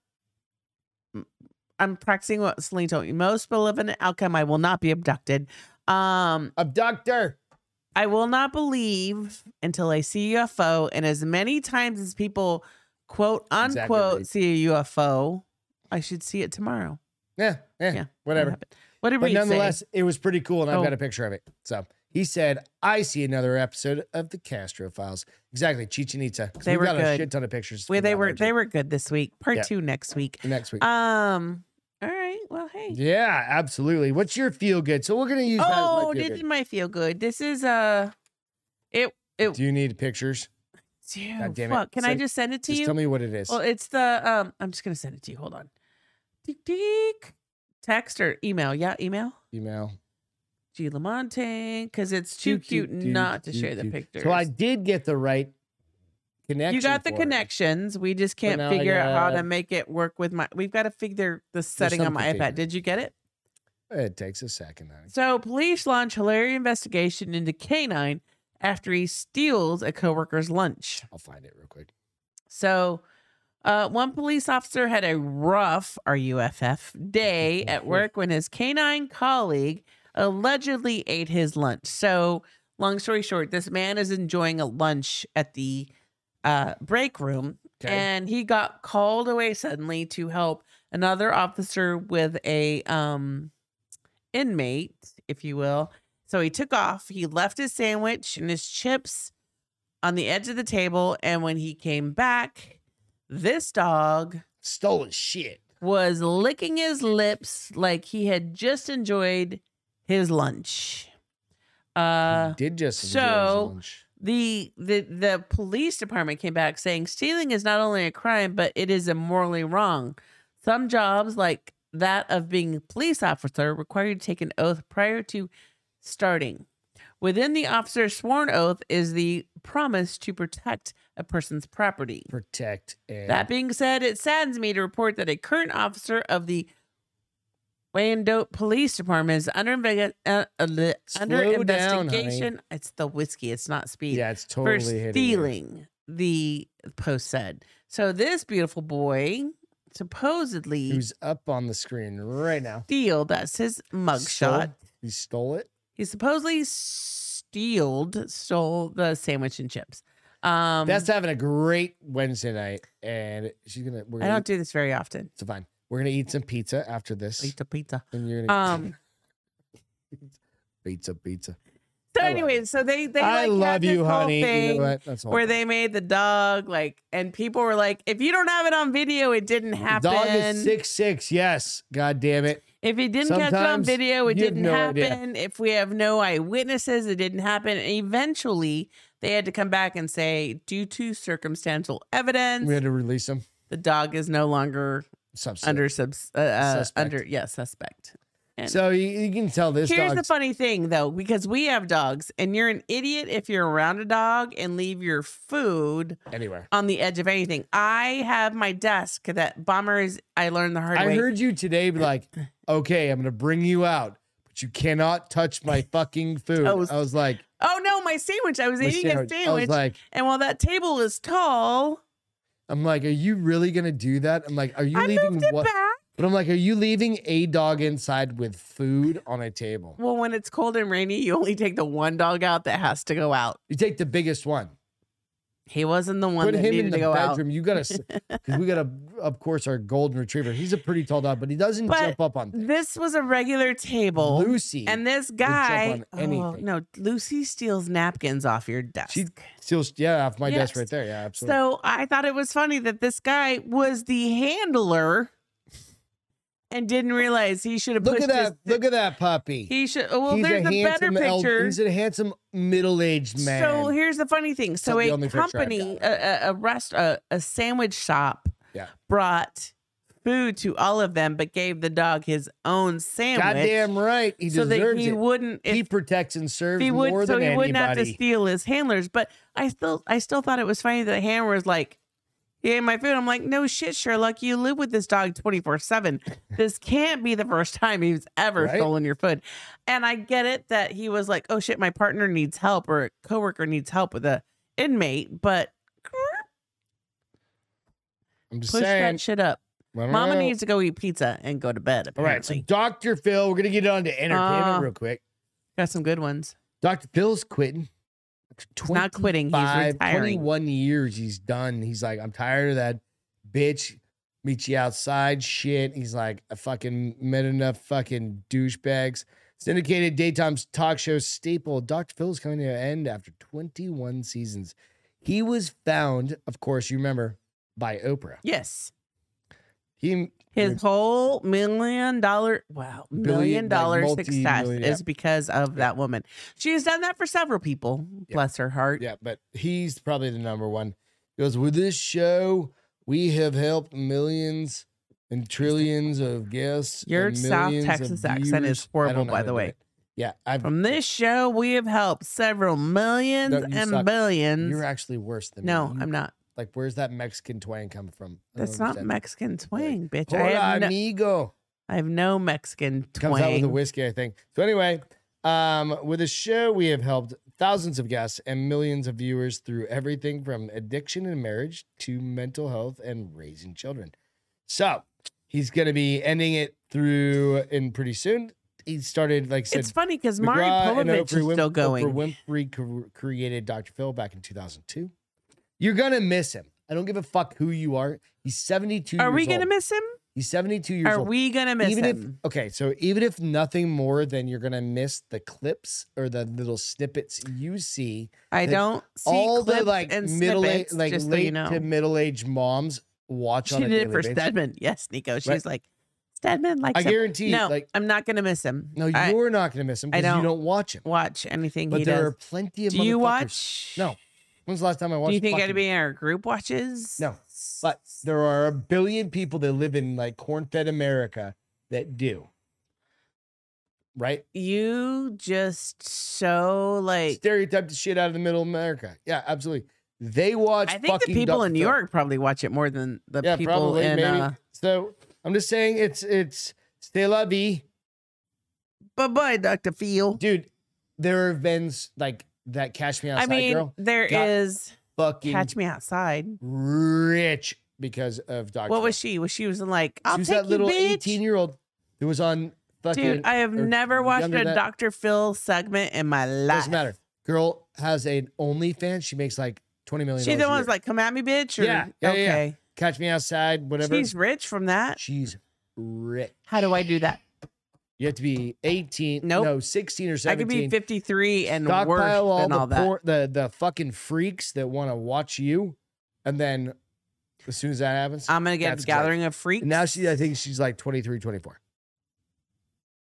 I'm practicing what Celine told me. Most beloved outcome. I will not be abducted. Um,
abductor.
I will not believe until I see a UFO. And as many times as people quote
Exactly
unquote
right.
see a UFO, I should see it tomorrow.
Yeah, yeah,
Yeah,
whatever.
happened. What did
But
we
nonetheless, it was pretty cool, and I've
Oh.
got a picture of it. So he said, "I see another episode of the Castro Files." Exactly, Chichen Itza. 'cause
They
we've
were
got a
good.
shit ton of pictures.
Well,
from
they
that
were
one,
they
too.
were good this week. Part
Yeah.
two next week.
next week.
Um. All right. Well, hey.
yeah, absolutely. What's your feel good? So we're gonna use. that as my
Oh,
feel
this
good.
is my feel good. This is uh, it. It.
Do you need pictures?
Dude,
God damn it.
fuck. Can I
Send-
just send it to
Just
you?
tell me what it is.
Well, it's the um. I'm just gonna send it to you. Hold on. Deek, deek. Text or email? Yeah, email.
Email.
G Lamonte because it's too
Doo, doo,
cute
doo,
not to
doo,
share the
doo.
pictures.
So I did get the right connection.
you got the
for it.
connections. We just can't
now I
figure out how
gotta-
to make it work with my. We've got to figure the setting on my
something
iPad.
figured.
Did you get it?
It takes a second. honey.
So police launch hilarious investigation into Canine after he steals a coworker's lunch.
I'll find it real quick.
So, uh, one police officer had a rough RUFF day at work when his canine colleague allegedly ate his lunch. So, long story short, this man is enjoying a lunch at the uh, break room,
Okay.
and he got called away suddenly to help another officer with a um, inmate, if you will. So he took off. He left his sandwich and his chips on the edge of the table. And when he came back, this dog
Stole his shit.
was licking his lips like he had just enjoyed his lunch. Uh,
He did just enjoy his
so-
lunch.
the the the police department came back saying stealing is not only a crime but it is immorally wrong. Some jobs like that of being a police officer require you to take an oath prior to starting. Within the officer's sworn oath is the promise to protect a person's property.
protect and
That being said, it saddens me to report that a current officer of the Wyandotte Police Department is under, invega- uh, uh, li- under
Slow down, honey.
investigation. it's the whiskey, it's not speed.
yeah, it's
for
totally hitting you.
stealing, the post said. So this beautiful boy supposedly
Who's up on the screen right now?
steal that's his
Stole-
mugshot.
He stole it.
He supposedly stealed, stole the sandwich and chips. Um,
That's having a great Wednesday night, and she's gonna. We're
I
gonna
don't do this very often.
It's fine. We're gonna eat some pizza after this,
Pizza, pizza.
and you're gonna
Um,
pizza, pizza.
so,
I love you.
anyways, so they they
I
like, had
love
this
you,
whole
honey.
Thing
you know what? That's the whole
Where
thing.
they made the dog like, and people were like, "If you don't have it on video, it didn't happen.
Dog is six six. Yes. God damn it.
If it didn't catch on
Sometimes
video, it
you have
didn't
no idea.
happen. If we have no eyewitnesses, it didn't happen. And eventually, they had to come back and say, due to circumstantial evidence,
We had to release him.
the dog is no longer
Substance.
under subs uh, uh,
Suspect.
under yeah suspect. and-
So you, you can tell this
Here's
dog.
the funny thing though, because we have dogs, and you're an idiot if you're around a dog and leave your food
anywhere.
on the edge of anything. I have my desk that bomber is. I learned the hard
I
way.
heard you today be like, okay, I'm gonna bring you out, but you cannot touch my fucking food.
Toast.
I was like,
oh no, my sandwich! I was
my
eating
sandwich.
a
I was
sandwich.
like,
And while that table is tall,
I'm like, are you really gonna do that? I'm like, are you
I
leaving
moved it
what?
back.
But I'm like, are you leaving a dog inside with food on a table?
Well, when it's cold and rainy, you only take the one dog out that has to go out.
You take the biggest one.
He wasn't the one
Put
that
him
needed
in the
to go out.
bedroom. You gotta, s- cause we gotta, of course, our golden retriever. He's a pretty tall dog, but he doesn't
But
jump up on things.
This was a regular table.
Lucy
and this
jump
guy, oh,
on anything.
no, Lucy steals napkins off your desk.
She- steals, yeah, off my desk
Yes.
right there. Yeah, absolutely.
so I thought it was funny that this guy was the handler and didn't realize he should have
look
pushed
at that!
his-
Look at that puppy.
he should. Well,
he's
there's
a
a, better
handsome el-
picture.
he's a handsome middle-aged man.
So here's the funny thing. So
That's the
a
only picture I've
company,
got.
a, a, a rest, a, a sandwich shop,
Yeah.
brought food to all of them, but gave the dog his own sandwich.
Goddamn right, he
so that
deserves
he
it.
wouldn't,
he
if
protects and serves
he would,
more
so
than
he
anybody.
wouldn't have to steal his handlers. But I still, I still thought it was funny that the handler was like, "He ate my food." I'm like, "No shit, Sherlock. You live with this dog 24 seven. This can't be the first time he's ever
Right?
stolen your food." And I get it that he was like, "Oh shit, my partner needs help or a coworker needs help with a inmate," but
I'm just
push
saying.
that shit up.
I don't
Mama
know.
needs to go eat pizza and go to bed.
All right, so
Apparently,
Doctor Phil, we're gonna get on to entertainment
Uh,
real quick.
got some good ones.
Doctor Phil's quitting. After
He's not quitting. He's
25,
retiring.
21 years, he's done. He's like, I'm tired of that bitch. Meet you outside shit. He's like, I fucking met enough fucking douchebags. Syndicated daytime talk show staple. Dr. Phil's coming to an end after 21 seasons. He was found, of course, you remember, by Oprah.
Yes.
He
His whole million dollar wow
Billion,
million
like,
dollar success
multi-million, yeah.
is because of that woman. She's done that for several people.
Yeah.
Bless her heart.
Yeah, but he's probably the number one. He goes, with this show, we have helped millions and trillions of guests.
Your
and
South
millions of
Texas accent is
viewers." I don't
horrible,
know
by
how to
the
do
way.
it. Yeah, I've,
From this show, we have helped several millions
No, you
and
suck.
billions.
you're actually worse than
no,
me. You-
I'm not.
like, where's that Mexican twang coming from? I don't
That's not
understand.
Mexican twang, bitch. I
Hola,
have, no,
amigo.
I have no Mexican twang.
comes out with a whiskey, I think. So anyway, um, with this show, we have helped thousands of guests and millions of viewers through everything from addiction and marriage to mental health and raising children. So he's going to be ending it through in pretty soon. He started like I said,
it's funny because
McGraw
Mari
and
Povich is
Oprah Win-
still going.
Oprah Winfrey cr- created Dr. Phil back in 2002. You're gonna miss him. I don't give a fuck who you are. He's 72.
Are
years
we gonna
old.
miss him?
He's 72 years
Are
old
we gonna miss
even
him?
if okay, so even if nothing more than you're gonna miss the clips or the little snippets you see,
I
the-
don't see
all
clips
the like
and
middle age,
snippets,
like late
just so you know.
to middle aged moms watch
She
on a
did it
daily
for
basis.
Stedman. Yes, Nico. She's
Right.
like, Stedman likes
I
him.
guarantee,
No,
like
I'm not going to miss him.
no,
I
you're not gonna miss him
I
because you
don't
don't watch him.
watch anything
But
he
there are
does.
plenty of
Do you
motherfuckers-
watch?
No, When's the last time I watched?
Do you think
fucking-
I'd be in our group watches?
No, But there are a billion people that live in like corn fed America that do. Right?
You just so like.
Stereotyped the shit out of the middle of America. Yeah, absolutely. They watch.
I think the
fucking
people
Duck
in New
Duck.
York probably watch it more than the
yeah,
people
probably
in.
maybe.
Uh,
so I'm just saying it's it's c'est la vie,
bye bye, Doctor Feel.
dude. There have been s- like that Cash Me
I
Outside
mean,
girl,
there is
got fucking
Catch Me Outside.
rich because of Dr.
What was she? Was she was in like I'll
she was
take
that little
you, bitch.
18 year old who was on fucking.
Dude, I have
or
never watched
younger
a
than-
Dr. Phil segment in my life.
Doesn't matter. Girl has an OnlyFans. She makes like 20 million.
She the
dollars a
one's
year.
like, "Come at me, bitch." Or,
Yeah, yeah, yeah, yeah.
okay.
catch me outside, whatever.
She's rich from that.
She's rich.
How do I do that?
You have to be 18,
Nope.
no, 16 or 17.
I could be 53 and worse
Stockpile all,
than
the,
all that.
por- the the fucking freaks that want to watch you, and then as soon as that happens,
I'm gonna get
That's
a
great.
gathering of freaks.
and now she I think she's like 23, 24,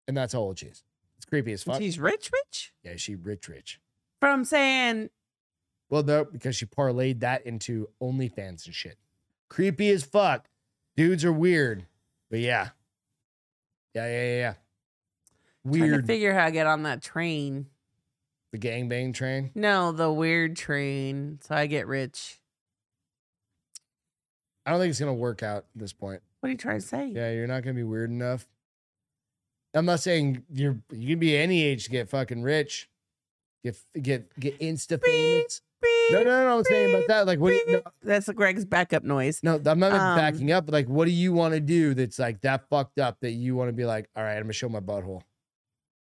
and that's how old she is. It's creepy as fuck.
she's rich, rich
yeah, she rich, rich.
from saying
Well, no, because she parlayed that into OnlyFans and shit. Creepy as fuck. Dudes are weird, but yeah, yeah, yeah, yeah. yeah.
trying to
Weird.
figure how I get on that train.
the gangbang train.
No, the weird train. So I get rich.
I don't think it's gonna work out at this point.
What are you trying to say?
Yeah, you're not gonna be weird enough. I'm not saying you're you can be any age to get fucking rich, get get get insta famous. No, no, no, no. I'm saying about that. Like, what? Do you,
That's Greg's backup noise.
no, no, I'm not
Um,
backing up. But like, what do you want to do that's like that fucked up that you want to be like, all right, I'm gonna show my butthole.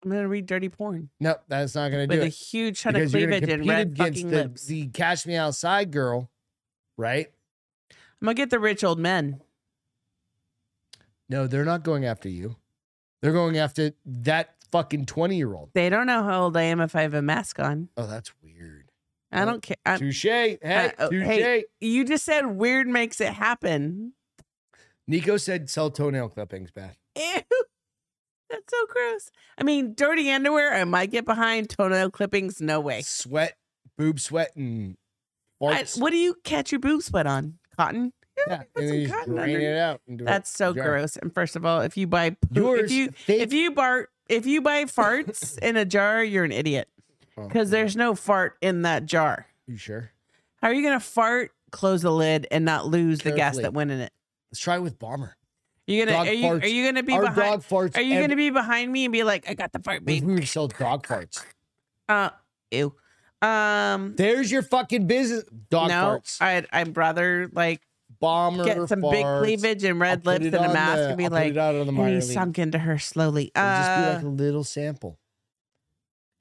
I'm gonna read dirty porn
No, that's not gonna do
with a
it
huge ton of
because you're gonna
cleavage and
compete
red
against
fucking
the,
lips.
the Cash Me Outside girl, right?
I'm gonna get the rich old men.
No, they're not going after you. They're going after that fucking twenty year old.
They don't know how old I am if I have a mask on.
Oh, that's weird.
I
Oh,
don't care. I,
Touche. Hey,
oh,
touche.
hey. you just said weird makes it happen.
Nico said sell toenail clippings back.
Ew. That's so gross. I mean, dirty underwear, I might get behind. Toenail clippings, no way.
Sweat, boob sweat, and
I,
farts.
what do you catch your boob sweat on? Cotton?
yeah,
put
and
some
then you just
cotton
drain
under
it out. And do it.
That's so
Jar.
gross. And first of all, if you buy poo-
Yours,
if you if you bar if you buy farts in a jar, you're an idiot because there's no fart in that jar.
You sure?
How are you gonna fart, close the lid, and not lose the gas
Carefully.
that went in it?
Let's try it with bomber.
You gonna
Dog
are you, are
farts.
you gonna be
Our
behind?
dog farts.
are
every-
you
Mm-hmm.
gonna be behind me and be like, I got the fart,
We
babe?
would sell dog farts.
Uh, ew. Um,
There's your fucking business. Dog
no,
farts.
I'd I'd rather like
bomber
get some big
farts.
cleavage and
I'll
red
put
lips
it
and a
on
mask
the-
and be
I'll put
like,
it out on the
and
minor
he
league.
sunk into her slowly.
It'll just be like
Uh,
a little sample.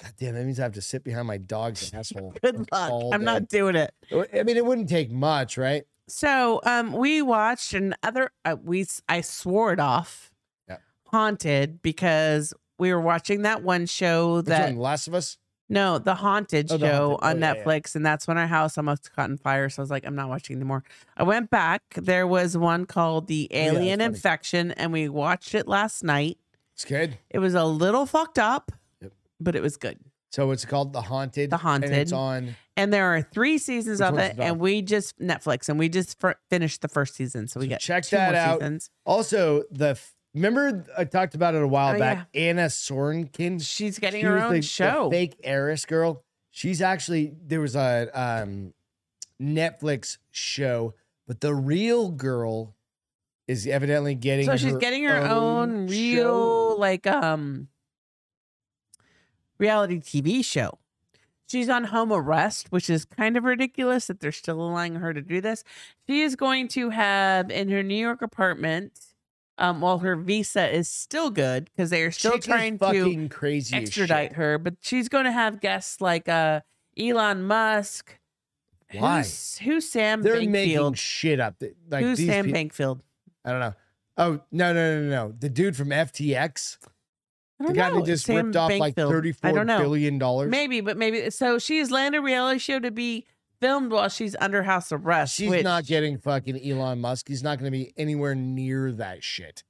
God damn, that means I have to sit behind my dog's asshole.
good luck.
all
I'm
day.
not doing it.
I mean, it wouldn't take much, right?
So um, we watched another. Uh, we s- I swore it off.
Yep.
Haunted because we were watching that one show
Which
that
one? Last of Us?
no, the Haunted
Oh, The
show
Haunted.
on
Oh, yeah, yeah.
Netflix, and that's when our house almost caught on fire. So I was like, I'm not watching anymore. I went back. There was one called The
Oh, yeah, that's
Alien
funny.
Infection, and we watched it last night.
It's good.
It was a little fucked up,
Yep.
but it was good.
So it's called The Haunted.
The
And it's
Haunted.
on.
And there are three seasons
Which
of
one's
it,
it on?
and we just Netflix, and we just fir- finished the first season, so we
So
got
check
two
that
more
out.
Seasons.
Also, the f- remember I talked about it a while
Oh,
back. Anna Sorenkin. She
She's getting
was
her own
the- the
show.
fake heiress girl. She's actually there was a um, Netflix show, but the real girl is evidently getting.
so she's getting her own, real
show.
like um reality TV show. She's on home arrest, which is kind of ridiculous that they're still allowing her to do this. She is going to have in her New York apartment, um, while her visa is still good because they are still
Chick is
trying to
fucking crazy as shit.
extradite her, but she's going to have guests like uh, Elon Musk.
Why?
Who's, who's Sam
They're making
Bankfield?
shit up. Th- Like
who's
these
Sam
peo-
Bankfield?
I don't know. Oh no no no no! The dude from FTX, the
I don't
guy
know.
that just
Sam
ripped off like
Bankfield.
thirty-four
I
billion
don't know.
dollars.
Maybe, but maybe. So she's landed a reality show to be filmed while she's under house arrest.
She's
which,
not getting fucking Elon Musk. He's not going to be anywhere near that shit.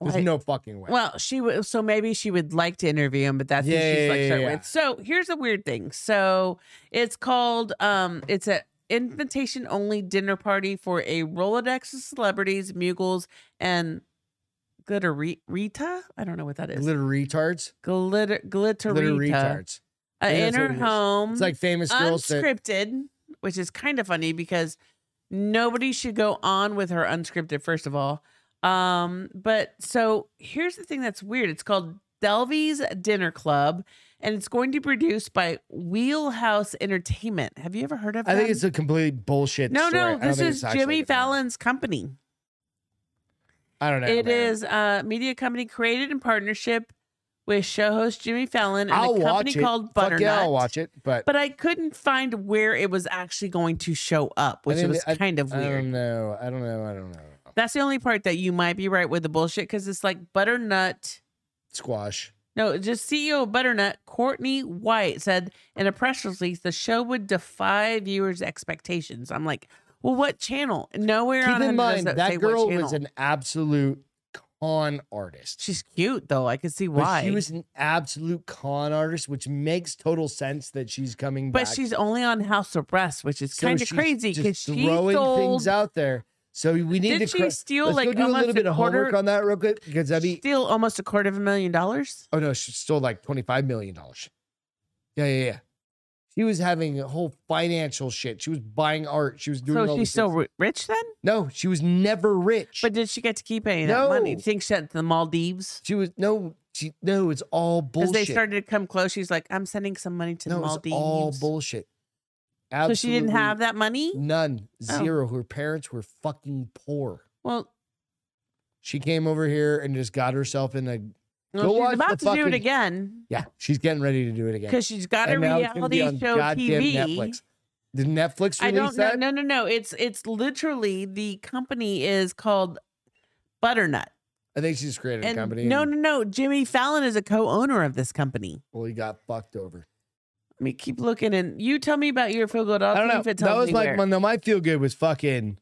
There's
Like-
no fucking way.
Well, she would. So maybe she would like to interview him, but that's
Yeah,
who she's
yeah,
like
yeah,
starting
yeah.
with. So here's the weird thing. So it's called um, it's a invitation only dinner party for a Rolodex of celebrities, muggles, and glitter Rita. I don't know what that is.
Glitter retards.
Glitter
Glitter
glitterita.
retards.
Uh,
Yeah,
in
that's what
her
it is.
home,
It's like famous girls that
Mm, unscripted, which is kind of funny because nobody should go on with her unscripted. First of all, um, but so here's the thing that's weird. It's called Delvey's Dinner Club, and it's going to be produced by Wheelhouse Entertainment. Have you ever heard of?
I think
them?
it's a complete bullshit.
no,
story. I
no.
don't
This
think
is
it's actually
Jimmy
like that.
Fallon's company.
I don't know.
It
man.
is a media company created in partnership with show host Jimmy Fallon and
I'll
a company
watch it.
called
Fuck
Butternut.
yeah, I'll watch it. But,
But I couldn't find where it was actually going to show up, which
think
was
the-
kind of
I
weird.
don't know. I don't know. I don't know.
That's the only part that you might be right with the bullshit because it's like Butternut.
Squash.
No, just CEO of Butternut, Courtney White, said in a press release the show would defy viewers' expectations. I'm like, well, what channel? Nowhere on
Keep in
Hunter does
mind
it say
that
what
girl was
channel.
an absolute con artist.
She's cute though. I could see
But
why.
she was an absolute con artist, which makes total sense that she's coming
But
back.
she's only on House Arrest, which is
So
kind of
she's
crazy
just
because she
throwing
sold.
things out there. So we need
did
to
she
cra-
steal
Let's
like
go do a
almost
little bit of homework
quarter?
on that real quick because that'd be
steal almost a quarter of a million dollars.
oh no, she stole like twenty five million dollars. Yeah, yeah, yeah. She was having a whole financial shit. She was buying art. She was doing. all
So she's
these
still
things.
ri- rich then.
no. She was never rich.
But did she get to keep any of that money? Do
No.
you think she sent to the Maldives?
she was no. She no. It's all
Because
bullshit.
they started to come close, she's like, "I'm sending some money to
no,
the
it's
Maldives."
all bullshit.
so
Absolutely
she didn't have that money.
none
Oh.
zero. Her parents were fucking poor.
Well,
She came over here and just got herself in a
well,
Go
she's
watch the
about to do
fucking-
it again
yeah. She's getting ready to do it again.
because she's got a
And now it's gonna
reality
be on
show
goddamn
TV.
Netflix. Did Netflix release
I don't know.
that?
No, no, no. It's it's literally the company is called Butternut.
I think she's created a
and
company.
No,
and-
no, no. Jimmy Fallon is a co-owner of this company.
Well, he got fucked over.
Let me keep looking, and you tell me about your field goal. I'll
I don't
see
know.
If it
That
tells
was
me
like
where.
my, no, my feel good was fucking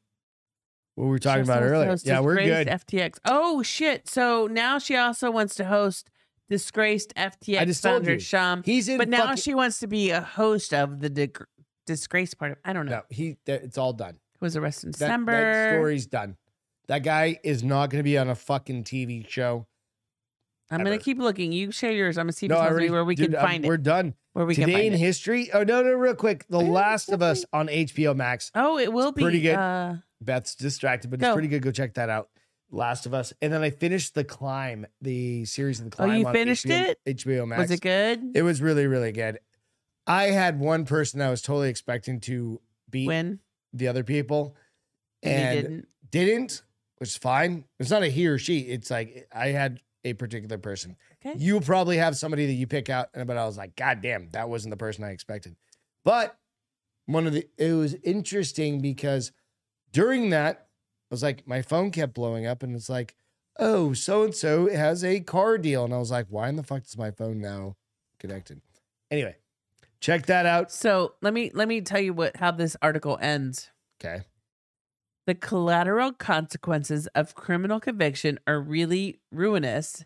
what we were talking
She
about
also wants to
earlier.
host
Yeah, we're
Disgraced
good.
FTX. Oh shit! So now she also wants to host disgraced FTX
just told
founder
you.
Shum.
He's in.
But now
fucking-
she wants to be a host of the dig- disgraced part of. I don't know.
no, he. That, it's all done.
Who was arrested in
That,
December?
that story's done. That guy is not going to be on a fucking TV show.
I'm gonna
ever.
keep looking. You share yours. I'm gonna see if
no,
it
I
tells
already,
me where we
dude,
can
I'm-
find
We're
it.
done.
Where we can
Today in
find it.
history. Oh no, no, real quick. The
Yeah,
Last of Us
definitely.
on HBO Max.
Oh, it will be
pretty good.
Uh,
Beth's distracted, but
Go.
it's pretty good. Go check that out. Last of Us, and then I finished the climb, the series of the
Oh,
climb.
you
on
finished
HBO,
it?
HBO Max.
was it good?
It was really, really good. I had one person I was totally expecting to beat
When
the other people,
and he
and
didn't.
didn't. which is fine. It's not a he or she. It's like I had a particular person.
Okay.
You probably have somebody that you pick out, and but I was like, God damn, that wasn't the person I expected. But one of the it was interesting because during that, I was like, my phone kept blowing up, and it's like, oh, so and so has a car deal, and I was like, why in the fuck is my phone now connected? Anyway, check that out.
So let me let me tell you what how this article ends.
Okay,
The collateral consequences of criminal conviction are really ruinous.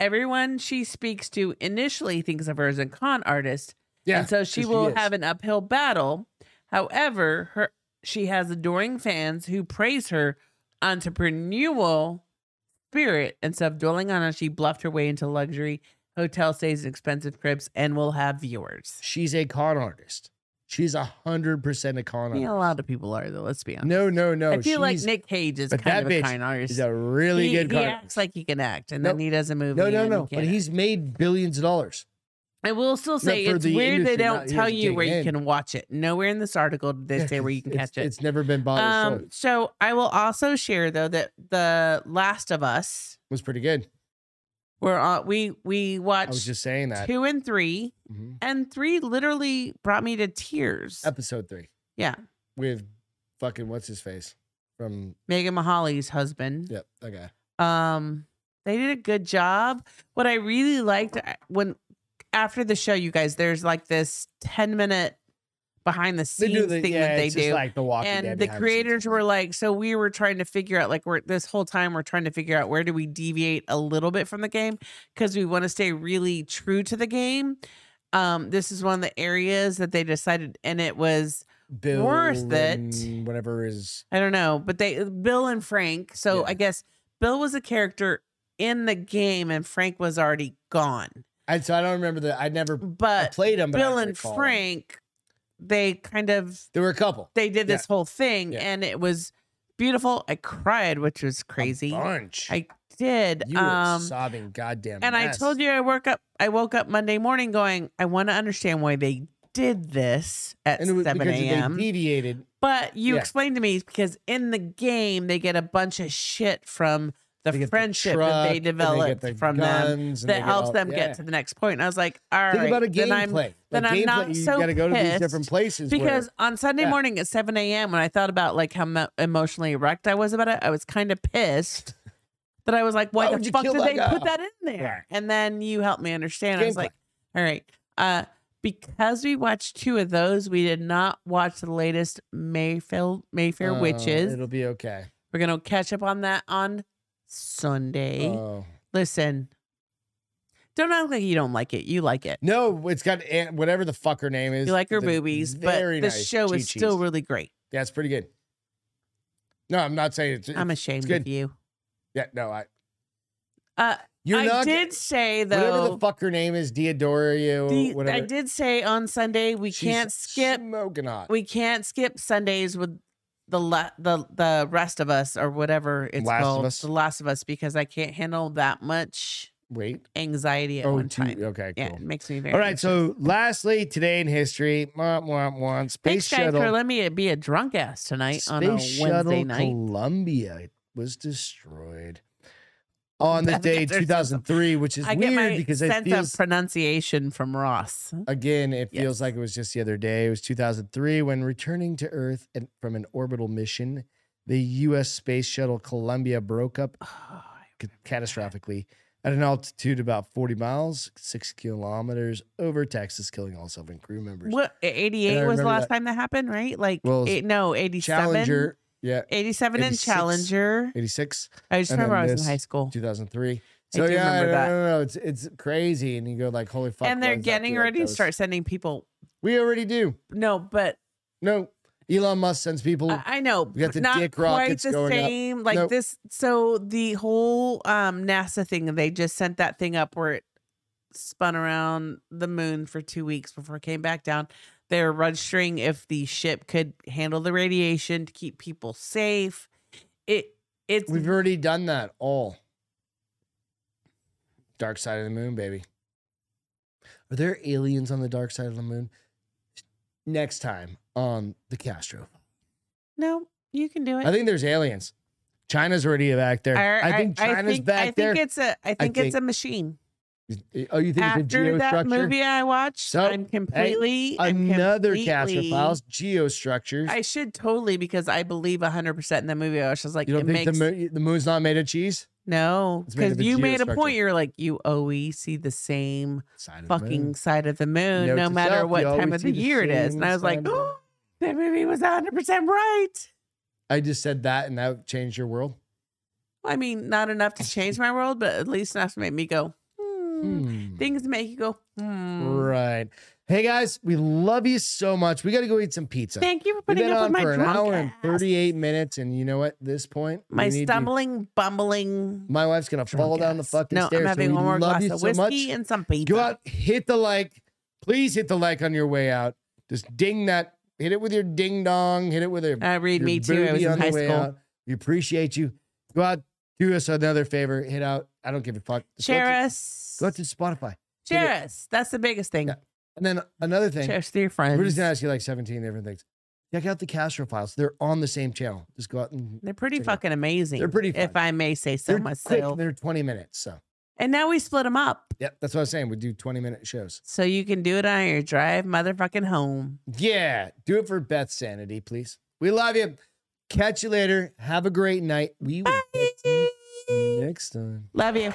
Everyone she speaks to initially thinks of her as a con artist,
yeah,
and so she
'cause
will
is.
have an uphill battle. However, her she has adoring fans who praise her entrepreneurial spirit instead of dwelling on how she bluffed her way into luxury hotel stays and expensive trips and will have viewers.
She's a con artist. She's a hundred percent a con
Yeah,
artist.
a lot of people are though. Let's be honest.
No, no, no.
I feel like
she's-
Nick Cage is
but
kind
that
of a
bitch
kind artist.
He's a really
he,
good
he
con
acts
artist.
like he can act, and
Nope.
then he does a movie.
no, no,
and he
no. But
can't
he's made billions of dollars.
I will still say
for
it's
the
weird they
industry,
don't
not here
tell
to
you
dig
where you
in.
can watch it. Nowhere in this article did they
Yeah,
say where you
'cause
can
it's-
catch it.
It's never been bothered.
Um, so I will also share though that the Last of Us,
was pretty good.
where uh, we we
I was
watched
just saying that.
two and three,
Mhm.
and three literally brought me to tears.
Episode three
yeah,
with fucking what's his face from
Megan Mahaly's husband.
yep that guy.
Um, they did a good job. What I really liked I- when after the show, you guys, there's like this 10 minute behind the
They
scenes
do the
thing
yeah,
that they
it's just
do.
like the Walking Dead
and the
behind scenes.
creators were like, so we were trying to figure out, like, we're this whole time we're trying to figure out where do we deviate a little bit from the game because we want to stay really true to the game. Um, this is one of the areas that they decided, and it was
Bill
worth it.
and whatever is
I don't know, but they Bill uh, and Frank. So
Yeah.
I guess Bill was a character in the game and Frank was already gone.
I, so I don't remember that. I never I
But
played them. But I
Bill
don't
and
recall 'em.
Frank, they kind of
There were a couple.
they did this whole thing
Yeah.
and it was beautiful. I cried, which was crazy.
A bunch.
I did.
you were
um
sobbing, goddamn.
and I
mess.
told you I woke up I woke up Monday morning going, I want to understand why they did this at
and it was
seven
because
AM.
they deviated.
But you
Yeah.
explained to me because in the game they get a bunch of shit from the
They get the
friendship
truck,
that
and
they
they get
developed
the
from them
guns, and they
that
get
helps
all-
them
yeah.
get to the next point. And I was like, all right,
Think about a
then I'm
gameplay.
then
like
I'm
gameplay,
not
you
so
got to go to these
pissed
different places. where-
because on Sunday
Yeah.
morning at 7 a.m., when I thought about like how mo- emotionally wrecked I was about it, I was kind of pissed that I was like, why,
Why would
the
you
fuck
kill
did
that
they
guy
put
off?
that in there? And then you helped me understand. I was
Gameplay.
like, all right, uh, because we watched two of those, we did not watch the latest Mayfield Mayfair
Oh,
Witches.
It'll be okay.
We're gonna catch up on that on Sunday.
Oh.
Listen, don't act like you don't like it. You like it.
No, it's got Aunt, whatever the fuck her name is.
You like her
the
boobies, but
very
the
nice
show is
Chi-Chis.
still really great.
Yeah, it's pretty good. No, I'm not saying it's.
I'm ashamed
good.
of you.
yeah, no, I.
Uh,
You're
I
not
did say
whatever
though.
the fuck her name is, Diodoro,
the-
whatever.
I did say on Sunday we
She's
can't skip
Smoking hot.
we can't skip Sundays with the le- the the rest of us or whatever it's
Last of
called
Us?
the last of us because I can't handle that much
Wait.
anxiety at
Oh,
one
two-
time.
okay,
Yeah,
cool.
it makes me very.
All right. So, lastly, today in history, mwah, mwah, mwah, space
Thanks, guys,
shuttle.
for letting me uh, be a drunk ass tonight on a
Space
Wednesday
Shuttle
night.
Columbia was destroyed on the
That's
day
good. There's
2003, which is
I get
weird
my
because it
sense
feels
of pronunciation from Ross.
again, it feels
Yes.
like it was just the other day. It was 2003 when returning to Earth and from an orbital mission, the U.S. Space Shuttle Columbia broke up ca- catastrophically at an altitude about 40 miles, six kilometers over Texas, killing all seven crew members.
What 88 was
remember
the last
that-
time that happened, right? Like
Well, it was
eight, no, 87.
Challenger, yeah,
87 and
86.
Challenger.
86,
I just
And
remember
then
I was
this,
in high school.
2003.
I
So
do
yeah,
remember
no,
that.
no, no, it's it's crazy, and you go like, holy fuck.
and
why
they're
does that
getting
feel like
ready
that
to
was-
start sending people.
We already do.
No, but
No, Elon Musk sends people.
I, I know.
We got the
not
dick
quite
rockets
the
going up.
same. Like
Nope.
this. So the whole um, NASA thing, they just sent that thing up where it spun around the moon for two weeks before it came back down. They're registering if the ship could handle the radiation to keep people safe. It it's
We've already done that all. Dark side of the moon, baby. Are there aliens on the dark side of the moon? Next time on the Castro.
no, you can do it.
I think there's aliens. China's already back there.
Or-
I think China's
think-
back
I think
there.
it's a. I think it's
think-
a machine.
oh, you think it's a
After that
geostructure?
movie I watched,
So,
I'm completely I'm
Another
completely-
Castrophiles, geostructures.
I should totally because I believe 100 percent in the movie. I was just like,
you
it
don't think
makes
the, moon, the moon's not made of cheese?
no
It's made
because
of a
you made a
geostructure.
point. You're like, you always see the same
Side of the
fucking
moon.
side of the moon,
Note
no
to
matter
self,
what
you
time
always
of
see
the
the
year it is.
same
And I was like,
side of the moon.
oh, that movie was 100 percent right.
I just said that, and that changed your world.
I mean, not enough to change my world, but at least enough to make me go. Hmm.
Hmm.
Things that make you go. Hmm.
Right. Hey guys, we love you so much. We got to go eat some pizza.
Thank you for
We've
putting
been
up with
on
my
for an
drunk
hour and
ass.
38 minutes, and you know what? At this point, we
my
need to-
stumbling, bumbling.
my wife's gonna
drunk
fall down the
ass.
fucking
no,
stairs.
I'm
so
having
we
one more
love
glass
you
of
so much.
whiskey and some pizza.
Go out, hit the like. Please hit the like on your way out. Just ding that. Hit it with your ding dong. Hit it with your
Uh, read
your
me too. I was
booty
in
on the
high
way
school.
out. We appreciate you. Go out, do us another favor. Hit out. I don't give a fuck. Just go
Share
to-
us.
Go out to Spotify.
Share us. That's the biggest thing.
Yeah, And then another thing.
Share us to your friends.
We're just gonna ask you like 17 different things. Check out the Castro files. They're on the same channel. Just go out and
they're pretty
check it out.
fucking amazing.
They're pretty fun.
If I may say so
they're quick,
myself.
they're 20 minutes. So
and now we split them up.
yeah, that's what I was saying. We do 20 minute shows.
So you can do it on your drive motherfucking home.
Yeah. Do it for Beth's sanity, please. We love you. Catch you later. Have a great night. We will catch you next time.
Love you.